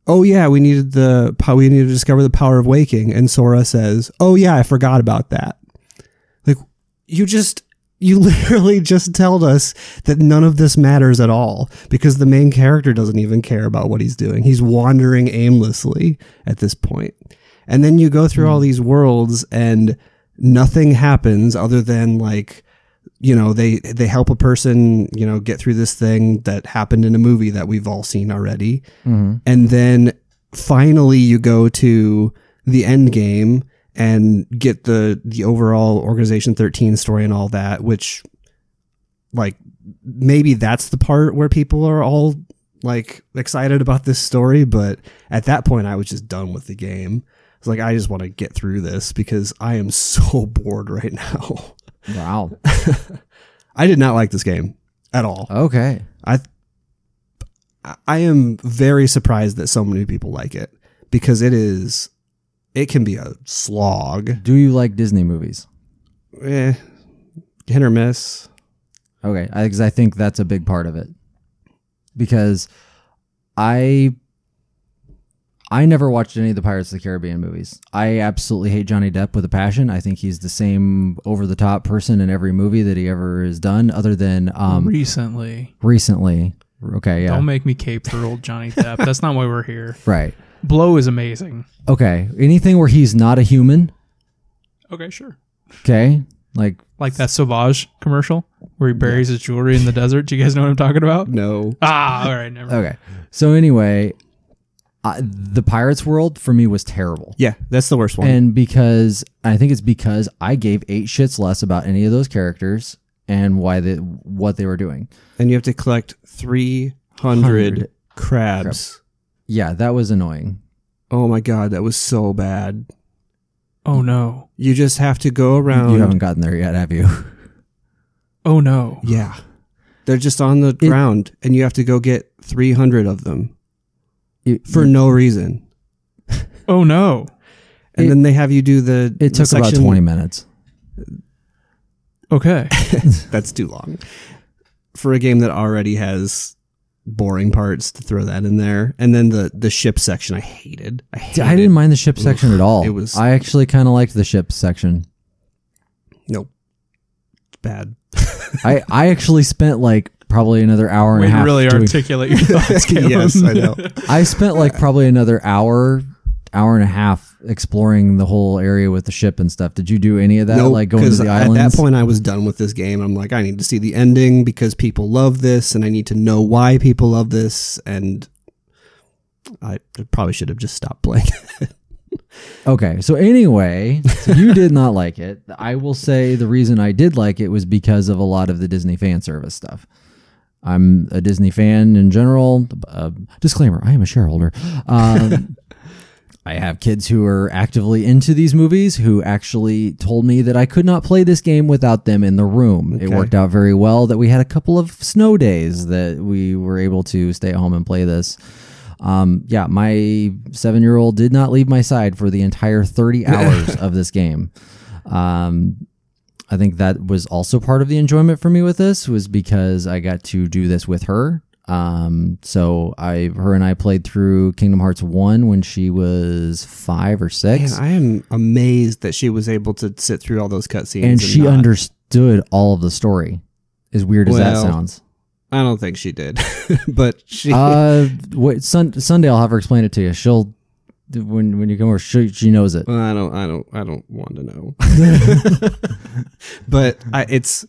S3: oh yeah we needed the pow- we needed to discover the power of waking and sora says oh yeah i forgot about that like you just you literally just told us that none of this matters at all because the main character doesn't even care about what he's doing. He's wandering aimlessly at this point. And then you go through all these worlds and nothing happens other than like you know they they help a person you know get through this thing that happened in a movie that we've all seen already
S1: Mm-hmm.
S3: and then finally you go to the end game and get the the overall organization 13 story and all that which like maybe that's the part where people are all like excited about this story but at that point i was just done with the game it's like i just want to get through this because i am so bored right now
S1: Wow.
S3: i did not like this game at all
S1: Okay.
S3: I I am very surprised that so many people like it because it is it can be a slog.
S1: Do you like Disney movies?
S3: Eh, hit or miss.
S1: Okay, because I, think that's a big part of it. Because I I never watched any of the Pirates of the Caribbean movies. I absolutely hate Johnny Depp with a passion. I think he's the same over the top person in every movie that he ever has done, other than um
S2: recently.
S1: recently. Okay, yeah,
S2: Don't make me cape for old Johnny Depp. That's not why we're here.
S1: right.
S2: Blow is amazing.
S1: Okay, anything where he's not a human.
S2: Okay, sure.
S1: Okay, like
S2: Like that Sauvage commercial where he buries his jewelry in the desert. Do you guys know what I'm talking about?
S3: No.
S2: Ah, all right, never. mind.
S1: okay. So anyway, I, the Pirates world for me was terrible.
S3: Yeah, that's the worst one.
S1: And because I think it's because I gave eight shits less about any of those characters and why they what they were doing.
S3: and you have to collect 300
S1: Hundred
S3: crabs.
S1: Yeah, that was annoying.
S3: Oh my god, that was so bad.
S2: Oh no.
S3: You just have to go
S1: you haven't
S3: around.
S1: gotten there yet, have you?
S2: Oh no.
S3: Yeah. They're just on the ground and you have to go get 300 of them
S1: It,
S3: for no reason.
S2: Oh no.
S3: And
S1: It-
S3: then they have you do the
S1: it
S3: the
S1: took about
S3: section-
S1: twenty minutes.
S2: Okay.
S3: That's too long. For a game that already has boring parts to throw that in there. And then the the ship section I hated. I hated
S1: I didn't mind the ship section at all.
S3: it was-
S1: I actually kind of liked the ship section.
S3: Nope. It's Bad.
S1: I I actually spent like probably another hour and
S2: Way
S1: a
S2: to
S1: half.
S2: really
S1: doing-
S2: articulate your thoughts, Caleb.
S3: yes, I know.
S1: I spent like probably another hour hour and a half exploring the whole area with the ship and stuff. Did you do any of that?
S3: Nope,
S1: like going to
S3: 'cause
S1: the
S3: at
S1: islands?
S3: that point I was done with this game. I'm like, I need to see the ending because people love this and I need to know why people love this and I probably should have just stopped playing.
S1: Okay. So anyway, so you did not like it. I will say the reason I did like it was because of a lot of the Disney fan service stuff. I'm a Disney fan in general. Uh, disclaimer: I am a shareholder. Um, I have kids who are actively into these movies who actually told me that I could not play this game without them in the room. It
S3: Okay.
S1: worked out very well that we had a couple of snow days that we were able to stay at home and play this. Um, yeah, my seven year old did not leave my side for the entire 30 hours of this game. Um, I think that was also part of the enjoyment for me with this was because I got to do this with her. Um, so I, her and I played through Kingdom Hearts one when she was five or
S3: Man,
S1: six,
S3: I am amazed that she was able to sit through all those cutscenes.
S1: and she
S3: not-
S1: understood all of the story. As weird as that
S3: Well,
S1: sounds,
S3: I don't think she did, but she.
S1: uh, wait, Sun, Sunday I'll have her explain it to you. She'll when when you come over, she she knows it.
S3: Well, I don't. I don't. I don't want to know. but I, it's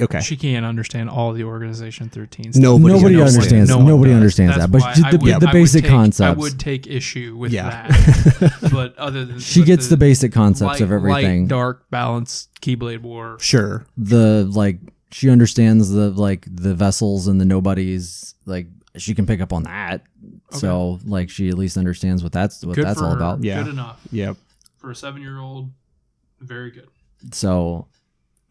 S3: okay.
S2: She can't understand all the Organization 13 stuff.
S3: Nobody,
S1: Nobody
S3: knows it.
S1: understands.
S2: one
S1: nobody
S2: does.
S1: understands that, but
S2: why
S1: just the-
S2: I would-
S1: the
S2: I would
S1: basic
S2: take-
S1: concepts.
S2: I would take issue with
S3: Yeah.
S2: that. but other than
S1: She
S2: but
S1: gets the basic concepts
S2: light-
S1: of everything.
S2: light, dark, balance, Keyblade War.
S3: Sure.
S1: the like she understands the like the vessels and the nobodies like she can pick up on that so like she at least understands what that's what
S2: Good
S1: that's
S2: for
S1: all
S2: her.
S1: about
S3: Yeah.
S2: Good enough
S3: Yep.
S2: for a seven-year-old. Very good.
S1: so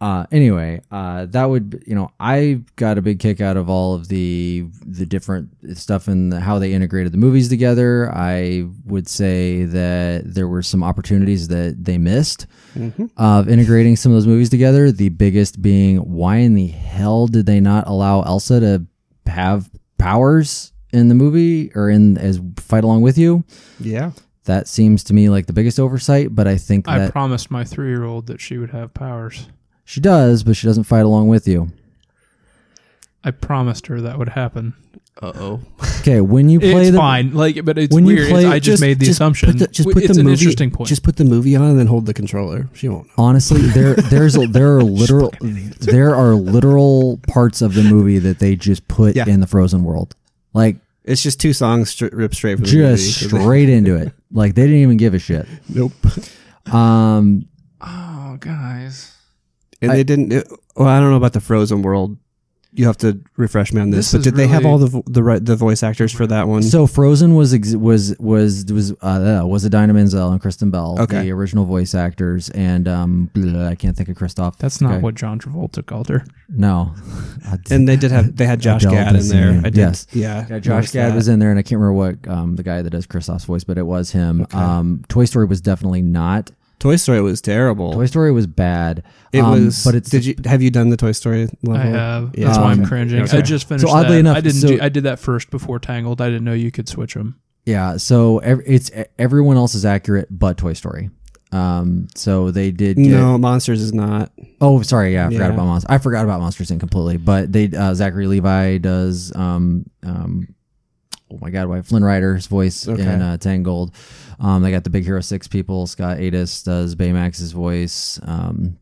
S1: uh anyway uh that would you know i got a big kick out of all of the the different stuff and the- how they integrated the movies together i would say that there were some opportunities that they missed
S3: Mhm.
S1: of integrating some of those movies together. The biggest being, why in the hell did they not allow Elsa to have powers in the movie or in as fight along with you?
S3: Yeah.
S1: That seems to me like the biggest oversight. But I think
S2: I
S1: that
S2: promised my three-year-old that she would have powers.
S1: she does, but she doesn't fight along with you.
S2: I promised her that would happen.
S4: Uh oh.
S1: Okay, when you play
S2: it's
S1: the
S2: fine. Like, but it's
S1: when you
S2: weird. It's-
S1: play-
S2: I just, made the assumption.
S3: Put the, just
S2: W-
S3: put
S2: it's
S3: the
S2: an
S3: movie,
S2: interesting point.
S3: Just put the movie on and then hold the controller. She won't. know.
S1: honestly there there's a, there are literal there are literal parts of the movie that they just put
S3: Yeah.
S1: in the frozen world. Like
S3: It's just two songs stri- ripped straight from the
S1: just
S3: movie.
S1: straight into it. Like they didn't even give a shit.
S3: Nope.
S1: Um
S2: oh, guys.
S3: And
S1: I-
S3: they didn't. It, well, I don't know about the Frozen world. You have to refresh me on
S2: This
S3: this. but
S2: is
S3: did they have
S2: really-
S3: all the vo- the right, the voice actors for that one?
S1: so Frozen was ex- was was was uh, uh, was a Dinah Menzel and Kristen Bell,
S3: Okay.
S1: the original voice actors, and um blah, I can't think of Christoph.
S2: That's not
S1: Okay.
S2: what John Travolta called her.
S1: No,
S3: and they did have they had Josh
S1: Adele
S3: Gad in
S1: doesn't
S3: there.
S1: mean-
S3: I did.
S1: yes.
S3: Yeah.
S1: Yeah, Josh
S3: noticed
S1: Gad
S3: that.
S1: was in there, and I can't remember what um, the guy that does Kristoff's voice, but it was him. Um, Toy Story was definitely not.
S3: Toy Story was terrible.
S1: Toy Story was bad.
S3: it
S1: Um,
S3: was.
S1: but it's
S3: Did you have you done the Toy Story level?
S2: I have.
S3: Uh-huh. Yeah.
S2: That's why I'm
S1: Okay.
S2: cringing.
S3: Okay.
S2: I just finished.
S1: oddly
S2: that.
S1: enough,
S2: I didn't.
S1: so-
S2: do, I did that first before Tangled. I didn't know you could switch them.
S1: yeah. So ev- it's e-, everyone else is accurate, but Toy Story. Um, so they did. Get,
S3: No, Monsters is not.
S1: Oh, sorry. Yeah, I forgot
S3: Yeah.
S1: about monsters. I forgot about Monsters Inc. completely. But they uh, Zachary Levi does. Um, um, oh my God, why Flynn Rider's voice
S3: Okay.
S1: in uh, Tangled. Um, they got the Big Hero Six people. Scott Adis does Baymax's voice. Um,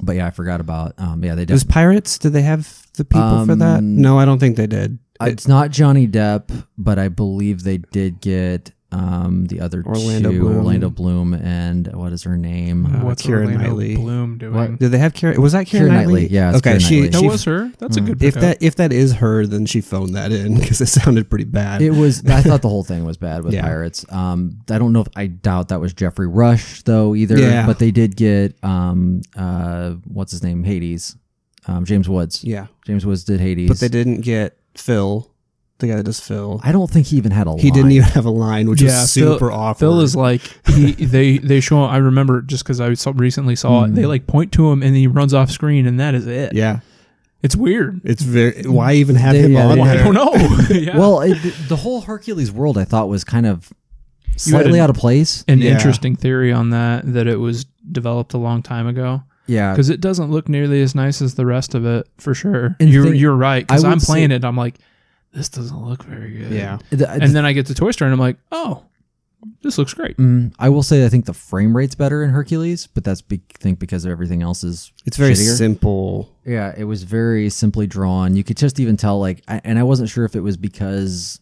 S1: but yeah, I forgot about. Um, yeah, they
S3: Was
S1: did.
S3: Pirates? Did they have the people for that?
S1: Um,
S3: No, I don't think they did.
S1: Uh, It's not Johnny Depp, but I believe they did get um the other
S3: Orlando
S1: two,
S3: Bloom.
S1: Orlando Bloom and what is her name?
S3: Uh,
S2: What's
S3: Keira
S2: Orlando
S3: Knightley.
S2: Bloom doing?
S1: What?
S3: Did they have Kira? Was that Kira,
S1: Keira Knightley, yeah, it's
S3: okay.
S1: Keira
S3: she,
S1: Knightley.
S2: That
S3: she-
S2: was her. That's a
S1: Mm.
S2: good.
S3: if
S2: pickup.
S3: that if that is her, then she phoned that in because it sounded pretty bad.
S1: It was. I thought the whole thing was bad with
S3: Yeah.
S1: pirates. Um, I don't know if I doubt that was Jeffrey Rush though either.
S3: Yeah.
S1: But they did get um uh what's his name Hades, um James Woods.
S3: yeah,
S1: James Woods did Hades.
S3: but they didn't get Phil, the guy that does Phil.
S1: I don't think he even had a.
S3: He didn't
S1: line.
S3: even have a line, which
S2: Yeah,
S3: was
S2: Phil-
S3: super awkward.
S2: Phil is like he they they show. I remember just because I saw, recently saw it. They like point to him and he runs off screen and that is it.
S3: yeah,
S2: It's weird.
S3: it's very.
S2: Mm,
S3: Why even have
S1: They-
S3: him
S1: yeah,
S3: on?
S1: they-
S2: Well, I
S3: there?
S2: don't know. yeah.
S1: Well, it, the whole Hercules world I thought was kind of slightly
S2: an-
S1: out of place.
S2: an
S3: Yeah.
S2: interesting theory on that that it was developed a long time ago
S1: Yeah.
S2: because it doesn't look nearly as nice as the rest of it for sure.
S1: And
S2: you're
S1: thing-
S2: you're
S1: I
S2: right because
S1: would
S2: I'm playing
S1: say-
S2: it. I'm like, this doesn't look very good.
S3: Yeah,
S1: The-
S2: and then I get to Toy Story and I'm like, oh, this looks great.
S1: Mm, I will say I think the frame rate's better in Hercules, but that's be- think because everything else is
S3: it's very
S1: shittier.
S3: simple.
S1: Yeah, it was very simply drawn. You could just even tell, like, I, and I wasn't sure if it was because,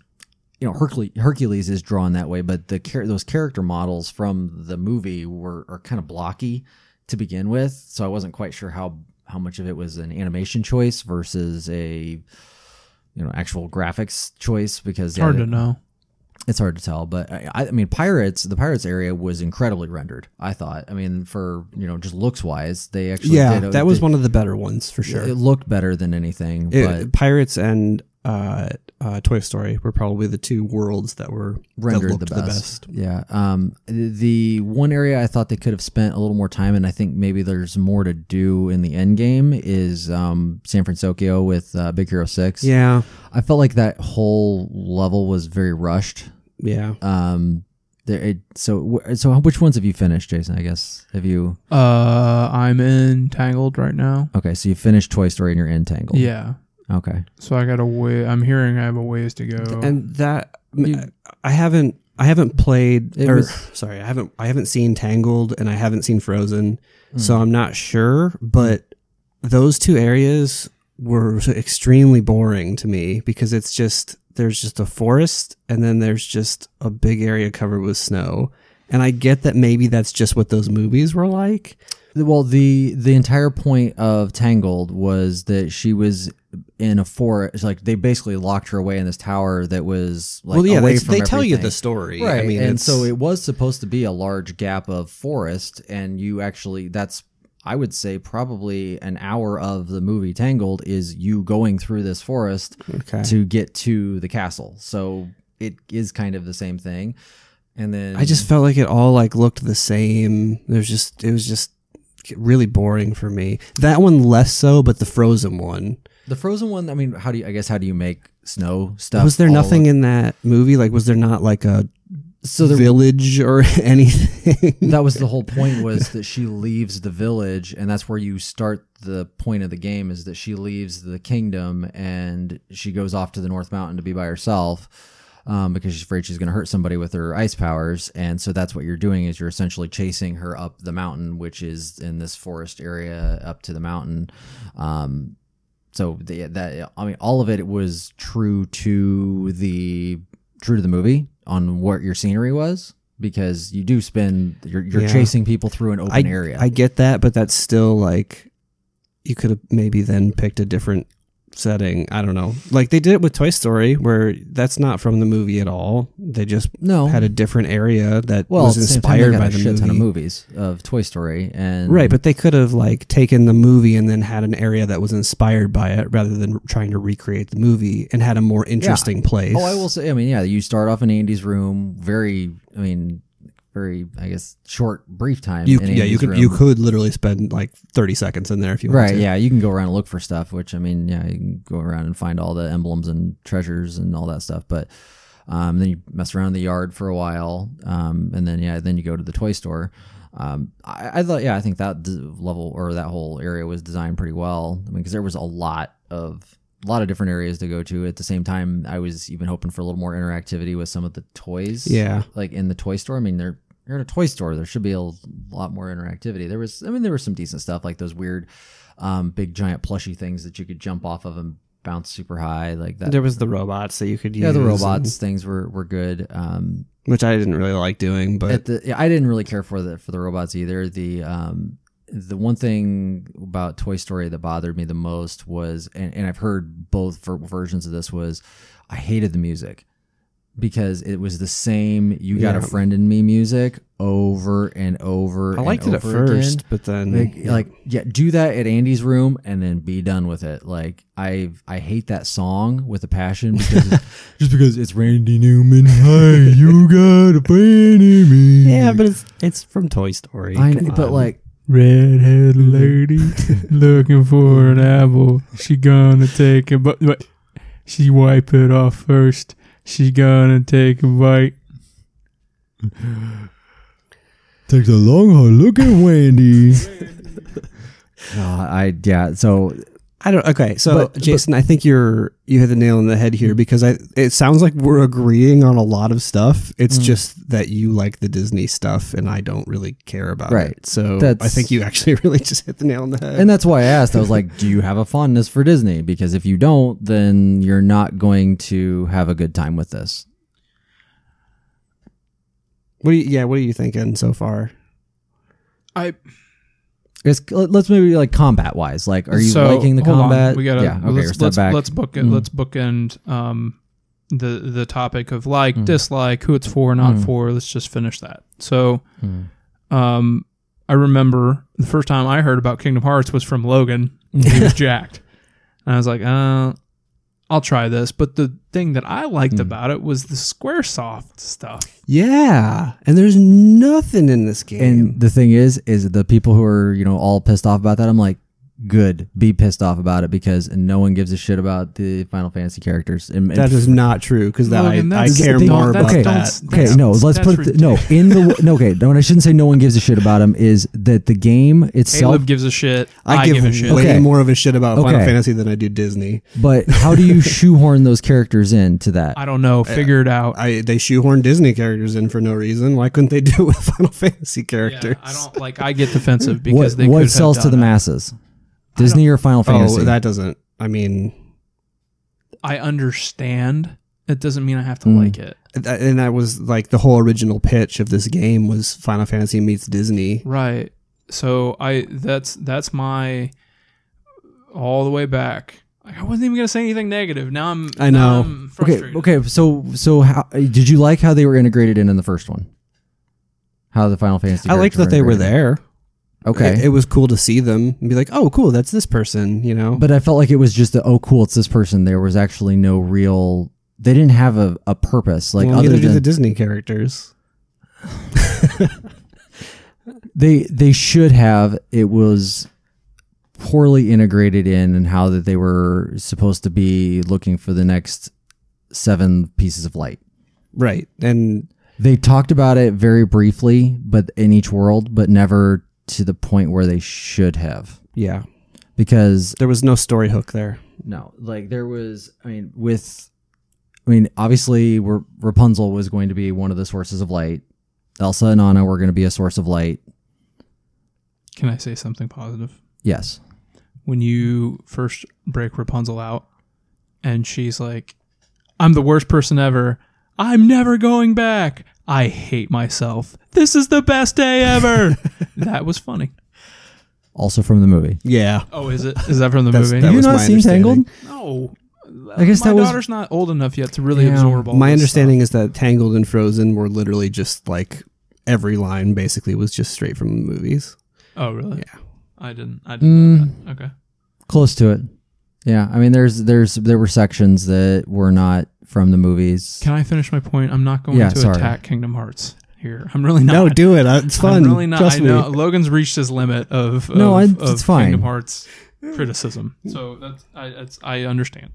S1: you know, Hercules, Hercules is drawn that way, but the char- those character models from the movie were are kind of blocky to begin with, so I wasn't quite sure how how much of it was an animation choice versus a, you know, actual graphics choice because
S2: It's hard
S1: yeah,
S2: to know.
S1: it's hard to tell, but I, I I mean, pirates. The pirates area was incredibly rendered. I thought. I mean, for you know, just looks wise, they actually
S3: Yeah,
S1: did a-
S3: that was
S1: did-
S3: one of the better ones for sure.
S1: It looked better than anything,
S3: It-
S1: but
S3: Pirates and uh, uh, Toy Story were probably the two worlds that were that
S1: rendered
S3: looked
S1: the best. Yeah. Um, the one area I thought they could have spent a little more time, and I think maybe there's more to do in the end game is um, San Francisco with uh, Big Hero Six.
S3: Yeah,
S1: I felt like that whole level was very rushed.
S3: yeah.
S1: Um, there, it, so wh- so which ones have you finished, Jason? I guess have you?
S2: Uh, I'm in Tangled right now.
S1: Okay, so you finished Toy Story and you're in Tangled.
S2: Yeah.
S1: Okay.
S2: So I got a way. I'm hearing I have a ways to go.
S3: and that
S1: You-
S3: I haven't I haven't played
S1: It
S3: or
S1: was-
S3: sorry I haven't I haven't seen Tangled and I haven't seen Frozen
S1: Hmm.
S3: so I'm not sure but those two areas were extremely boring to me because it's just there's just a forest and then there's just a big area covered with snow and I get that maybe that's just what those movies were like
S1: Well, the the entire point of Tangled was that she was in a forest. Like they basically locked her away in this tower that was like
S3: well yeah
S1: away
S3: they,
S1: from
S3: they tell you the
S1: everything.
S3: story
S1: right?
S3: I mean
S1: and
S3: it's-
S1: so it was supposed to be a large gap of forest, and you actually that's I would say probably an hour of the movie Tangled is you going through this forest
S3: okay.
S1: to get to the castle. So it is kind of the same thing. And then
S3: I just felt like it all like looked the same. There's just it was just really boring for me. That one less so, but the Frozen one.
S1: The frozen one. I mean, how do you? I guess how do you make snow stuff?
S3: was there
S1: all
S3: nothing in that movie? Like, was there not like a
S1: so there,
S3: village or anything.
S1: that was the whole point was that she leaves the village and that's where you start the point of the game is that she leaves the kingdom and she goes off to the north mountain to be by herself um, because she's afraid she's going to hurt somebody with her ice powers and so that's what you're doing is you're essentially chasing her up the mountain which is in this forest area up to the mountain um, so the, that i mean all of it was true to the true to the movie on what your scenery was because you do spend you're, you're
S3: Yeah.
S1: chasing people through an open
S3: I,
S1: area
S3: I get that, but that's still like you could have maybe then picked a different setting. I don't know. Like they did it with Toy Story, where that's not from the movie at all. They just
S1: no
S3: had a different area that
S1: well
S3: was
S1: at the same time, they
S3: inspired
S1: got
S3: by
S1: a
S3: the
S1: shit
S3: movie.
S1: ton of movies of toy story and
S3: Right, but they could have like taken the movie and then had an area that was inspired by it rather than trying to recreate the movie and had a more interesting place.
S1: oh i will say i mean yeah you start off in andy's room very i mean very i guess short brief time
S3: You,
S1: in
S3: yeah,
S1: Andy's
S3: you could
S1: room.
S3: you could literally spend like thirty seconds in there if you want
S1: Right,
S3: to.
S1: yeah, you can go around and look for stuff, which I mean, yeah, you can go around and find all the emblems and treasures and all that stuff. But um, then you mess around in the yard for a while, um, and then yeah, then you go to the toy store. Um, I, I thought, yeah, I think that d- level or that whole area was designed pretty well. I mean, because there was a lot of a lot of different areas to go to at the same time. I was even hoping for a little more interactivity with some of the toys
S3: Yeah.
S1: like in the toy store. I mean, they're you're in a toy store. There should be a lot more interactivity. There was, I mean, there was some decent stuff like those weird, um, big giant plushy things that you could jump off of and bounce super high, like that.
S3: There was the robots that you could use.
S1: yeah, the
S3: and-
S1: robots things were were good. Um,
S3: which I didn't really like doing, but
S1: at the, yeah, I didn't really care for the for the robots either. The um, the one thing about Toy Story that bothered me the most was, and, and I've heard both ver- versions of this was, I hated the music because it was the same "You Got a
S3: Yeah.
S1: Friend in Me" music over and over.
S3: I
S1: and
S3: liked it at
S1: over again.
S3: first, but then
S1: Like, like, yeah, do that at Andy's room and then be done with it. Like I I hate that song with a passion because it's, just because it's Randy Newman. Hey, you got a friend in me.
S3: yeah, but it's it's from Toy Story.
S1: I
S3: Come
S1: know, but
S3: on.
S1: like
S2: Redhead lady looking for an apple. She gonna take a bite. But she wipe it off first. She gonna take a bite.
S1: takes a long hard look at Wendy. I yeah. So
S3: I don't. Okay, so
S1: But-
S3: Jason, I think you're you hit the nail on the head here because I it sounds like we're agreeing on a lot of stuff.
S1: Mm.
S3: It's just that you like the Disney stuff and I don't really care about
S1: Right.
S3: it. So
S1: That's-
S3: I think you actually really just hit the nail on the head.
S1: and that's why I asked. I was like, "Do you have a fondness for Disney? Because if you don't, then you're not going to have a good time with this."
S3: what? Are you, yeah, what are you thinking so far?
S2: I
S1: It's, let- let's maybe like combat wise. Like, are you
S2: So,
S1: liking the
S2: hold on.
S1: combat?
S2: We gotta
S1: yeah. Okay.
S2: let's,
S1: or step
S2: let's,
S1: back.
S2: let's book it.
S1: Mm.
S2: Let's bookend um, the the topic of like
S1: Mm.
S2: dislike, who it's for, not
S1: Mm.
S2: for. Let's just finish that. So
S1: Mm.
S2: um, I remember the first time I heard about Kingdom Hearts was from Logan. He was jacked, and I was like, uh, I'll try this. But the thing that I liked
S1: Mm.
S2: about it was the SquareSoft stuff.
S3: Yeah, and there's nothing in this game.
S1: And the thing is, is the people who are you know all pissed off about that. I'm like, good, be pissed off about it because no one gives a shit about the Final Fantasy characters. And, and
S3: that is not true because that I,
S2: Logan,
S3: I
S2: that's-
S3: care
S1: they-
S3: more
S2: that's-
S3: about
S1: okay,
S3: that.
S2: that's-
S1: Okay, no,
S2: That's-
S1: let's
S2: that's
S1: put it th- no in the no. Okay, no, and I shouldn't say no one gives a shit about them. Is that the game itself?
S2: Caleb gives a shit.
S3: I, give,
S2: a shit.
S3: way
S1: Okay.
S3: more of a shit about Final
S1: Okay.
S3: Fantasy than I do Disney.
S1: But how do you shoehorn those characters into that?
S2: I don't know. Figure it out.
S3: I they shoehorn Disney characters in for no reason. Why couldn't they do it with Final Fantasy characters?
S2: Yeah, I don't like. I get defensive because
S1: What
S2: they could
S1: what
S2: have
S1: sells to
S2: done
S1: the
S2: it.
S1: masses? Disney or Final Fantasy?
S3: oh, that doesn't. I mean,
S2: I understand. It doesn't mean I have to
S3: Hmm.
S1: Mm.
S2: like it.
S3: that, and that was like the whole original pitch of this game was Final Fantasy meets Disney.
S2: Right. So I that's that's my all the way back. Like, I wasn't even gonna say anything negative. Now I'm
S3: I
S2: now
S3: know.
S2: I'm
S1: okay,
S2: frustrated.
S1: okay. So so how did you like how they were integrated in in the first one? How the Final Fantasy?
S3: I liked
S1: characters
S3: that they were
S1: integrated.
S3: there.
S1: Okay,
S3: It, it was cool to see them and be like, oh, cool, that's this person. You know,
S1: But I felt like it was just the oh cool, it's this person. There was actually no real. They didn't have a, a purpose like
S3: like well,
S1: other
S3: neither do
S1: than
S3: the Disney characters.
S1: they they should have. It was poorly integrated in and how that they were supposed to be looking for the next seven pieces of light.
S3: Right, and
S1: They talked about it very briefly, but in each world, but never to the point where they should have.
S3: Yeah.
S1: Because
S3: There was no story hook there.
S1: no, like there was, I mean, with, I mean, obviously, we Rapunzel was going to be one of the sources of light. Elsa and Anna were going to be a source of light.
S2: Can I say something positive?
S1: Yes.
S2: When you first break Rapunzel out, and she's like, "I'm the worst person ever. I'm never going back. I hate myself. This is the best day ever." that was funny.
S1: Also from the movie.
S3: Yeah.
S2: Oh, is it? Is that from the
S3: That's-
S2: movie?
S3: that
S1: Have you
S3: was
S1: not
S3: my
S1: seen Tangled?
S2: no.
S1: I guess
S2: my
S1: that was-
S2: daughter's not old enough yet to really
S1: Yeah.
S2: absorb all.
S3: My
S2: this
S3: understanding is that Tangled and Frozen were literally just like every line basically was just straight from the movies.
S2: stuff. Oh, really?
S3: Yeah.
S2: I didn't. I didn't. know that. Okay.
S1: Mm, Close to it. Yeah. I mean, there's, there's, there were sections that were not from the movies.
S2: Can I finish my point? I'm not going
S1: Yeah,
S2: to
S1: sorry.
S2: attack Kingdom Hearts here. I'm really not.
S3: No, do it. Uh, It's fun.
S2: I'm really not.
S3: Trust
S2: I
S3: me.
S2: know Logan's reached his limit of, of
S1: No, I-
S2: of
S1: it's fine.
S2: Kingdom Hearts criticism. So that's I that's, I understand.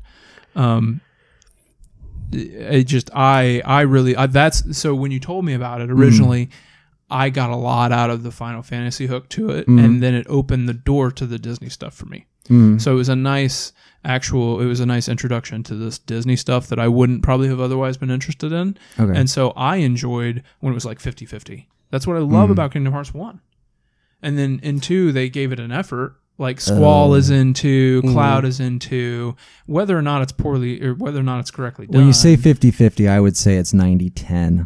S2: Um, it just I I really I, that's so when you told me about it
S3: Mm.
S2: originally. I got a lot out of the Final Fantasy hook to it,
S3: Mm-hmm.
S2: and then it opened the door to the Disney stuff for me.
S1: Mm.
S2: So it was a nice actual, it was a nice introduction to this Disney stuff that I wouldn't probably have otherwise been interested in.
S1: Okay.
S2: And so I enjoyed when it was like 50 50. That's what I love about Kingdom Hearts 1. And then in 2, they gave it an effort. Like Squall is into, Cloud is into, whether or not it's poorly or whether or not it's correctly done.
S1: When you say 50 50, I would say it's 90 10.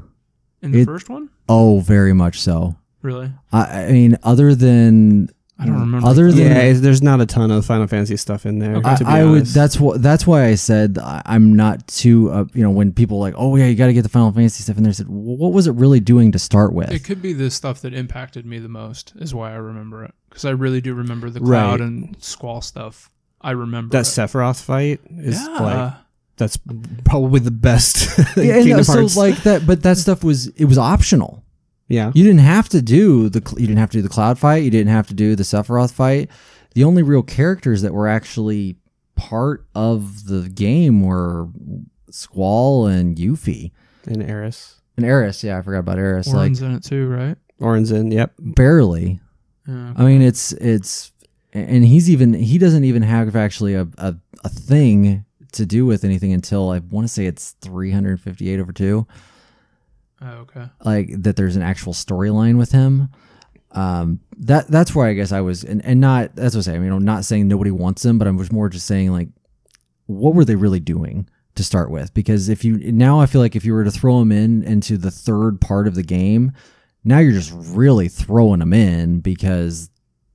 S2: in the
S1: it-
S2: first one?
S1: Oh, very much so.
S2: Really?
S1: I, I mean, other than
S2: I don't remember.
S1: Other than
S3: Yeah, it- there's not a ton of Final Fantasy stuff in there.
S2: Okay.
S3: To be
S1: I, I would.
S3: honest.
S1: That's what. That's why I said I, I'm not too. Uh, you know, when people like, oh yeah, you got to get the Final Fantasy stuff in there. I said, "Well, what was it really doing to start with?
S2: It could be the stuff that impacted me the most, is why I remember it. Because I really do remember the
S3: Right.
S2: Cloud and Squall stuff. I remember
S3: that
S2: it.
S3: Sephiroth fight is
S2: yeah.
S3: like that's probably the best
S1: yeah, and
S3: Kingdom
S1: so
S3: Hearts.
S1: like that, but that stuff was it was optional.
S3: yeah.
S1: You didn't have to do the. cl- You didn't have to do the Cloud fight. You didn't have to do the Sephiroth fight. The only real characters that were actually part of the game were Squall and Yuffie
S3: And Eris.
S1: and Eris. Yeah, I forgot about Eris. like
S2: Orin's in it too, right?
S3: Orinzen, yep.
S1: barely.
S2: Yeah,
S1: I mean, it's it's, and he's even he doesn't even have actually a a, a thing to do with anything until I want to say it's 358 over two,
S2: Oh, okay.
S1: like that. There's an actual storyline with him. Um, that that's where I guess I was, and and not that's what I say. I mean, I'm not saying nobody wants him, but I'm just more just saying like, what were they really doing? To start with, because if you now I feel like if you were to throw him in into the third part of the game, now you're just really throwing them in because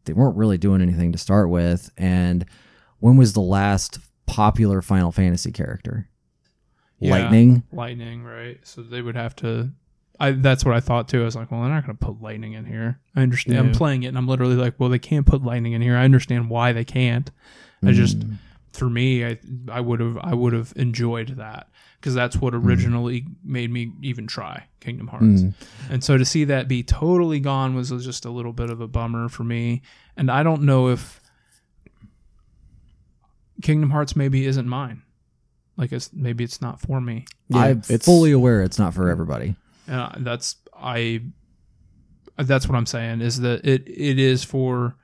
S1: they weren't really doing anything to start with. And when was the last popular Final Fantasy character?
S2: Yeah.
S1: Lightning.
S2: lightning, right? So they would have to. I that's what I thought too. I was like, well, they're not going to put lightning in here. I understand. I'm
S3: Yeah.
S2: playing it, and I'm literally like, well, they can't put lightning in here. I understand why they can't. I just, for me, I I would have I would have enjoyed that because that's what originally made me even try Kingdom Hearts.
S1: Mm.
S2: And so to see that be totally gone was just a little bit of a bummer for me. And I don't know if Kingdom Hearts maybe isn't mine. Like it's maybe it's not for me.
S3: Yeah,
S1: I'm
S3: it's-
S1: fully aware it's not for everybody.
S2: And I- Uh, that's I that's what I'm saying is that it it is for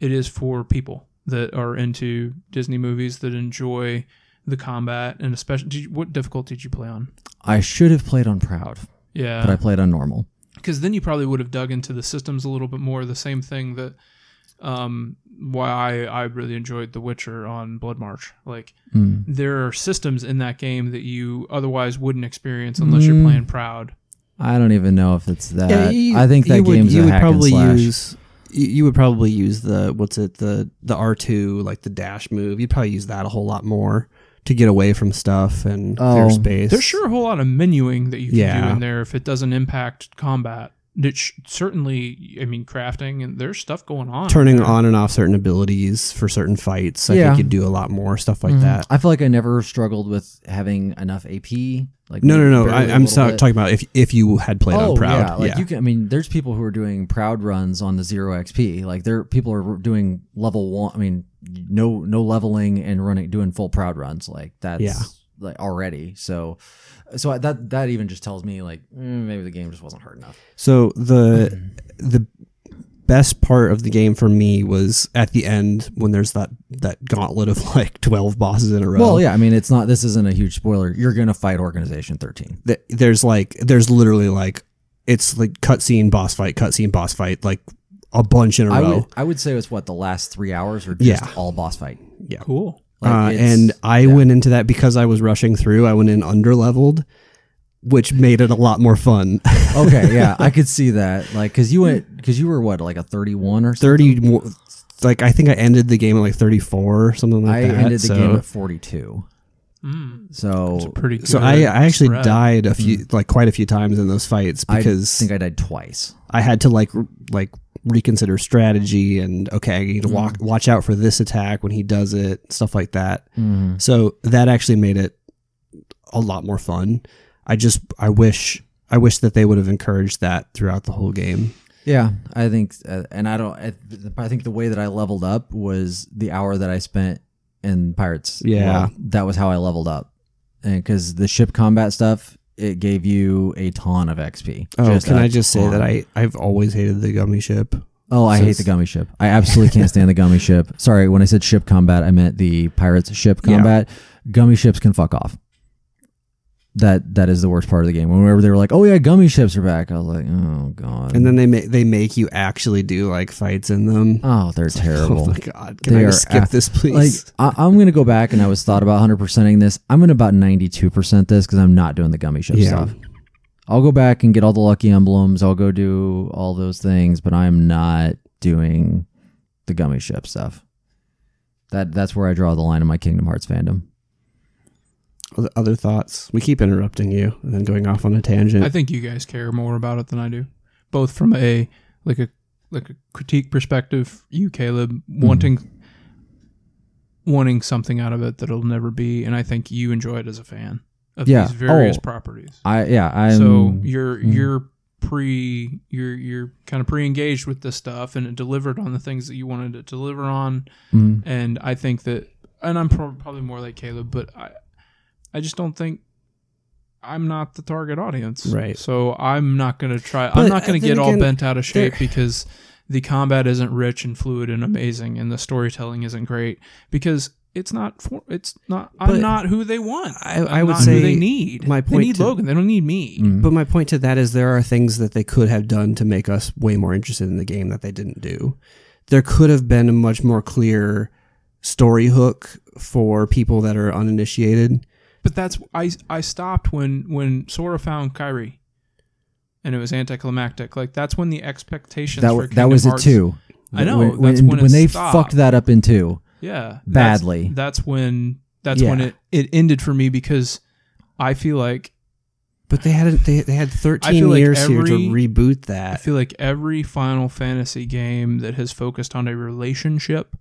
S2: it is for people that are into Disney movies that enjoy the combat and especially did you, what difficulty did you play on?
S1: I should have played on Proud, but I
S2: Yeah,
S1: played on normal.
S2: because then you probably would have dug into the systems a little bit more. The same thing that um, why I, I really enjoyed The Witcher on Blood March. Like
S1: Mm.
S2: there are systems in that game that you otherwise wouldn't experience unless you're
S1: Mm.
S2: playing Proud.
S1: I don't even know if it's that.
S3: Yeah, you-
S1: I think that
S3: you would-
S1: game's
S3: you
S1: a
S3: would
S1: hack
S3: probably
S1: and slash.
S3: use you you would probably use the what's it the the R two like the dash move. You'd probably use that a whole lot more to get away from stuff and
S1: Oh.
S3: clear space.
S2: There's sure a whole lot of menuing that you can do
S3: Yeah.
S2: in there if it doesn't impact combat. It sh- certainly, I mean, crafting and there's stuff going on.
S3: turning on and off certain abilities for certain fights. I
S1: Yeah.
S3: think you'd do a lot more stuff like
S1: Mhm.
S3: that.
S1: I feel like I never struggled with having enough AP. Like
S3: No, no, no.
S1: barely
S3: I,
S1: a
S3: I'm
S1: little
S3: so-
S1: bit. Oh,
S3: talking about if if you had played on Proud.
S1: Yeah, like you can. I mean, there's people who are doing proud runs on the zero XP. Like there, people are doing level one. I mean, no, no leveling and running, doing full proud runs like that's
S3: Yeah.
S1: like already. So, so I, that that even just tells me like mm, maybe the game just wasn't hard enough.
S3: So the
S1: Mm-hmm.
S3: the best part of the game for me was at the end when there's that that gauntlet of like 12 bosses in a row.
S1: Well, yeah, I mean it's not this isn't a huge spoiler. You're gonna fight Organization 13.
S3: Th- there's like there's literally like it's like cutscene boss fight, cutscene boss fight, like a bunch in a
S1: I
S3: row.
S1: would I would say it's what the last three hours are just
S3: Yeah.
S1: all boss fight.
S2: Cool.
S1: Like,
S3: uh,
S1: it's-
S3: and I went into that because I was rushing through. I went in under leveled, which made it a lot more fun.
S1: okay, yeah, I could see that. Like, cause you went, cause you were what, like a 31 or something.
S3: Thirty, mo- like I think I ended the game at like thirty four or something like
S1: I
S3: that.
S1: ended the
S3: so,
S1: game at 42.
S2: Mm. It's a
S1: So
S2: pretty. Good
S3: so I, I actually
S2: spread.
S3: died a few, like quite a few times in those fights
S1: Mm. I
S3: because
S1: think I died twice.
S3: I, had to like r- like reconsider strategy and okay, I need to walk,
S1: Mm.
S3: watch out for this attack when he does it, stuff like that.
S1: Mm.
S3: So that actually made it a lot more fun. I just I wish I wish that they would have encouraged that throughout the whole game.
S1: Yeah, I think, uh, and I don't. I, th- I think the way that I leveled up was the hour that I spent in Pirates.
S3: Yeah.
S1: World. that was how I leveled up, and because the ship combat stuff, it gave you a ton of XP.
S3: Oh, can
S1: I
S3: I just say that I I've always hated the gummy ship.
S1: Oh, I
S3: So
S1: hate
S3: it's-
S1: the gummy ship. I absolutely can't stand the gummy ship. Sorry, when I said ship combat, I meant the pirates ship
S3: Yeah.
S1: combat. Gummy ships can fuck off. That that is the worst part of the game. Whenever they were like, "Oh yeah, gummy ships are back," I was like, "Oh god."
S3: And then they make they make you actually do like fights in them.
S1: oh, they're
S3: Oh
S1: terrible.
S3: my god! Can
S1: They
S3: I just
S1: are
S3: skip
S1: a-
S3: this,
S1: like
S3: please?
S1: I, I'm gonna go back and I was thought about 100 percenting this. I'm gonna about 92 percent this because I'm not doing the gummy ship
S3: Yeah.
S1: stuff. I'll go back and get all the lucky emblems. I'll go do all those things, but I'm not doing the gummy ship stuff. That that's where I draw the line in my Kingdom Hearts fandom.
S3: Other- Other thoughts? We keep interrupting you and then going off on a tangent.
S2: I think you guys care more about it than I do, both from a like a like a critique perspective. You, Caleb,
S3: Hmm.
S2: wanting wanting something out of it that'll never be, and I think you enjoy it as a fan of
S1: Yeah.
S2: these various
S1: Oh.
S2: properties.
S1: I yeah I'm
S2: so you're
S1: mm.
S2: you're pre you're you're kind of pre engaged with this stuff, and it delivered on the things that you wanted it to deliver on
S1: mm,
S2: and I think that, and I'm prob- probably more like Caleb, but I, I just don't think I'm not the target audience,
S3: Right.
S2: So I'm not gonna try.
S3: But
S2: I'm not gonna
S3: then
S2: get all
S3: again,
S2: bent out of shape
S3: there-
S2: because the combat isn't rich and fluid and amazing, and the storytelling isn't great because it's not for it's not.
S3: But
S2: I'm not who they want.
S3: I-
S2: I'm
S3: I would
S2: not who
S3: say
S2: they need.
S3: my
S2: they
S3: point
S2: need
S3: to- Mm-hmm.
S2: Logan. They don't need me.
S1: mm.
S3: But my point to that is there are things that they could have done to make us way more interested in the game that they didn't do. There could have been a much more clear story hook for people that are uninitiated.
S2: But that's I I stopped when when Sora found Kyrie, and it was anticlimactic. Like that's when the expectations
S1: that w-
S2: for
S1: that
S2: Kingdom
S1: was it
S2: Hearts-
S1: too.
S2: I know,
S1: when
S2: that's
S1: when,
S2: when it
S1: they
S2: stopped.
S1: fucked that up in two.
S2: Yeah, that's-
S1: Badly.
S2: That's, when that's
S3: Yeah.
S2: when it it ended for me because I feel like
S3: But they had they, they had 13
S2: feel like
S3: years here to
S2: every-
S3: reboot
S2: I
S3: that.
S2: feel like every Final Fantasy game that has focused on a relationship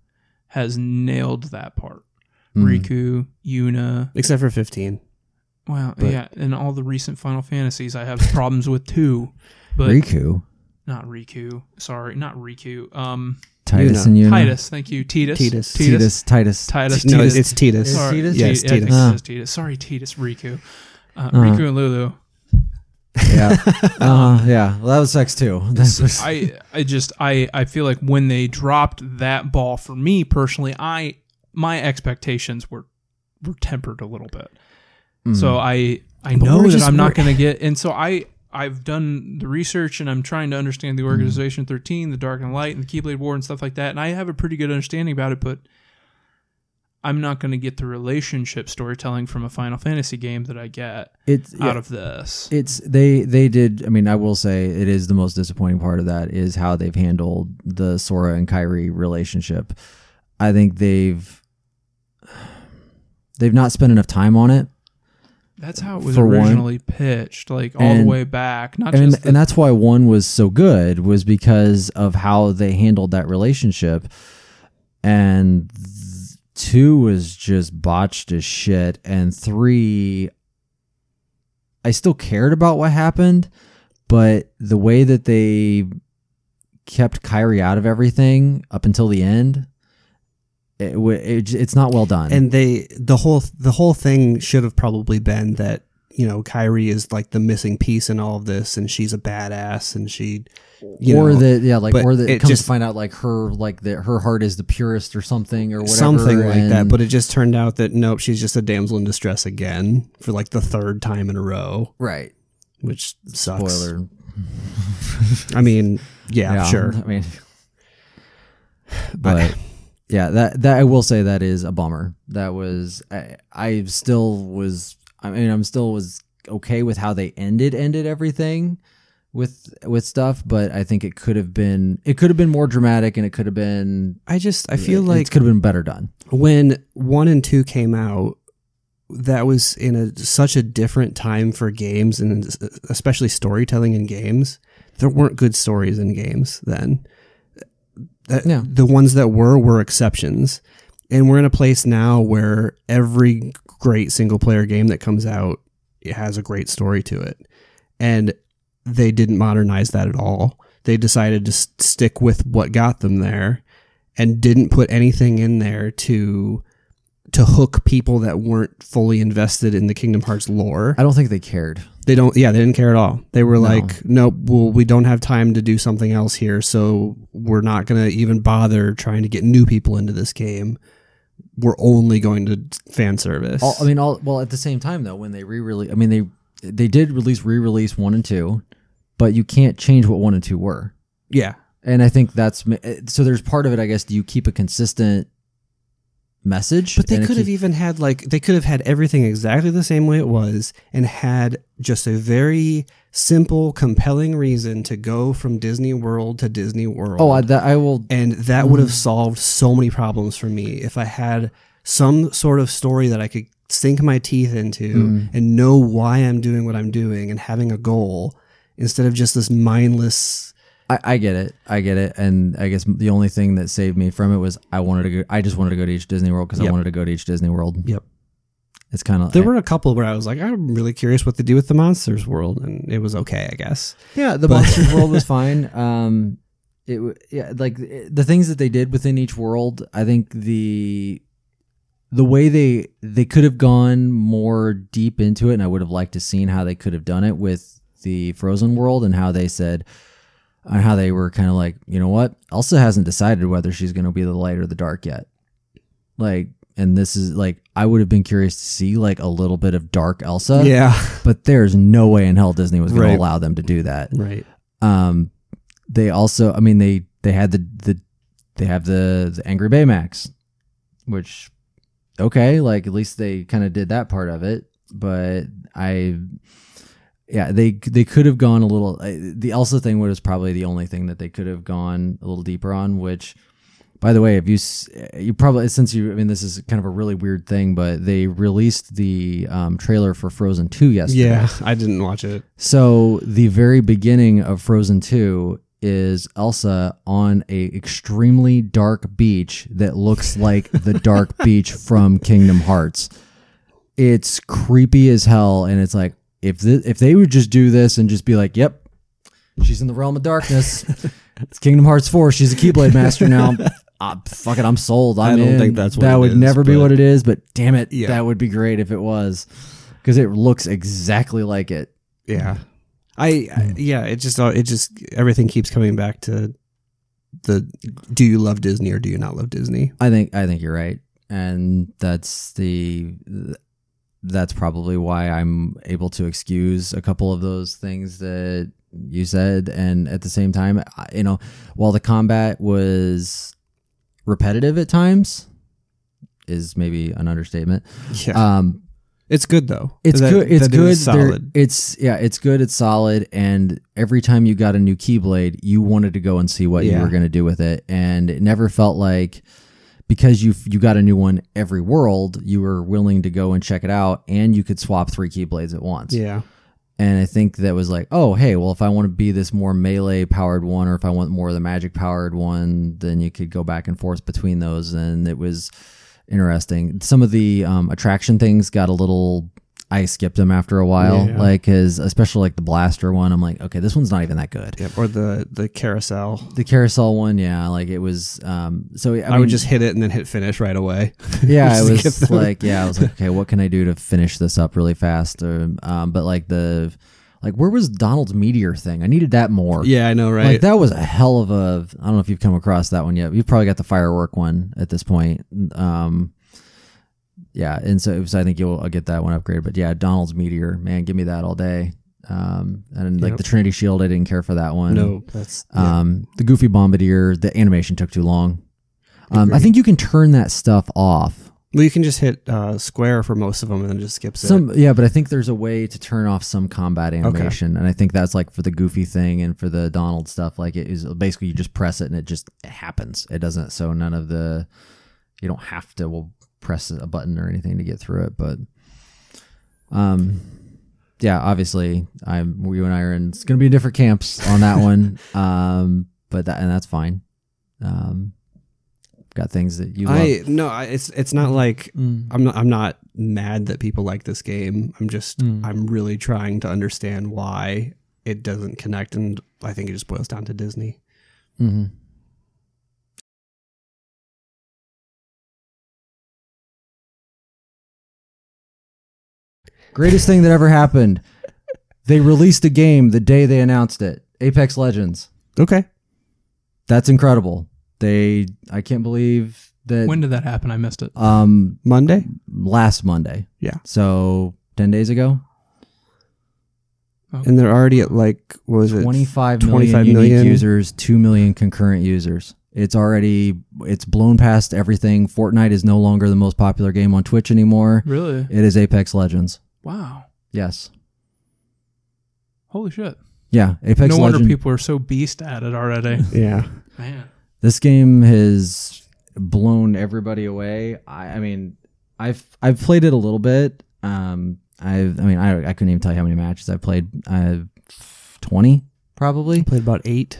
S2: has nailed that part.
S1: Mm.
S2: Riku, Yuna,
S3: Except for 15.
S2: wow,
S3: But-
S2: yeah, and all the recent Final Fantasies I have problems with too, but
S1: Riku,
S2: not Riku. Sorry, not Riku. Um,
S1: Titus,
S3: Yuna.
S1: and Yuna.
S2: Titus. Thank you, Titus.
S3: Titus.
S1: Titus,
S2: Titus.
S1: Titus.
S2: Titus.
S3: no,
S2: Titus.
S3: it's Titus. Uh.
S2: Sorry,
S1: Titus?
S2: Ti-
S3: Yes,
S2: yeah, I think it
S3: Titus.
S1: Ah.
S2: says Titus. Sorry, Titus. Riku. Uh,
S1: Uh-huh.
S2: Riku and Lulu.
S1: yeah, uh, yeah. Well, that was sex too. That was,
S2: I I just I I feel like when they dropped that ball for me personally, I my expectations were were tempered a little bit.
S1: Mm.
S2: So I I
S3: But
S2: know
S3: we're
S2: that
S3: just-
S2: I'm not
S3: we're-
S2: going to get and so I I've done the research and I'm trying to understand
S1: Hmm.
S2: the organization 13, the Dark and Light and the Keyblade War and stuff like that and I have a pretty good understanding about it but I'm not going to get the relationship storytelling from a Final Fantasy game that I get
S1: it's yeah,
S2: out of this.
S1: it's they they did. I mean, I will say it is the most disappointing part of that is how they've handled the Sora and Kyrie relationship. I think they've they've not spent enough time on it.
S2: That's how it was
S1: for one.
S2: originally pitched, like all
S1: And-
S2: the way back. Not
S1: and,
S2: just the,
S1: and that's why one was so good was because of how they handled that relationship and th- two was just botched as shit and three i still cared about what happened but the way that they kept Kyrie out of everything up until the end it, wa- it, j- it's not well done
S3: And they the whole the whole thing should have probably been that you know, Kyrie is like the missing piece in all of this, and she's a badass, and she, you
S1: or
S3: know,
S1: that yeah, like
S3: but
S1: or that
S3: it
S1: it comes
S3: just-
S1: to find out like her like that her heart is the purest or something or whatever.
S3: something like that.
S1: and-
S3: But it just turned out that nope, she's just a damsel in distress again for like the third time in a row,
S1: right.
S3: which sucks.
S1: Spoiler.
S3: I mean, yeah, sure,
S1: I mean
S3: but,
S1: but yeah, that that I will say that is a bummer. That was I, I still was I mean I'm still was okay with how they ended ended everything with with stuff, but I think it could have been it could have been more dramatic and it could have been
S3: I just I feel
S1: it-
S3: like
S1: it could have been better done.
S3: when one and two came out that was in a such a different time for games and especially storytelling in games there weren't good stories in games then That-
S1: Yeah.
S3: the ones that were were exceptions and we're in a place now where every great single player game that comes out it has a great story to it and they didn't modernize that at all they decided to s- stick with what got them there and didn't put anything in there to to hook people that weren't fully invested in the Kingdom Hearts lore.
S1: I don't think they cared.
S3: They don't yeah, they didn't care at all. They were
S1: No.
S3: like, nope, well we don't have time to do something else here, so we're not going to even bother trying to get new people into this game. We're only going to fan service.
S1: All, I mean, all well at the same time though, when they re-release, I mean they they did release re-release one and two, but you can't change what one and two were.
S3: yeah.
S1: And I think that's ma- eh, so. There's part of it, I guess. Do you keep a consistent message?
S3: But they
S1: And it
S3: could have e-
S1: keep-
S3: even had like they could have had everything exactly the same way it was and had just a very simple, compelling reason to go from Disney World to Disney World.
S1: Oh, I, Mm. that, I will.
S3: and that would have solved so many problems for me if I had some sort of story that I could sink my teeth into
S1: Mm.
S3: and know why I'm doing what I'm doing and having a goal instead of just this mindless.
S1: I, I get it. I get it. And I guess the only thing that saved me from it was I wanted to go. I just wanted to go to each Disney World because I
S3: Yep.
S1: wanted to go to each Disney World.
S3: Yep.
S1: It's kind of
S3: There were a couple where I was like, I'm really curious what they do with the monsters world, and it was okay, I guess.
S1: yeah. The
S3: but-
S1: Monsters World was fine. Um, it w- yeah, like it- the things that they did within each world. I think the the way they they could have gone more deep into it and i would have liked to seen how they could have done it with the frozen world and how they said and how they were kind of like you know what elsa hasn't decided whether she's going to be the light or the dark yet like and this is like i would have been curious to see like a little bit of dark elsa
S3: yeah,
S1: but there's no way in hell disney was going
S3: Right.
S1: to allow them to do that
S3: right.
S1: um, they also, I mean, they they had the the they have the, the Angry Baymax, which okay, like at least they kind of did that part of it. But I, yeah, they they could have gone a little. I, the Elsa thing was probably the only thing that they could have gone a little deeper on. Which, by the way, if you s- you probably since you, I mean, this is kind of a really weird thing, but they released the um, trailer for Frozen Two yesterday.
S3: Yeah, I didn't watch it.
S1: So the very beginning of Frozen 2 is Elsa on a extremely dark beach that looks like the dark beach from Kingdom Hearts. It's creepy as hell and it's like if th- if they would just do this and just be like, "Yep, she's in the realm of darkness. it's Kingdom Hearts 4. She's a Keyblade master now." Ah, fuck it, I'm sold. I'm
S3: I don't
S1: in.
S3: think that's what
S1: that
S3: it
S1: would
S3: is,
S1: never be
S3: but-
S1: what it is. But damn it,
S3: Yeah.
S1: that would be great if it was, because it looks exactly like it.
S3: Yeah, I,
S1: Hmm.
S3: I yeah. It just it just everything keeps coming back to the do you love Disney or do you not love Disney?
S1: I think I think you're right, and that's the that's probably why I'm able to excuse a couple of those things that you said, and at the same time, I- you know, while the combat was repetitive at times, is maybe an understatement.
S3: Yeah,
S1: Um,
S3: Uh, it's good though.
S1: it's
S3: That-
S1: good. It's
S3: that it was
S1: good. They're-
S3: Solid.
S1: It's yeah. It's good. It's solid. And every time you got a new Keyblade, you wanted to go and see what you
S3: Yeah.
S1: were going to do with it, and it never felt like because you you got a new one every world, you were willing to go and check it out, and you could swap three Keyblades at once.
S3: Yeah,
S1: And I think that was like, oh, hey, well, if I want to be this more melee powered one, or if I want more of the magic powered one, then you could go back and forth between those. And it was interesting. Some of the um, attraction things got a little I skipped them after a while,
S2: Yeah.
S1: like because especially like the blaster one, I'm like, okay, this one's not even that good.
S3: Yep, or the the carousel.
S1: The carousel one, yeah, like it was. Um, so I,
S3: I,
S1: mean,
S3: would just hit it and then hit finish right away.
S1: yeah, I
S3: just get
S1: was
S3: them.
S1: like, yeah, I was like, okay, what can I do to finish this up really fast? Um, um, but like the, like where was Donald's meteor thing? I needed that more.
S3: Yeah, I know, right?
S1: Like that was a hell of a. I don't know if you've come across that one yet. You've probably got the firework one at this point. Um, yeah, and so, so I think you'll get that one upgraded. But yeah, Donald's meteer, man, give me that all day. Um, and like
S3: Yep.
S1: the Trinity Shield, I didn't care for that one.
S3: no, that's yeah.
S1: Um, the Goofy Bombardier, the animation took too long. Um, I
S3: Agreed.
S1: think you can turn that stuff off.
S3: well, you can just hit uh, square for most of them and then just skips it.
S1: Some yeah, but I think there's a way to turn off some combat animation, and I think that's like for the Goofy thing and for the Donald stuff. Like it is basically you just press it and it just it happens. It doesn't. So none of the you don't have to well, press a button or anything to get through it. But um, yeah, obviously I'm you and I are in. It's gonna be different camps on that one. Um, but that and that's fine. Um, got things that you love.
S3: I no, I, it's it's not like
S2: Mm.
S3: I'm not I'm not mad that people like this game. I'm just
S2: Mm.
S3: I'm really trying to understand why it doesn't connect, and I think it just boils down to Disney.
S1: hmm Greatest thing that ever happened. They released a game the day they announced it. Apex Legends.
S3: Okay,
S1: That's incredible. They I can't believe that
S2: When did that happen? I missed it.
S1: um
S3: Monday.
S1: last Monday.
S3: Yeah.
S1: So 10 days ago.
S3: And they're already at like what was it
S1: 25 million
S3: 25
S1: unique
S3: million?
S1: users, 2 million concurrent users. It's already it's blown past everything. Fortnite is no longer the most popular game on Twitch anymore.
S2: Really?
S1: It is Apex Legends.
S2: Wow.
S1: Yes.
S2: Holy shit.
S1: Yeah, Apex
S2: no wonder
S1: Legends.
S2: people are so beast at it already.
S3: Yeah,
S2: Man.
S1: this game has blown everybody away. I, I mean, I've I've played it a little bit. Um, I've I mean I I couldn't even tell you how many matches I played. Uh, twenty probably.
S3: played about eight.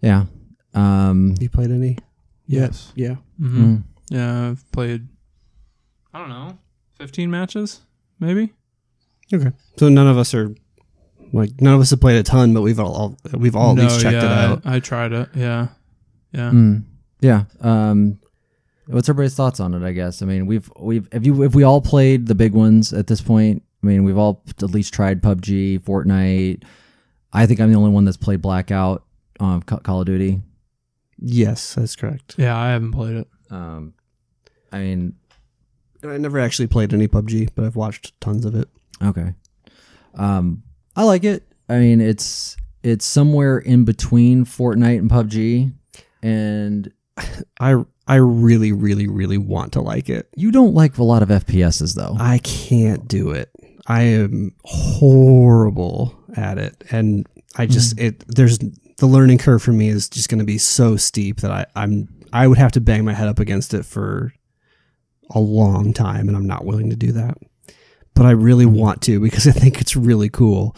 S1: Yeah. Um.
S3: You played any?
S2: Yes.
S3: Yeah,
S2: Mm-hmm.
S1: mm,
S2: Yeah, I've played, I don't know, 15 matches, maybe?
S3: Okay. So none of us are like none of us have played a ton, but we've all, we've all at least checked it
S2: yeah,
S3: out.
S2: I, I tried it. Yeah. Yeah.
S1: mm, yeah. Um. What's everybody's thoughts on it? I guess. I mean, we've we've if you if we all played the big ones at this point. I mean, we've all at least tried PUBG, Fortnite. I think I'm the only one that's played Blackout on Ca- Call of Duty.
S3: Yes, that's correct.
S2: Yeah, I haven't played it.
S1: Um, I mean,
S3: I never actually played any PUBG, but I've watched tons of it.
S1: okay. Um, I like it. I mean, it's it's somewhere in between Fortnite and PUBG, and
S3: I I really really really want to like it.
S1: you don't like a lot of FPSs though.
S3: I can't do it. I am horrible at it, and I just it. There's the learning curve for me is just going to be so steep that I I'm I would have to bang my head up against it for a long time, and I'm not willing to do that. But I really want to because I think it's really cool.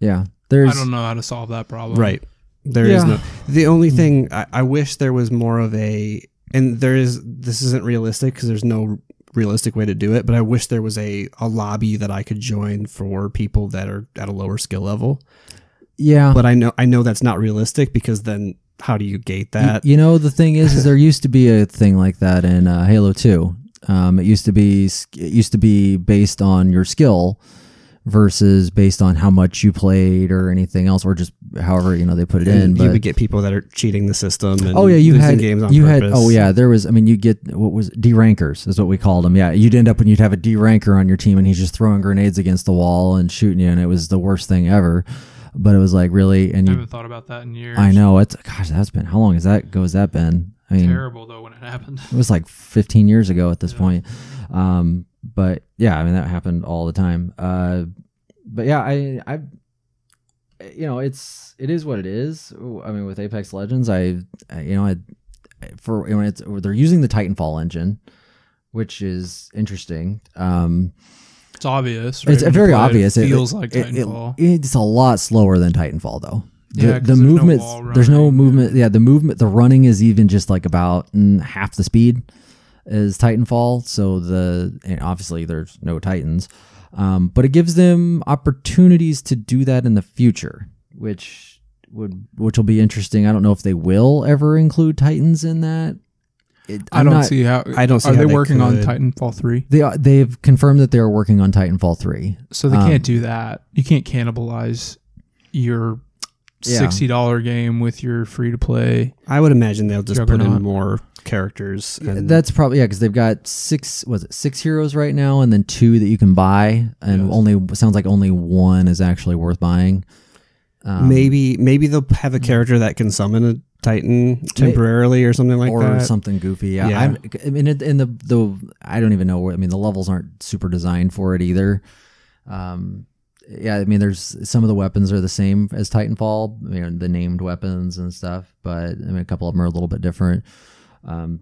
S1: yeah, there's.
S2: I don't know how to solve that problem.
S3: Right. There is
S1: Um, Yeah.
S3: no. The only thing I, I wish there was more of a, and there is. This isn't realistic because there's no realistic way to do it. But I wish there was a a lobby that I could join for people that are at a lower skill level.
S1: Uh-huh. Yeah,
S3: But I know I know that's not realistic because then how do you gate
S1: Y-
S3: that?
S1: You, know, the thing is, is there used to be a thing like that in uh, Halo Two. Um, it used to be sk- it used to be based on your skill versus based on how much you played or anything else, or just however you know they put it in.
S3: And you
S1: But
S3: would get people that are cheating the system. And
S1: Oh yeah, you
S3: losing
S1: had
S3: games on
S1: you
S3: purpose.
S1: had oh yeah, there was. I mean, you get what was D rankers is what we called them. Yeah, you'd end up when you'd have a D ranker on your team, and he's just throwing grenades against the wall and shooting you, and it was the worst thing ever. But it was like really, and
S2: I
S1: you,
S2: haven't thought about that in years.
S1: I know it's gosh, that's been how long has that goes that been? I mean,
S2: Terrible, though, when it happened.
S1: it was like 15 years ago at this
S2: Yeah.
S1: point um but yeah i mean that happened all the time uh but yeah i i you know it's it is what it is i mean with apex legends i, I you know i for when it's they're using the titanfall engine which is interesting um
S2: It's obvious.
S1: it's
S2: right? When you
S1: very
S2: play it,
S1: obvious
S2: It
S1: It-
S2: feels
S1: it-
S2: like
S1: it- it-
S2: Titanfall.
S1: it's a lot slower than titanfall though the,
S2: Yeah, 'cause
S1: the
S2: there's no
S1: movement
S2: wall
S1: there's no
S2: running.
S1: movement yeah the movement the running is even just like about mm, half the speed is Titanfall. So the and obviously there's no Titans, um, but it gives them opportunities to do that in the future, which would which will be interesting. I don't know if they will ever include Titans in that. It,
S2: I
S1: I'm
S2: don't
S1: not-
S2: see how.
S3: I don't see
S2: Are
S3: how
S2: they
S3: they
S2: working on
S3: could.
S2: Titanfall three?
S1: They are- they've confirmed that they are working on Titanfall three.
S2: So they
S1: Um,
S2: can't do that. You can't cannibalize your
S1: Yeah.
S2: sixty dollar game with your free to play.
S3: I would imagine they'll just put
S2: Juggernaut.
S3: in more characters.
S1: Yeah,
S3: and-
S1: That's probably yeah, because they've got six was it six heroes right now, and then two that you can buy, and
S2: Yes.
S1: only sounds like only one is actually worth buying. Um,
S3: maybe maybe they'll have a character that can summon a titan temporarily or something like
S1: or
S3: that.
S1: something goofy. Yeah,
S3: Yeah.
S1: I'm, I mean, it- and the the I don't even know. where I mean, the levels aren't super designed for it either. Um, yeah, I mean, there's some of the weapons are the same as Titanfall. You know, the named weapons and stuff, but I mean, a couple of them are a little bit different. Um,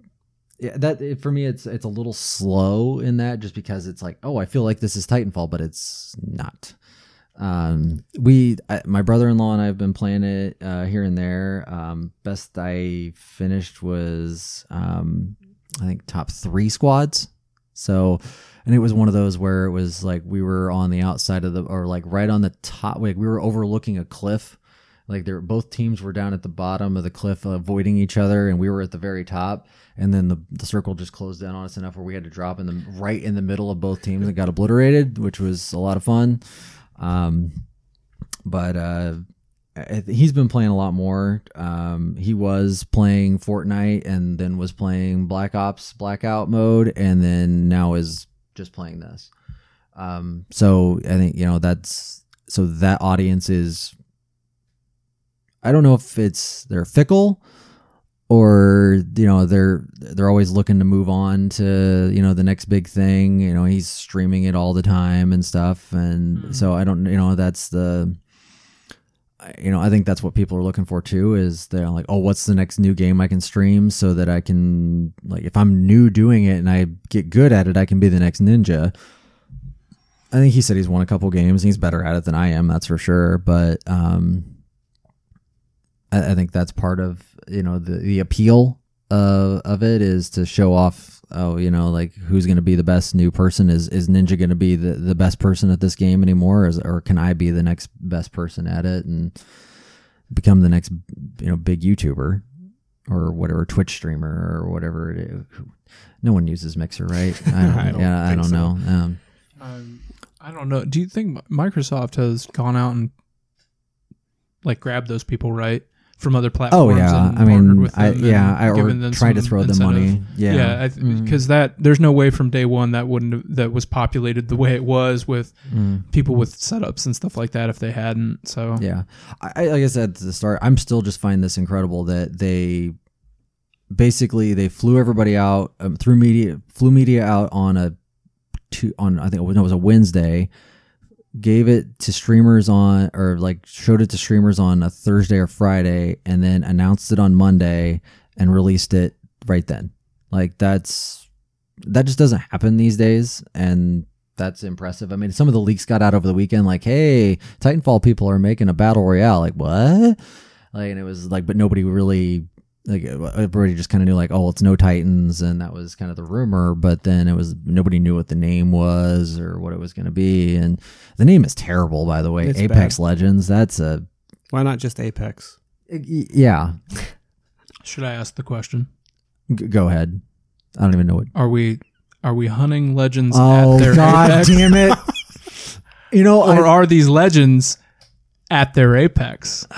S1: yeah, that it, for me, it's it's a little slow in that just because it's like, oh, I feel like this is Titanfall, but it's not. Um, we, I, my brother-in-law and I have been playing it uh, here and there. Um, best I finished was um, I think top three squads. So, and it was one of those where it was like we were on the outside of the, or like right on the top, like we were overlooking a cliff. Like there, both teams were down at the bottom of the cliff, avoiding each other, and we were at the very top. And then the, the circle just closed down on us enough where we had to drop in the right in the middle of both teams and got obliterated, which was a lot of fun. Um, but uh, I- he's been playing a lot more. Um, he was playing Fortnite and then was playing Black Ops Blackout mode, and then now is just playing this. Um, so I think you know that's so that audience is. I don't know if it's they're fickle, or you know they're they're always looking to move on to you know the next big thing. You know he's streaming it all the time and stuff, and
S2: Mhm.
S1: so I don't you know that's the. I- You know, I think that's what people are looking for too. Is they're like, oh, what's the next new game I can stream so that I can like, if I'm new doing it and I get good at it, I can be the next ninja. I think he said he's won a couple games. and He's better at it than I am, that's for sure. But um, I, I think that's part of you know the the appeal of of it is to show off. Oh, you know, like who's going to be the best new person? Is is Ninja going to be the, the best person at this game anymore, or, is, or can I be the next best person at it and become the next you know big YouTuber or whatever Twitch streamer or whatever? It is. No one uses Mixer, right? I don't,
S3: I don't
S1: yeah, I
S3: think
S1: don't
S3: so.
S1: know. Um,
S2: Um, I don't know. Do you think Mi- Microsoft has gone out and like grabbed those people right from other
S1: Oh
S2: platforms?
S1: yeah,
S2: and
S1: I
S2: partnered
S1: mean,
S2: with
S1: I,
S2: them
S1: yeah,
S2: and
S1: I or
S2: given them
S1: try to
S2: some
S1: throw them
S2: incentive?
S1: money. Yeah,
S2: Yeah, because
S1: Mm,
S2: that there's no way from day one that wouldn't have- that was populated the way it was with
S1: mm,
S2: people with setups and stuff like that if they hadn't. So
S1: yeah. I, I- like I said at the start, I'm still just finding this incredible that they basically they flew everybody out um, through media, flew media out on a two on I think it was, no, it was a Wednesday, gave it to streamers on or like showed it to streamers on a Thursday or Friday, and then announced it on Monday and released it right then. Like that's that just doesn't happen these days, and that's impressive. I mean, some of the leaks got out over the weekend, like, "Hey, Titanfall people are making a battle royale." Like, what? Like, and it was like, but nobody really. Like everybody just kind of knew, like, oh, it's no Titans, and that was kind of the rumor. But then it was nobody knew what the name was or what it was going to be, and the name is terrible, by the way.
S2: It's
S1: Apex Legends. That's a
S3: Why not just Apex?
S1: yeah.
S2: should I ask the question?
S1: G- go ahead. I don't even know what
S2: Are we are we hunting legends
S1: Oh
S2: at their
S1: God
S2: apex,
S1: damn it! you know,
S2: or
S1: I,
S2: are these legends at their apex?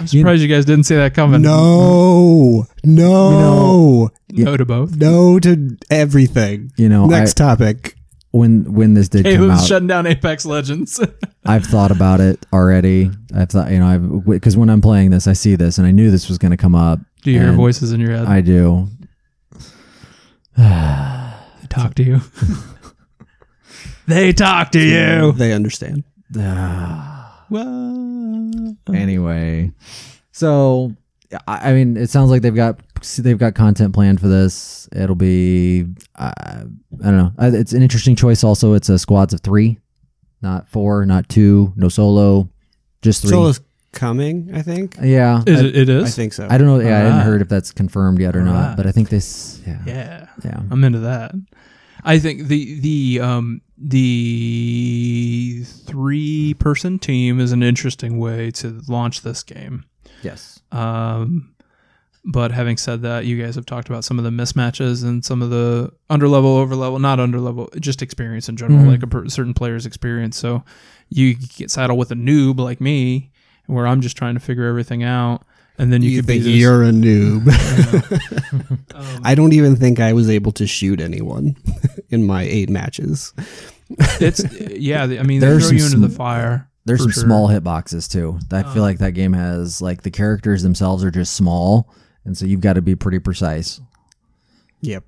S2: I'm surprised you, guys didn't see that coming.
S3: No, no,
S2: no to both.
S3: no to everything.
S1: you know, I,
S3: Next topic.
S1: when when this did come out,
S2: Caleb's shutting down Apex Legends.
S1: I've thought about it already. I've thought, you know, I've because when I'm playing this, I see this, and I knew this was going to come up.
S2: Do you hear
S1: And
S2: voices in your head?
S1: I do.
S2: they talk to you. they talk to you.
S3: They understand.
S2: Whoa.
S1: anyway, so I, I mean, it sounds like they've got they've got content planned for this. It'll be uh, I don't know. Uh, It's an interesting choice. Also, it's a squads of three, not four, not two, no solo, just three.
S3: Solo's coming. I think.
S1: Yeah.
S2: Is
S1: I,
S2: it, it
S3: I
S2: is.
S3: think so.
S1: I don't know. Yeah, I haven't
S2: Alright.
S1: heard if that's confirmed yet or
S2: Alright.
S1: not, but I think this. Yeah.
S2: yeah,
S1: Yeah.
S2: I'm into that. I think the the um the three person team is an interesting way to launch this game.
S1: Yes.
S2: Um, but having said that, you guys have talked about some of the mismatches and some of the under level, over level, not under level, just experience in general,
S1: Mhm.
S2: like a per- certain player's experience. So you get saddled with a noob like me, where I'm just trying to figure everything out, and then you, could be this-
S3: you're a noob.
S2: um,
S3: I don't even think I was able to shoot anyone in my eight matches.
S2: it's yeah. I mean, they
S1: There's some
S2: throw you into the
S1: sm-
S2: fire.
S1: There's some
S2: for sure. Oh.
S1: small hitboxes too. I feel like that game has like the characters themselves are just small, and so you've got to be pretty precise.
S3: Yep.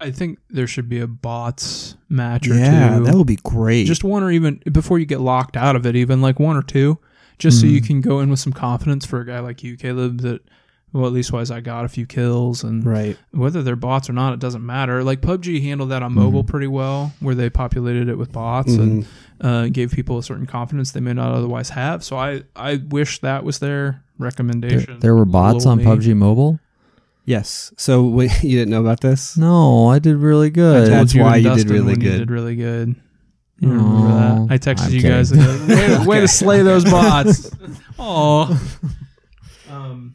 S2: I think there should be a bots match or
S3: Yeah,
S2: two.
S3: that would be great.
S2: just one or even before you get locked out of it, even like one or two, just so you
S1: Mm.
S2: can go in with some confidence for a guy like you, Caleb. That well, at least wise I got a few kills, and
S3: right.
S2: whether they're bots or not, it doesn't matter. Like PUBG handled that on mobile
S1: Mm-hmm.
S2: pretty well, where they populated it with bots and uh, gave people a certain confidence they may not otherwise have. So I I wish that was their
S1: There,
S2: recommendation.
S1: there were bots
S2: Lol
S1: on
S2: me.
S1: PUBG Mobile.
S3: Yes. So wait, you didn't know about this?
S1: No, I did really
S2: I
S1: good.
S2: told
S3: That's
S2: you
S3: why
S2: and
S3: you did
S2: Dustin
S3: really
S2: when You
S3: good.
S2: did really good. You remember that?
S1: Aw,
S2: I texted
S1: I'm
S2: you
S1: kidding.
S2: guys. and I was like, way, way to slay those bots. Oh. Um,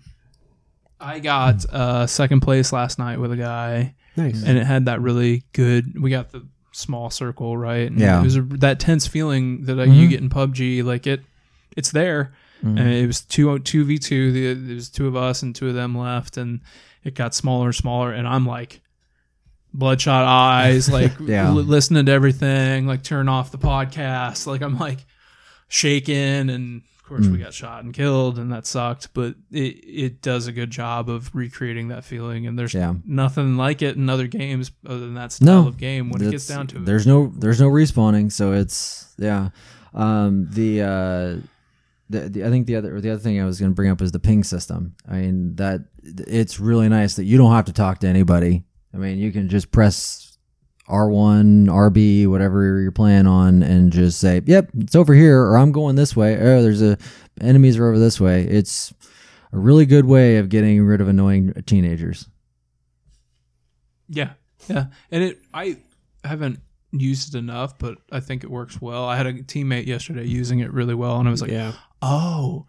S2: I got uh, second place last night with a guy,
S3: Nice.
S1: Mm-hmm.
S2: and it had that really good. We got the small circle right. And
S1: Yeah.
S2: It was a, that tense feeling that uh, you get in PUBG. Like it, it's there.
S1: Mm-hmm.
S2: And it was two two v two. There was two of us and two of them left, and it got smaller and smaller. And I'm like, bloodshot eyes, like
S1: Yeah.
S2: li- listening to everything, like turn off the podcast. Like I'm like shaken, and of course
S1: Hmm.
S2: we got shot and killed, and that sucked. But it it does a good job of recreating that feeling, and there's
S1: Yeah.
S2: nothing like it in other games other than that style
S1: No.
S2: of game when it gets
S1: That's-
S2: down to it.
S1: There's no there's no respawning, so it's yeah. Um, the, uh, the the I think the other the other thing I was going to bring up is the ping system. I mean that it's really nice that you don't have to talk to anybody. I mean you can just press R one RB whatever you're playing on and just say yep it's over here or I'm going this way. Oh there's a enemies are over this way. It's a really good way of getting rid of annoying teenagers.
S2: Yeah, yeah, and it I haven't used it enough, but I think it works well. I had a teammate yesterday using it really well, and I was like,
S3: yeah.
S2: "Oh,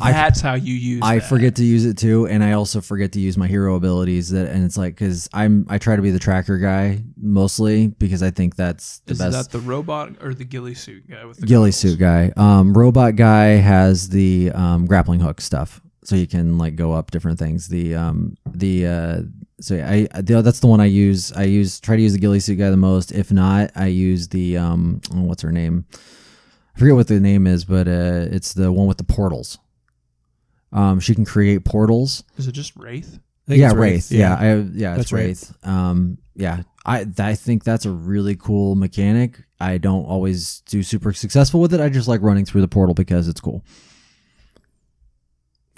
S1: I-
S2: that's how you use."
S1: I
S2: that."
S1: forget to use it too, and I also forget to use my hero abilities. That and it's like because I'm I try to be the tracker guy mostly because I think that's the
S2: Is
S1: best
S2: that the robot or the ghillie suit guy with the
S1: ghillie
S2: goggles?
S1: suit guy. Um, robot guy has the um, grappling hook stuff, so you can like go up different things. The um the uh so I the, that's the one I use. I use try to use the ghillie suit guy the most. If not, I use the um oh, what's her name? I forget what the name is, but uh, it's the one with the portals. Um, she can create portals
S2: Is it just Wraith?
S3: I think
S1: yeah,
S3: it's
S1: Wraith. Yeah, I, yeah, it's
S3: That's right.
S1: Wraith. Um, yeah, I th- I think that's a really cool mechanic. I don't always do super successful with it. I just like running through the portal because it's cool.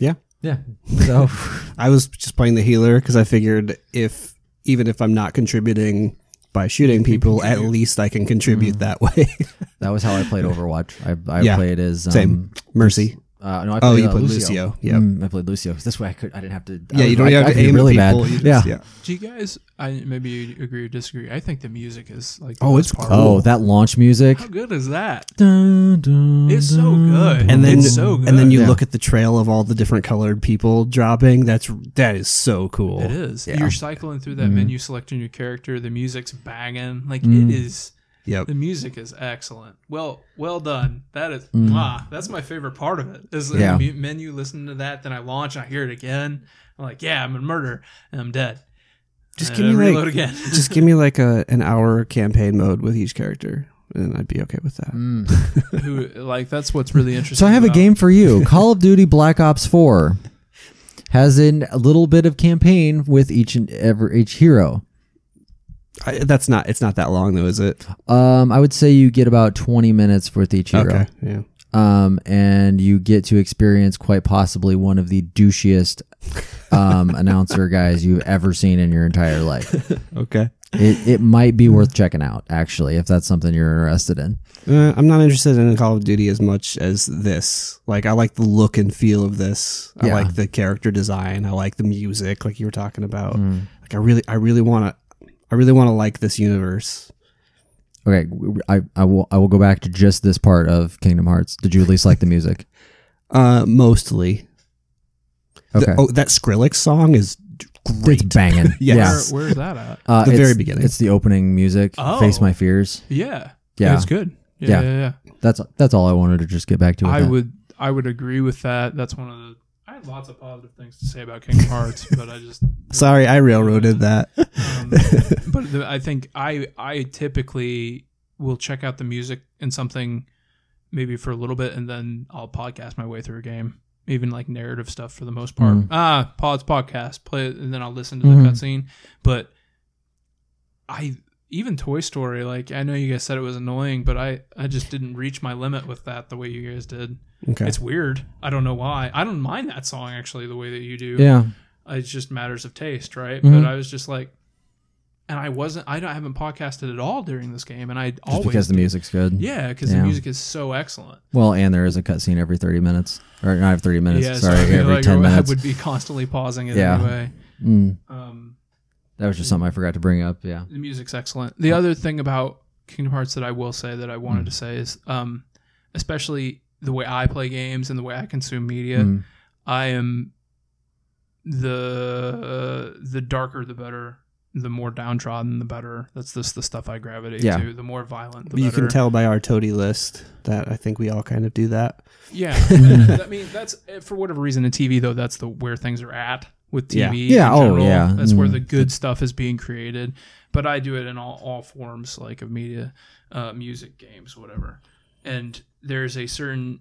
S3: Yeah.
S1: yeah. So
S3: I was just playing the healer because I figured if even if I'm not contributing by shooting people, at least I can contribute that way.
S1: that was how I played Overwatch. I I
S3: Yeah.
S1: played as um,
S3: Same. Mercy.
S1: Uh, no, I played,
S3: Oh, you
S1: uh,
S3: played
S1: Lucio.
S3: Lucio. Yep.
S1: Mm, I played Lucio. This way, I could. I didn't have to. I
S3: Yeah,
S1: was-
S3: you don't
S1: I-
S3: have
S1: I
S3: to
S1: could be
S3: aim
S1: really
S3: really at people.
S1: bad.
S3: you
S1: yeah.
S3: just- yeah.
S2: Do you guys? I maybe you agree or disagree. I think the music is like.
S3: Oh,
S2: that's
S3: it's
S2: part of
S1: Oh,
S3: Cool.
S1: that launch music.
S2: it. How good is that?
S1: Dun, dun,
S2: It's so
S1: dun.
S2: good.
S3: And then
S2: it's so good.
S3: and then you
S1: Yeah.
S3: look at the trail of all the different colored people dropping. That's that is so cool.
S2: It is.
S1: Yeah.
S2: You're cycling through that menu, selecting your character. The music's banging. Like it is.
S3: Yep.
S2: The music is excellent. Well, well done. That is mwah. That's my favorite part of it. Is the
S1: Yeah.
S2: mu- menu listening to that, then I launch, and I hear it again. I'm like, yeah, I'm in murder, and I'm dead.
S3: Just
S2: And
S3: give
S2: I
S3: me
S2: reload
S3: like
S2: again.
S3: just give me like a an hour campaign mode with each character, and I'd be okay with that.
S2: Who like that's what's really
S1: So
S2: interesting.
S1: I have a
S2: about-
S1: game for you. Call of Duty Black Ops 4 has in a little bit of campaign with each and every each hero.
S3: I, that's not it's not that long though, is it?
S1: Um, I would say you get about 20 minutes with each hero.
S3: Okay. Yeah.
S1: Um, and you get to experience quite possibly one of the douchiest um, announcer guys you've ever seen in your entire life.
S3: Okay.
S1: It, it might be worth checking out, actually, if that's something you're interested in.
S3: Uh, I'm not interested in Call of Duty as much as this. Like, I like the look and feel of this. I
S1: Yeah.
S3: like the character design. I like the music, like you were talking about.
S1: Mm.
S3: Like, I really, I really want to, I really want to like this universe.
S1: Okay, w- I, I will I will go back to just this part of Kingdom Hearts. Did you at least like the music?
S3: Uh, mostly. The-
S1: Okay,
S3: oh, that Skrillex song is
S1: it's
S3: great.
S1: banging.
S3: Yes.
S1: Yeah.
S2: Where, where's that at?
S1: Uh,
S3: The
S1: it's-
S3: very beginning.
S1: It's the opening music.
S2: Oh.
S1: Face my fears.
S2: Yeah.
S1: Yeah.
S2: It's good.
S1: Yeah.
S2: Yeah. Yeah. yeah.
S1: That's that's all I wanted to just get back to. With
S2: I
S1: that.
S2: would I would agree with that. That's one of the I had lots of positive things to say about Kingdom Hearts, but I just
S3: Sorry, I railroaded that.
S2: um, but the, I think I I typically will check out the music and something maybe for a little bit and then I'll podcast my way through a game, even like narrative stuff for the most part.
S1: Mhm.
S2: Ah, pause podcast, play it, and then I'll listen to
S1: Mhm.
S2: the cutscene. But I even Toy Story, like I know you guys said it was annoying, but I I just didn't reach my limit with that the way you guys did.
S3: Okay.
S2: It's weird. I don't know why. I don't mind that song actually the way that you do
S1: yeah,
S2: it's just matters of taste, right?
S1: Mhm.
S2: But I was just like, and I wasn't, I, don't, I haven't podcasted at all during this game, and I
S1: just
S2: always,
S1: because the
S2: do.
S1: music's good.
S2: yeah, because
S1: Yeah.
S2: the music is so excellent.
S1: Well, and there is a cutscene every thirty minutes, or not every thirty minutes.
S2: yeah, so
S1: sorry,
S2: I feel
S1: every
S2: like
S1: ten
S2: I
S1: minutes.
S2: would be constantly pausing it
S1: Yeah.
S2: anyway.
S1: Mm,
S2: Um,
S1: that was just something I forgot to bring up. Yeah.
S2: the music's excellent. The other thing about Kingdom Hearts that I will say that I wanted to say is, um, especially the way I play games and the way I consume media,
S1: Mm.
S2: I am the the darker the better, the more downtrodden the better. That's just the stuff I gravitate
S1: Yeah.
S2: to. The more violent, the
S3: you
S2: better.
S3: can tell by our toady list that I think we all kind of do that.
S2: Yeah, And, I mean that's eh, for whatever reason in TV though. That's the where things are at with
S3: Yeah.
S2: TV.
S1: Yeah,
S2: in
S1: oh,
S2: general.
S1: yeah.
S2: That's where
S1: Mm.
S2: the good stuff is being created. But I do it in all all forms, like of media, uh, music, games, whatever. And there's a certain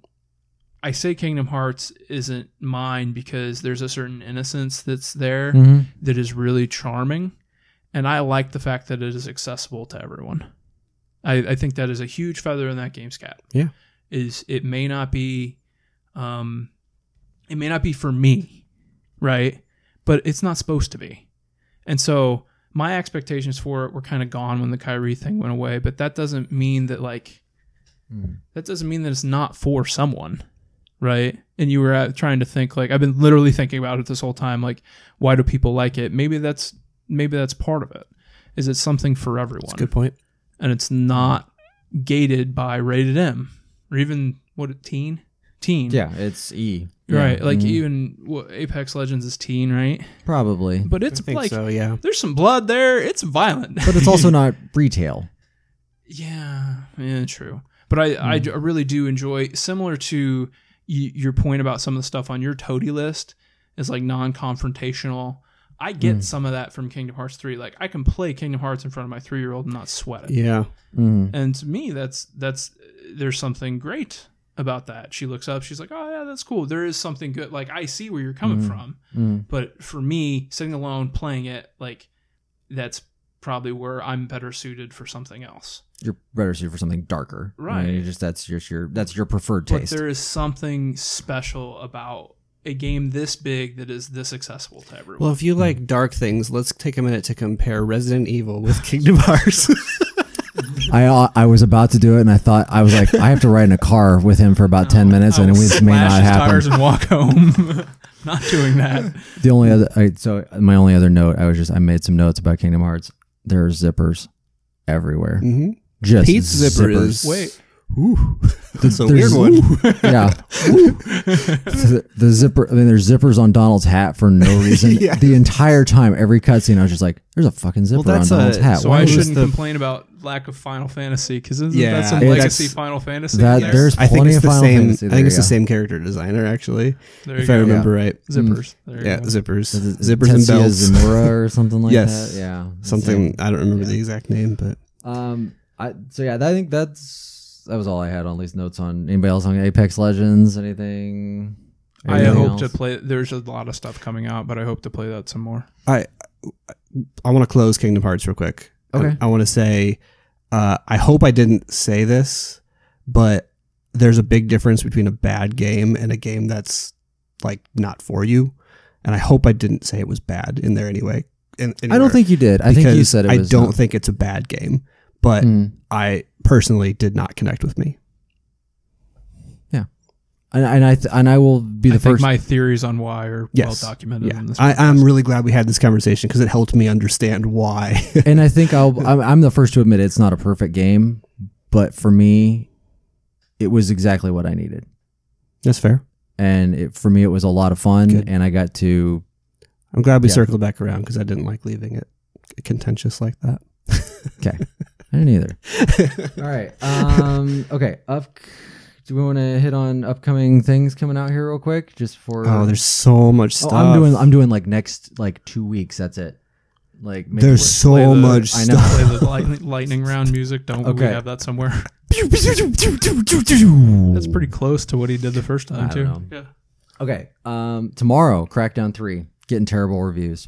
S2: I say Kingdom Hearts isn't mine because there's a certain innocence that's there
S1: Mhm.
S2: that is really charming. And I like the fact that it is accessible to everyone. I, I think that is a huge feather in that game's cap.
S3: Yeah.
S2: Is it may not be um it may not be for me, right? But it's not supposed to be. And so my expectations for it were kind of gone when the Kyrie thing went away, but that doesn't mean that like
S3: Hmm.
S1: Mm.
S2: that doesn't mean that it's not for someone, right? And you were uh, trying to think like I've been literally thinking about it this whole time like why do people like it? Maybe that's maybe that's part of it. Is it something for everyone?
S3: That's a good point.
S2: and it's not gated by rated M or even what teen teen
S1: Yeah, it's E.
S2: right
S1: Yeah.
S2: like
S1: Mhm.
S2: even what Apex Legends is teen right
S1: probably,
S2: but
S3: I
S2: it's
S3: think
S2: like
S3: so. Yeah.
S2: there's some blood there it's violent
S1: but it's also not retail.
S2: yeah yeah true but I
S1: Mm.
S2: I d- I really do enjoy similar to y- your point about some of the stuff on your toady list is like non-confrontational. I
S1: Mm.
S2: get some of that from Kingdom Hearts 3. Like I can play Kingdom Hearts in front of my 3-year-old and not sweat it.
S3: Yeah.
S1: Mm.
S2: And to me, that's that's there's something great about that. She looks up, she's like, "Oh yeah, that's cool." There is something good. Like I see where you're coming from,
S1: Mm.
S2: but for me, sitting alone playing it, like that's probably where I'm better suited for something else.
S1: You're better suited for something darker,
S2: Right.
S1: You just that's just your that's your preferred taste.
S2: But there is something special about a game this big that is this accessible to everyone.
S3: Well, if you
S2: Hmm.
S3: like dark things, let's take a minute to compare Resident Evil with Kingdom Hearts.
S1: I uh, I was about to do it, and I thought I was like, I have to ride in a car with him for about
S3: Oh,
S1: ten minutes, and it was- may
S2: Slash
S1: not
S2: his
S1: happen.
S2: tires and walk home. Not doing that.
S1: The only other I, so my only other note, I was just I made some notes about Kingdom Hearts. There are zippers everywhere.
S3: mm-hmm.
S1: Just
S3: Pete's zipper
S1: zippers.
S3: is
S2: Wait.
S3: Ooh, that's a
S1: there's-
S3: weird one.
S1: yeah. the, the zipper. I mean, there's zippers on Donald's hat for no reason.
S3: Yeah.
S1: The entire time, every cutscene, I was just like, "There's a fucking zipper on
S3: that's a-
S1: Donald's hat."
S2: So
S1: Why
S2: I
S1: is
S2: shouldn't
S3: the-
S2: complain about lack of Final Fantasy because isn't
S3: Yeah,
S2: that some
S1: it's-
S2: legacy Final Fantasy?
S3: Uh,
S1: that
S2: Yes.
S1: there's
S3: I think
S1: plenty
S3: it's
S1: of
S3: the
S1: Final
S3: same.
S1: Fantasy
S3: I
S1: there,
S3: think it's
S1: yeah.
S3: the same character designer, actually,
S2: there you
S3: if I
S2: go.
S3: remember right.
S1: Mm.
S2: zippers. There you
S3: Yeah,
S2: go.
S3: zippers,
S1: Is it- is it
S3: zippers and
S1: Tetsuya
S3: belts.
S1: Zamura or something like
S3: Yes.
S1: that. Yeah,
S3: Something I don't remember the exact name, but
S1: Um, I so yeah, I think that's that was all I had on these notes on anybody else on Apex Legends, anything.
S2: I
S1: Anything
S2: hope
S1: else?
S2: to play. There's a lot of stuff coming out, but I hope to play that some more.
S3: I I want to close Kingdom Hearts real quick.
S1: Okay.
S3: I, want to say uh, I hope I didn't say this, but there's a big difference between a bad game and a game that's like not for you. and I hope I didn't say it was bad in there anyway. In,
S1: I don't
S3: anywhere,
S1: think you did. I think you
S3: because
S1: said it
S3: I
S1: was
S3: don't
S1: not-
S3: think it's a bad game, but
S1: Mm.
S3: I personally did not connect with me.
S1: and, and I th- and I will be the
S2: I think
S1: first.
S2: my theories on why are
S3: Yes.
S2: well
S1: Hmm,
S2: documented.
S3: Yeah,
S2: in this
S3: I, I'm really glad we had this conversation because it helped me understand why.
S1: and I think I'll I'm, I'm the first to admit it's not a perfect game, but for me, it was exactly what I needed,
S3: That's fair.
S1: and it, for me it was a lot of fun,
S3: Good.
S1: and I got to
S3: I'm glad we
S1: Yeah.
S3: circled back around because I didn't like leaving it contentious like that.
S1: I didn't either. All right, um, okay. Up, do we want to hit on upcoming things coming out here real quick? Just for
S3: Oh, there's so much stuff.
S1: I'm doing I'm doing like next like two weeks. That's it. Like maybe
S3: there's
S1: we're-
S3: so much
S1: I
S3: stuff.
S2: play the lightning, lightning round music. Don't
S1: Okay.
S2: we have that somewhere? That's pretty close to what he did the first time
S1: I
S2: too.
S1: don't
S2: Yeah.
S1: okay. Um, tomorrow, Crackdown three getting terrible reviews.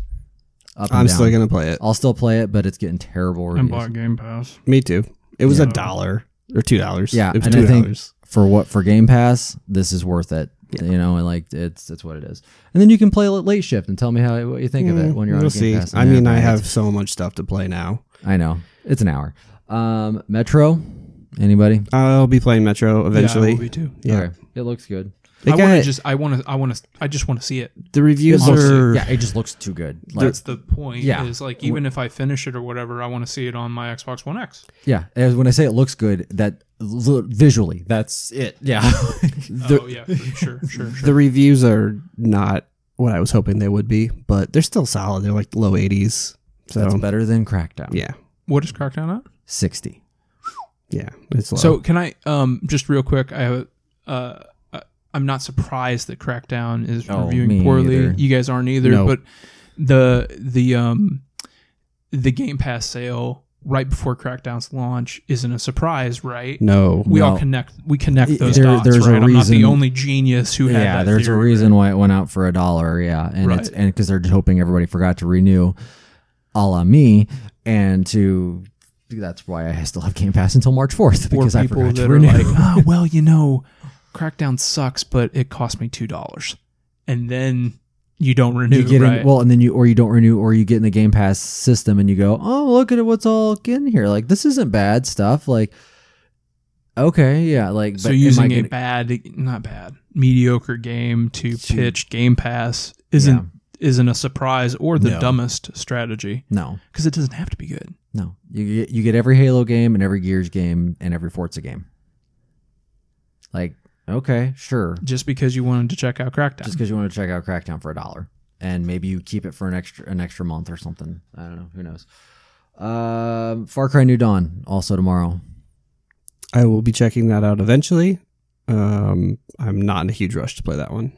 S1: Up and
S3: I'm
S1: down.
S3: still gonna play it.
S1: I'll still play it, but it's getting terrible
S2: And
S1: reviews.
S2: bought Game Pass.
S3: Me too. It was
S1: Yeah.
S3: a dollar or two dollars.
S1: Yeah,
S3: it was
S1: and I
S3: two
S1: think-
S3: dollars.
S1: for what for Game Pass, this is worth it. You know, and like it's it's what it is. And then you can play it late shift and tell me how what you think of it when you're on
S3: Mm,
S1: Game
S3: we'll see.
S1: Pass.
S3: I mean, I
S1: Yeah,
S3: have so much stuff to play now.
S1: I know it's an hour. Um, Metro, anybody?
S3: I'll be playing Metro
S2: yeah, I
S3: eventually.
S2: will be too.
S3: Yeah.
S1: Okay. it looks good.
S3: They
S2: I want to
S3: got-
S2: just. I want to. I want to. I just want to see it.
S3: the reviews
S2: Honestly,
S3: are
S1: Yeah, it just looks too good. Like,
S2: That's the point.
S1: Yeah.
S2: Is like even if I finish it or whatever, I want to see it on my Xbox One X.
S1: yeah, as when I say it looks good, that l- visually, that's it. Yeah,
S3: the,
S2: oh yeah, for sure, sure, sure.
S3: the reviews are not what I was hoping they would be, but they're still solid. They're like low 80s. So
S1: that's better than Crackdown.
S3: yeah,
S2: What is Crackdown at?
S1: sixty.
S3: yeah, it's low.
S2: So can I um just real quick? I have a- uh, uh, I'm not surprised that Crackdown is
S1: Oh, me
S2: reviewing poorly.
S1: either.
S2: You guys aren't either.
S3: No.
S2: But the the um the Game Pass sale right before Crackdown's launch isn't a surprise, right?
S3: no,
S2: We all
S1: No.
S2: connect. We connect those
S1: There-
S2: dots,
S1: there's a
S2: right? I'm not the
S1: reason-
S2: only genius who had
S1: yeah
S2: that
S1: there's
S2: theory.
S1: a reason why it went out for a dollar yeah and it's
S2: Right.
S1: and because they're just hoping everybody forgot to renew a la me and to that's why i still have game pass until march 4th
S2: Or
S1: because i
S2: people
S1: forgot to
S2: that are like,
S1: renew
S2: oh, well, you know, Crackdown sucks, but it cost me two dollars, and then you don't renew.
S1: you get
S2: right?
S1: in well and then you or you don't renew or you get in the game pass system and you go oh look at what's all in here like this isn't bad stuff like okay yeah like
S2: So
S1: but am I
S2: using a
S1: gonna-
S2: bad, not bad, mediocre game to
S1: To-
S2: pitch Game Pass isn't
S1: Yeah.
S2: isn't a surprise or the
S1: No.
S2: dumbest strategy
S1: no
S2: because it doesn't have to be good.
S1: no you get you get every halo game and every gears game and every forza game like okay sure
S2: Just because you wanted to check out Crackdown,
S1: just because you want to check out Crackdown for a dollar, and maybe you keep it for an extra an extra month or something. I don't know. Who knows? Um, Far Cry New Dawn also tomorrow.
S3: I will be checking that out eventually. Um, I'm not in a huge rush to play that one.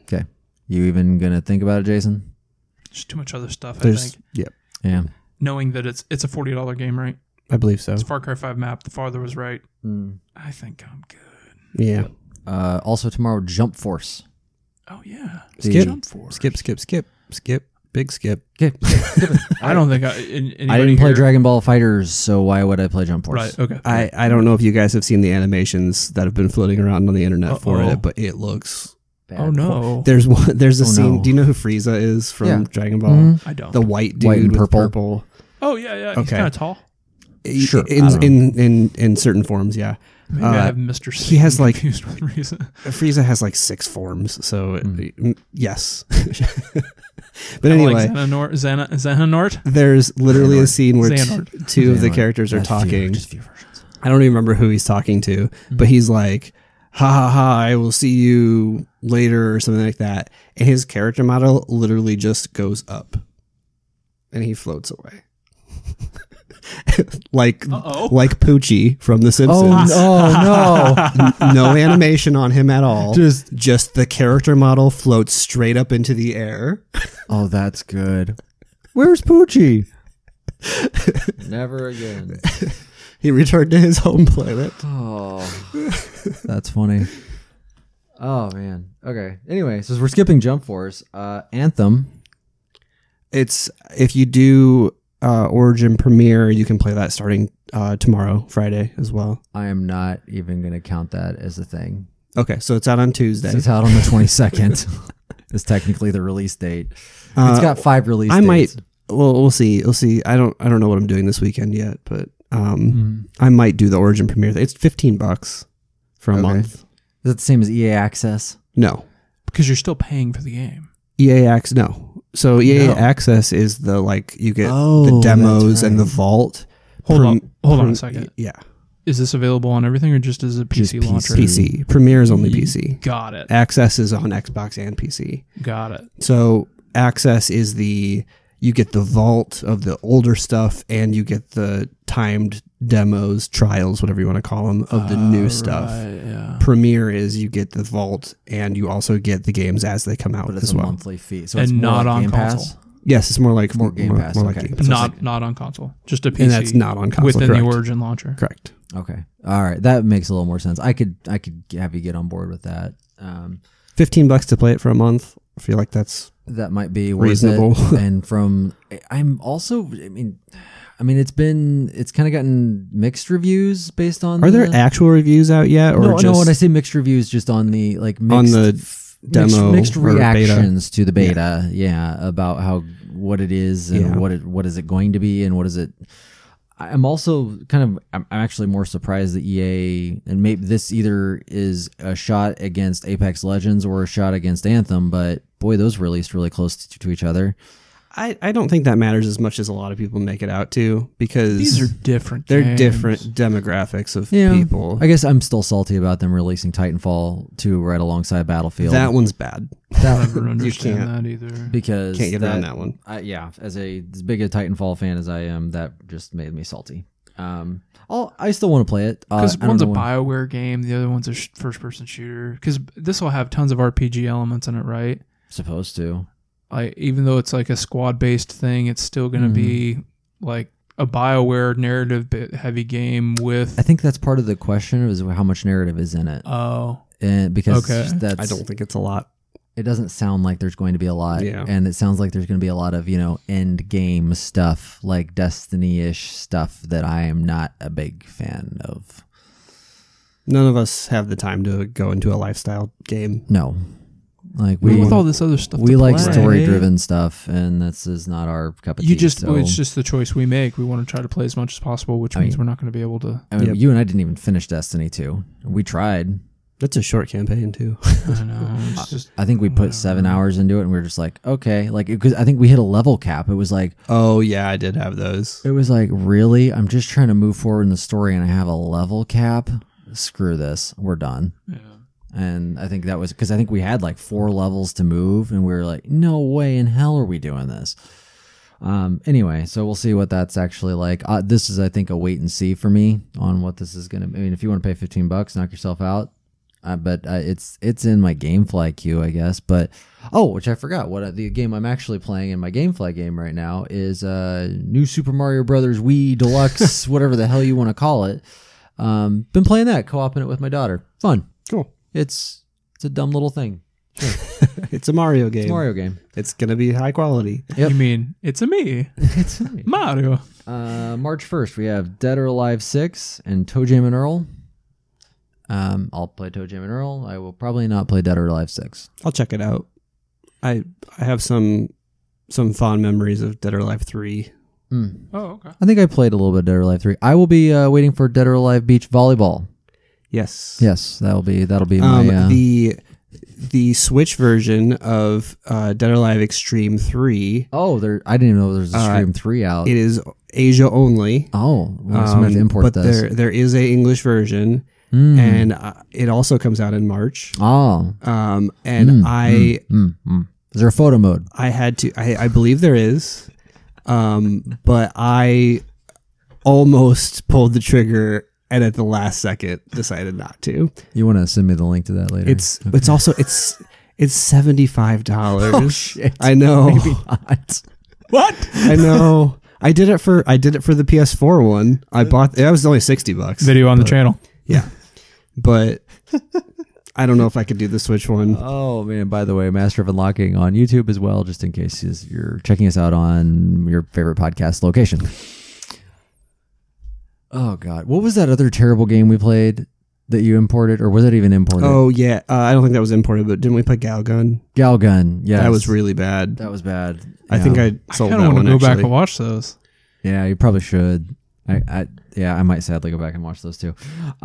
S1: You even gonna think about it, Jason?
S2: there's too much other stuff. I
S3: There's,
S2: think
S3: yeah,
S1: Yeah.
S2: knowing that it's it's a forty dollar game, right?
S3: I believe so.
S2: It's Far Cry Five map. The farther was right.
S1: Mm.
S2: I think I'm good.
S3: Yeah,
S1: Uh, also tomorrow, Jump Force.
S2: Oh yeah,
S1: The-
S3: Skip.
S2: jump for
S3: skip, skip, skip, skip, big skip.
S1: Okay.
S2: I don't think I. In,
S1: I
S2: anybody
S1: didn't play
S2: here-
S1: Dragon Ball Fighters, so why would I play Jump Force?
S2: Right. Okay.
S3: I, I don't know if you guys have seen the animations that have been floating around on the internet for
S2: Uh-oh.
S3: it, but it looks.
S1: Bad.
S2: oh no,
S3: There's one. There's a
S1: Oh,
S3: scene.
S1: no.
S3: Do you know who Frieza is from
S1: Yeah.
S3: Dragon Ball?
S1: Mhm.
S2: I don't.
S3: The white dude
S1: White and
S3: with
S1: purple.
S3: purple.
S2: oh yeah, yeah. He's
S3: Okay.
S2: kind of tall.
S1: Sure, I don't
S3: In
S1: know.
S3: in, in in certain forms, yeah.
S2: Maybe
S3: Uh,
S2: I have Mr.
S3: he has,
S2: Satan
S3: like-
S2: confused with reason.
S3: Frieza has like six forms, so it-
S1: Mm.
S3: mm, yes. but
S2: Kinda
S3: anyway,
S2: like Xehanort, Xena, Xehanort.
S3: there's literally a
S1: Xehanort.
S3: scene where t-
S2: Xehanort.
S3: two of the
S1: Xehanort.
S3: characters are
S1: That's few-
S3: talking.
S1: just few versions.
S3: I don't even remember who he's talking to,
S1: Mm-hmm.
S3: but he's like, "Ha ha ha! I will see you later" or something like that. And his character model literally just goes up, and he floats away, like
S2: Uh-oh.
S3: like Poochie from The
S1: Oh,
S3: Simpsons.
S1: no, no.
S3: no animation on him at all.
S1: Just-
S3: just the character model floats straight up into the air.
S1: Oh, that's good. Where's Poochie? Never again.
S3: He returned to his home planet.
S1: Oh, that's funny. Oh man. Okay. Anyway, so we're skipping Jump Force. Uh, Anthem.
S3: It's if you do uh, Origin Premiere, you can play that starting uh, tomorrow, Friday as well.
S1: I am not even gonna count that as a thing.
S3: Okay, so it's out on Tuesday.
S1: It's out on the twenty second. Is technically the release date. it's got five release.
S3: Uh, I might.
S1: dates.
S3: Well, we'll see. We'll see. I don't. I don't know what I'm doing this weekend yet, but um,
S2: Hmm.
S3: I might do the Origin premiere. It's 15 bucks for a
S1: Okay.
S3: month.
S1: Is that the same as EA Access?
S3: No,
S2: because you're still paying for the game.
S3: EA Access. No. So EA
S1: No.
S3: Access is the like you get
S1: Oh,
S3: the
S1: that's
S3: demos and the
S1: right.
S3: vault.
S2: Hold
S3: Prem-
S2: on, hold on
S3: prem-
S2: a second.
S3: Yeah,
S2: Is this available on everything or just as a
S1: Just
S2: PC
S1: PC.
S2: launcher?
S3: PC Premiere is only PC.
S2: Got it.
S3: Access is on Xbox and PC.
S2: Got it.
S3: So access is the you get the vault of the older stuff and you get the timed demos, trials, whatever you want to call them, of the new stuff.
S2: Right, yeah.
S3: Premiere is you get the vault and you also get the games as they come out
S1: But it's
S3: as
S1: a
S3: well.
S1: monthly fee, so
S2: And
S1: it's more
S2: not
S1: like
S2: on
S1: Game Pass.
S2: console.
S3: Yes, it's more like
S1: More Game Pass,
S3: More, like
S1: okay.
S3: Game Pass.
S2: Not not on console. Just a PC.
S3: and that's not on console.
S2: within
S3: correct.
S2: the Origin launcher.
S3: Correct.
S1: Okay, all right, that makes a little more sense. I could I could have you get on board with that. Um,
S3: Fifteen bucks to play it for a month. I feel like that's
S1: that might be worth it.
S3: Reasonable.
S1: and from I'm also I mean, I mean it's been it's kind of gotten mixed reviews based on.
S3: are there
S1: the-
S3: actual reviews out yet or
S1: Mm. no,
S3: just
S1: no. When I say mixed reviews, just on the like mixed,
S3: On the
S1: f- mixed-
S3: demo
S1: mixed,
S3: or beta.
S1: reactions to the beta. Yeah. about how what it is and
S3: Yeah.
S1: what it what is it going to be and what is it. I- I'm also kind of I'm I'm actually more surprised that EA and maybe this either is a shot against Apex Legends or a shot against Anthem, but boy, those released really close to, to each other.
S3: I, I don't think that matters as much as a lot of people make it out to because
S2: These are different.
S3: They're
S2: games.
S3: different demographics of
S1: Yeah.
S3: people.
S1: I guess I'm still salty about them releasing Titanfall 2 right alongside Battlefield.
S3: that one's bad.
S2: I don't understand
S3: can't- Uh,
S2: that either.
S1: because
S3: Can't get around that one.
S1: I, yeah, as a as big a Titanfall fan as I am, that just made me salty. Um, I'll, I still want to play it. Uh,
S2: Because
S1: I don't
S2: one's a
S1: know when-
S2: Bioware game, the other one's a sh- first-person shooter. Because this will have tons of RPG elements in it, right?
S1: supposed to.
S2: Like even though it's like a squad-based thing, it's still going to
S1: Mm.
S2: be like a Bioware narrative-heavy game
S1: I
S2: with.
S1: think that's part of the question is how much narrative is in it,
S2: Oh,
S1: and because
S2: Okay.
S1: that's
S3: I don't think it's a lot.
S1: it doesn't sound like there's going to be a lot,
S3: Yeah.
S1: and it sounds like there's going to be a lot of you know end game stuff like Destiny ish stuff that I am not a big fan of.
S3: None of us have the time to go into a lifestyle game.
S1: No, like
S2: we
S1: we
S2: with all this other stuff,
S1: we
S2: to
S1: like
S2: play.
S1: story driven stuff, and this is not our cup of tea.
S2: You just
S1: so-
S2: it's just the choice we make. We want to try to play as much as possible, which
S1: I
S2: means
S1: mean-
S2: we're not going to be able to.
S1: I mean,
S3: Yep.
S1: you and I didn't even finish Destiny 2. We tried.
S3: That's a short campaign too.
S2: I don't know. It's just
S1: I think we put seven hours into it, and we were just like, okay, like because I think we hit a level cap. It was like,
S3: oh yeah, I did have those.
S1: it was like, really? I'm just trying to move forward in the story, and I have a level cap. Screw this. We're done.
S2: yeah.
S1: And I think that was because I think we had like four levels to move, and we were like, no way in hell are we doing this. Um, anyway, so we'll see what that's actually like. Uh, this is, I think, a wait and see for me on what this is going to I mean, if you want to pay 15 bucks, knock yourself out. Uh, but uh, it's it's in my GameFly queue, I guess. But oh, which I forgot. What uh, the game I'm actually playing in my GameFly game right now is uh, New Super Mario Brothers Wii Deluxe, whatever the hell you want to call it. Um, been playing that, co-oping it with my daughter. Fun.
S3: Cool.
S1: It's it's a dumb little thing.
S3: It's a Mario game.
S1: It's a Mario game.
S3: It's gonna be high quality.
S1: Yep.
S2: You mean it's a me,
S1: it's
S2: Mario?
S1: Uh, March 1st, we have Dead or Alive 6 and Toe Jam and Earl. Um, I'll play Toe Jam and Earl. I will probably not play Dead or Alive 6.
S3: I'll check it out. I I have some some fond memories of Dead or Alive three.
S1: Mm.
S2: Oh, okay.
S1: I think I played a little bit of Dead or Alive 3. I will be uh, waiting for Dead or Alive Beach Volleyball.
S3: Yes.
S1: Yes, that'll be that'll be my
S3: Um,
S1: uh,
S3: the the Switch version of uh, Dead or Alive Extreme three.
S1: Oh, there I didn't even know there was a
S3: Uh,
S1: Stream 3 out.
S3: It is Asia only.
S1: oh, we just
S3: Um,
S1: have to import
S3: but
S1: this.
S3: there there is a English version,
S1: Mm.
S3: and uh, it also comes out in March.
S1: oh.
S3: Um, and
S1: Mm,
S3: I
S1: mm, mm. Is there a photo mode?
S3: I had to I, I believe there is, um, but I almost pulled the trigger and at the last second decided not to.
S1: You want to send me the link to that later?
S3: It's it's also it's it's seventy five dollars.
S1: Oh, shit.
S3: I know.
S1: maybe not.
S2: What?
S3: I know. I did it for I did it for the PS4 one. I bought that was only sixty bucks.
S2: Video on the channel.
S3: Yeah. But I don't know if I could do the Switch one.
S1: Oh man! By the way, Master of Unlocking on YouTube as well, just in case is- you're checking us out on your favorite podcast location. Oh god, what was that other terrible game we played? that you imported, or was it even imported?
S3: Oh yeah, uh, I don't think that was imported, but didn't we play Galgun?
S1: Galgun. Yeah,
S3: That was really bad.
S1: that was bad.
S3: I
S1: Yeah.
S3: think I sold
S2: I kind
S3: that
S2: of
S3: one.
S2: want to go
S3: actually.
S2: back and watch those.
S1: Yeah, you probably should. I, I yeah, I might sadly go back and watch those too.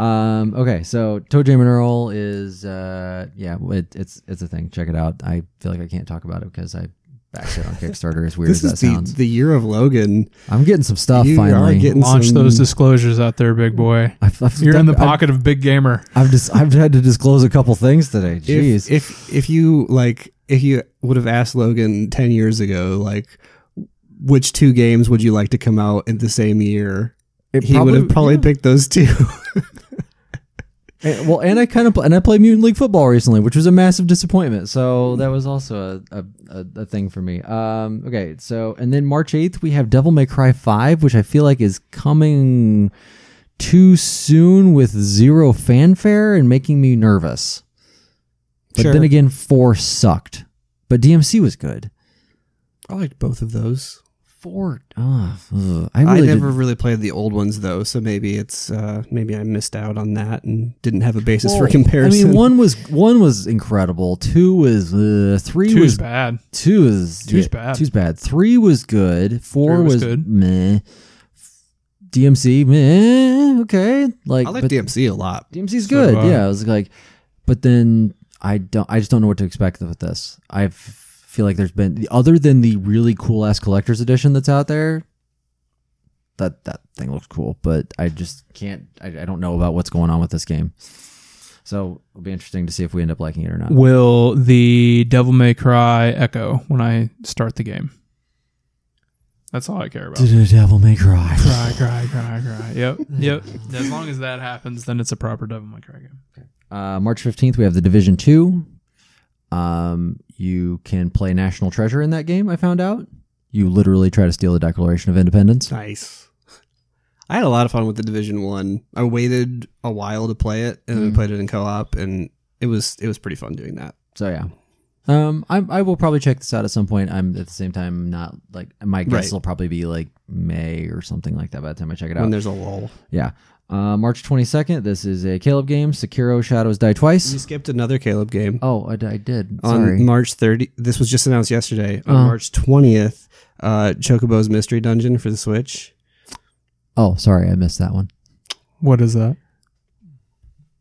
S1: Um, okay, so Toe Jam and Earl is uh, yeah, it, it's it's a thing. Check it out. I feel like I can't talk about it because I backed it on Kickstarter. As weird
S3: This
S1: as
S3: is
S1: that
S3: the,
S1: sounds,
S3: the year of Logan.
S1: I'm getting some stuff
S3: you
S1: finally.
S3: are getting
S2: Launch
S3: some-
S2: those disclosures out there, big boy.
S1: I've, I've
S2: You're in the
S1: done- I've-
S2: pocket of big gamer.
S1: I've just I've had to disclose a couple things today. Jeez,
S3: If, if if you like, if you would have asked Logan ten years ago, like which two games would you like to come out in the same year,
S1: It
S3: he would have probably
S1: yeah.
S3: picked those two.
S1: And- well, and I kind of and I played Mutant League Football recently, which was a massive disappointment. So that was also a a, a, a thing for me. Um, okay, so and then March eighth we have Devil May Cry five, which I feel like is coming too soon with zero fanfare and making me nervous. But
S3: Sure.
S1: then again, four sucked, but DMC was good.
S3: I liked both of those.
S1: Four, ah, ugh. I really
S3: I
S1: did-
S3: never really played the old ones though, so maybe it's uh, maybe I missed out on that and didn't have a basis for
S1: Well,
S3: comparison.
S1: I mean, one was one was incredible. Two was uh, three
S2: Two's
S1: was
S2: bad.
S1: Two is
S2: Two's bad.
S1: Two's bad. Three was good. Four
S2: Three was
S1: was,
S2: good.
S1: meh. DMC meh. Okay, like
S3: I like
S1: but
S3: DMC a lot.
S1: DMC's
S2: So
S1: good.
S2: do I.
S1: yeah, I was like, but then I don't. I just don't know what to expect with this. I f- feel like there's been other than the really cool ass collector's edition that's out there. That that thing looks cool, but I just can't. I, I don't know about what's going on with this game. So it'll be interesting to see if we end up liking it or not.
S2: Will the Devil May Cry echo when I start the game? That's all I care about.
S1: The devil may cry.
S2: cry, cry, cry, cry. Yep, yep. As long as that happens, then it's a proper Devil May Cry game.
S1: Uh, March 15th, we have the Division 2. Um, you can play National Treasure in that game, I found out. You literally try to steal the Declaration of Independence.
S3: Nice. I had a lot of fun with the Division One. I. waited a while to play it, and then
S1: Mm.
S3: played it in co-op, and it was it was pretty fun doing that.
S1: So, yeah. Um, I, I will probably check this out at some point. I'm at the same time not like my guess
S3: Right.
S1: will probably be like May or something like that by the time I check it
S3: When
S1: out.
S3: there's a lull,
S1: Yeah. Uh, March 22nd, this is a Caleb game, Sekiro Shadows Die Twice.
S3: you skipped another Caleb game
S1: Oh, I, I did.
S3: on
S1: Sorry.
S3: March 30. This was just announced yesterday on
S1: Uh-huh.
S3: March 20th. Uh, Chocobo's Mystery Dungeon for the Switch.
S1: oh, sorry. I missed that one.
S2: What is that?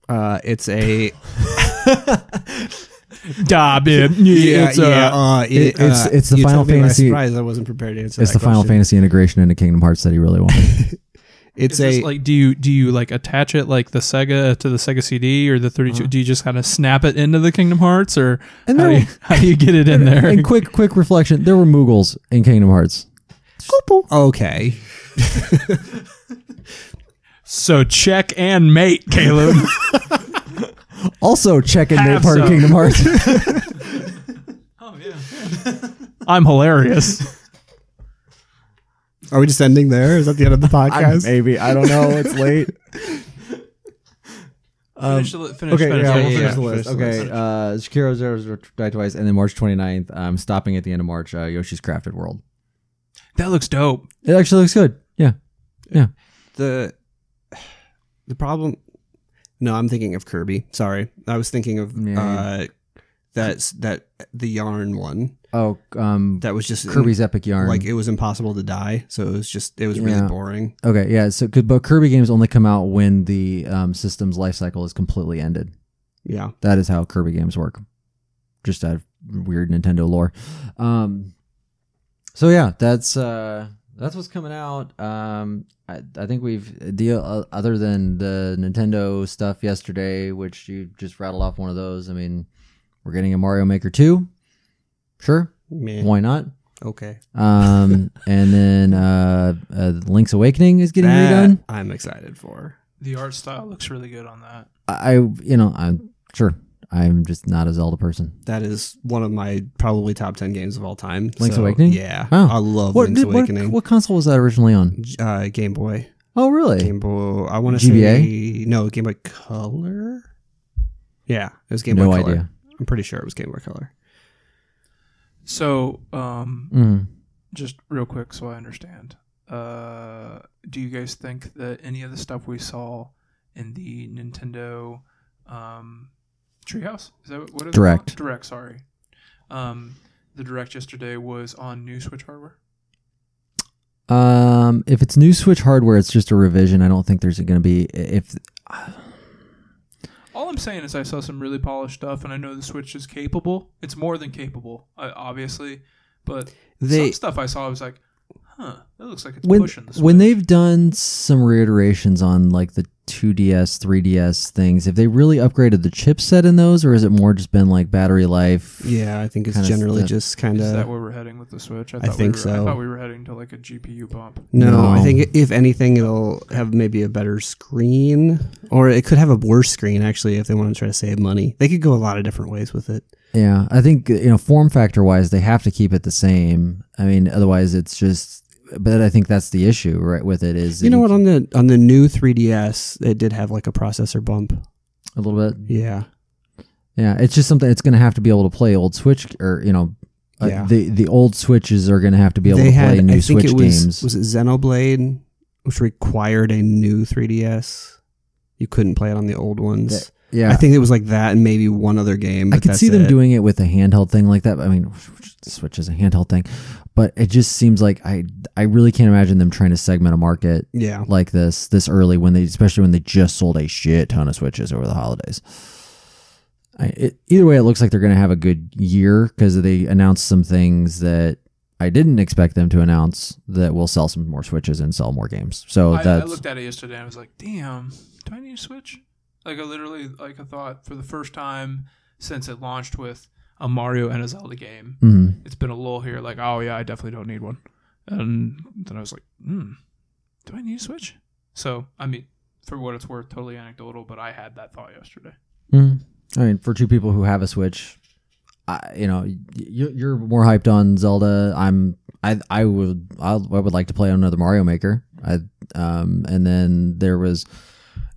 S3: Uh, it's a
S2: Da, bib.
S3: uh, it-
S1: it- it's-
S3: uh,
S1: it's the
S3: you
S1: Final
S3: took me by
S1: Fantasy-
S3: Surprise, I wasn't prepared to answer.
S1: It's
S3: that
S1: the Final
S3: question.
S1: Fantasy integration into Kingdom Hearts that he really wanted.
S3: It's
S2: is
S3: a
S2: this, like do you do you like attach it like the Sega to the Sega CD or the 32? Do you just kind of snap it into the Kingdom Hearts or
S1: And
S2: how,
S1: there
S2: do you,
S1: were-
S2: how do you get it in there?
S1: and quick, quick reflection: there were Moogles in Kingdom Hearts.
S3: okay.
S2: so check and mate, Caleb.
S1: Also, check in made
S2: Have
S1: part of
S2: some.
S1: Kingdom Hearts.
S2: oh yeah, I'm hilarious.
S3: Are we just ending there? Is that the end of the podcast?
S1: Maybe I don't know. It's late.
S2: finish the li- finish, finish, finish,
S3: yeah, we'll
S2: finish.
S3: finish the list.
S1: Okay, uh, Sekiro Zero Zero Die Twice, and then March 29th. I'm stopping at the end of March. Uh, Yoshi's Crafted World.
S2: That looks dope.
S1: It actually looks good. Yeah,
S3: the the problem no i'm thinking of kirby sorry i was thinking of
S1: Yeah.
S3: uh that's that the yarn one
S1: Oh, um,
S3: that was just
S1: Kirby's Epic Yarn.
S3: like it was impossible to die so it was just it was really
S1: Yeah.
S3: boring
S1: okay, yeah. So, 'cause- but Kirby games only come out when the um, system's life cycle is completely ended.
S3: yeah
S1: That is how Kirby games work. Just out of weird Nintendo lore. Um, so yeah, that's uh, that's what's coming out. Um, I, I think we've the uh, other than the Nintendo stuff yesterday, which you just rattled off one of those. I mean, we're getting a Mario Maker two. Sure,
S3: Meh.
S1: why not?
S3: okay
S1: Um, and then uh, uh, Link's Awakening is getting
S3: That
S1: redone.
S3: i'm excited for
S2: The art style looks really good on that.
S1: I, you know, I'm sure. I'm just not a Zelda person.
S3: that is one of my probably top 10 games of all time
S1: Link's
S3: So,
S1: Awakening?
S3: yeah
S1: Wow.
S3: i love
S1: What,
S3: link's
S1: did- what,
S3: awakening
S1: what console was that originally on?
S3: uh game boy
S1: Oh, really?
S3: game boy i want to
S1: GBA?
S3: say no game boy color yeah it was game
S1: no
S3: boy color
S1: idea.
S3: i'm pretty sure it was game boy color
S2: So, um,
S1: Mm.
S2: just real quick so I understand. Uh, do you guys think that any of the stuff we saw in the Nintendo um, Treehouse. Is that what- what is
S1: Direct.
S2: It called? direct, sorry. Um, the direct yesterday was on new Switch hardware.
S1: Um, if it's new Switch hardware, it's just a revision. I don't think there's going to be if
S2: All I'm saying is I saw some really polished stuff, and I know the Switch is capable. It's more than capable, uh, obviously, but
S1: they
S2: some stuff I saw I was like, huh, that looks like it's
S1: when
S2: pushing the Switch.
S1: when they've done some reiterations on like the 2DS, 3DS things, if they really upgraded the chipset in those, or has it more just been like battery life?
S3: Yeah, I think it's
S1: Kinda
S3: generally
S1: stuff.
S3: just kind
S2: is that
S3: of.
S2: where we're heading with the Switch? I,
S3: think
S2: we were,
S3: so.
S2: I thought we were heading to like a GPU bump.
S3: No,
S1: No.
S3: I think if anything, it'll have maybe a better screen, or it could have a worse screen actually if they want to try to save money. They could go a lot of different ways with it.
S1: Yeah, I think you know form factor wise, they have to keep it the same. I mean, otherwise it's just. But I think that's the issue, right? With it is
S3: You know
S1: that
S3: what? On the on the new 3ds, it did have like a processor bump.
S1: a little bit.
S3: Yeah,
S1: Yeah, it's just something. It's going to have to be able to play old Switch, or you know, uh,
S3: Yeah.
S1: the the old Switches are going to have to be able to play new
S3: I think
S1: Switch
S3: it was
S1: games.
S3: was it Xenoblade, which required a new 3ds. You couldn't play it on the old ones.
S1: yeah,
S3: I think it was like that and maybe one other game.
S1: I
S3: but
S1: could
S3: that's
S1: see them
S3: it.
S1: doing it with a handheld thing like that. I mean, Switch is a handheld thing, but it just seems like I I really can't imagine them trying to segment a market
S3: Yeah,
S1: like this this early when they especially when they just sold a shit ton of Switches over the holidays. I, it, either way, it looks like they're going to have a good year because they announced some things that I didn't expect them to announce that will sell some more Switches and sell more games. So
S2: I, I
S1: Oh, that's
S2: looked at it yesterday and I was like, damn, do I need a Switch? Like I literally like I thought for the first time since it launched with a Mario and a Zelda game,
S1: Mhm.
S2: it's been a lull here, like, oh yeah, I definitely don't need one. And then I was like, hmm, do I need a Switch? So I mean, for what it's worth, totally anecdotal, but I had that thought yesterday.
S1: Mm. I mean, for two people who have a Switch, I, you know, y- you're, you're more hyped on Zelda. I'm, I, I would, I'll, I would like to play on another Mario Maker. I, um, and then there was,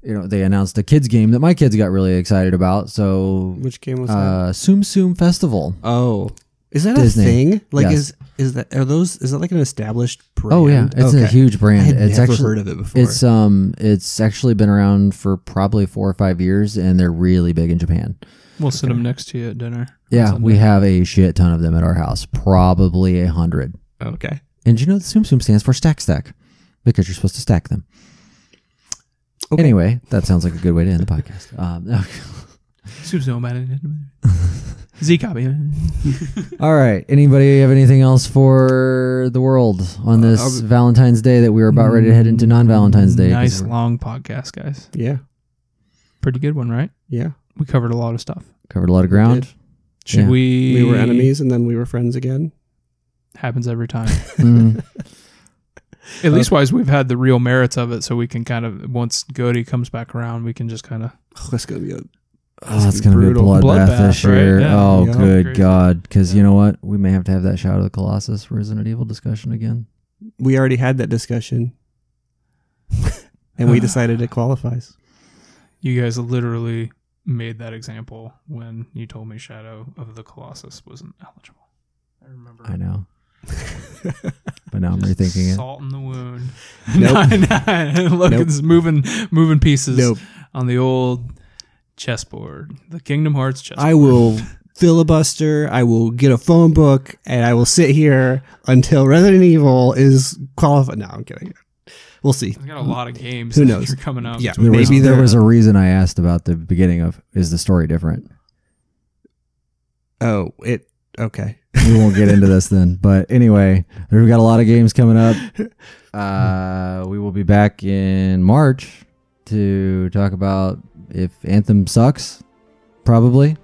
S1: you know, they announced a kids game that my kids got really excited about. So,
S3: which game was that?
S1: uh, Tsum Tsum Festival.
S3: Oh, is that
S1: Disney.
S3: a thing? Like,
S1: Yes.
S3: is is that are those? Is that like an established brand?
S1: Oh yeah, it's a
S3: Okay.
S1: huge
S3: I
S1: brand.
S3: had
S1: it's
S3: never
S1: actually
S3: heard of it before.
S1: it's um it's actually been around for probably four or five years, and they're really big in Japan.
S2: We'll sit them next to you at dinner.
S1: Yeah, we have a shit ton of them at our house, probably a hundred.
S2: Oh,
S3: okay.
S1: And you know, the Tsum Tsum stands for stack stack because you're supposed to stack them.
S3: Okay.
S1: Anyway, that sounds like a good way to end the podcast. Um,
S2: Seems no matter. Z copy.
S1: all right. Anybody have anything else for the world on this
S3: Uh, I'll be-
S1: Valentine's Day that we are about ready to head into non Valentine's Day? 'cause
S2: Mm, Nice
S1: we're-
S2: long podcast, guys.
S3: Yeah.
S2: Pretty good one, right?
S3: Yeah.
S2: We covered a lot of stuff.
S1: Covered a lot of ground.
S2: Should
S1: Yeah.
S2: we?
S3: We were enemies and then we were friends again.
S2: Happens every time.
S1: Mm.
S2: At least, wise, we've had the real merits of it, so we can kind of once Goody comes back around, we can just kind of.
S3: Oh, that's gonna be a
S1: Oh, that's going to be a
S3: Brutal.
S1: bloodbath
S2: Bloodbath,
S1: this
S2: right?
S1: year.
S2: Yeah.
S1: Oh,
S3: Yeah.
S1: good
S2: Crazy.
S1: God. Because you know what? We may have to have that Shadow of the Colossus Resident Evil discussion again.
S3: we already had that discussion, and we decided it qualifies.
S2: You guys literally made that example when you told me Shadow of the Colossus wasn't eligible. I remember.
S1: I know. but now I'm
S2: Just
S1: rethinking it.
S2: Salt in the wound.
S3: Nope.
S2: Nope. Logan's moving, moving pieces
S3: Nope.
S2: on the old chessboard, the Kingdom Hearts chessboard.
S3: I will filibuster. I will get a phone book, and I will sit here until Resident Evil is qualified. No, I'm kidding. We'll see.
S2: I've got a lot of games.
S3: Who
S2: that
S3: knows?
S2: are coming out.
S3: Yeah,
S2: between
S1: There
S3: Maybe
S1: was, there
S3: they're-
S1: was a reason I asked about the beginning of is the story different?
S3: Oh, it okay.
S1: We won't get into this then. But anyway, we've got a lot of games coming up. Uh, we will be back in March to talk about if Anthem sucks, probably.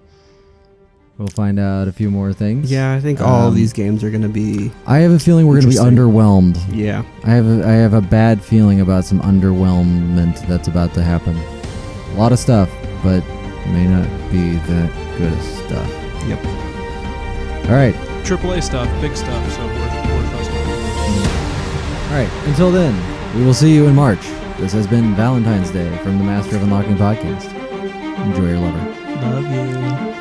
S1: We'll find out a few more things.
S3: Yeah, I think all
S1: Um,
S3: of these games are going to be.
S1: I have a feeling we're going to be
S3: Interesting.
S1: underwhelmed.
S3: Yeah.
S1: I have a, I have a bad feeling about some underwhelmment that's about to happen. A lot of stuff, but may not be that good of stuff.
S3: Yep.
S1: All right.
S2: AAA stuff, big stuff, so worth, worth us.
S1: All right. Until then, we will see you in March. This has been Valentine's Day from the Master of Unlocking podcast. Enjoy your lover.
S2: Love you.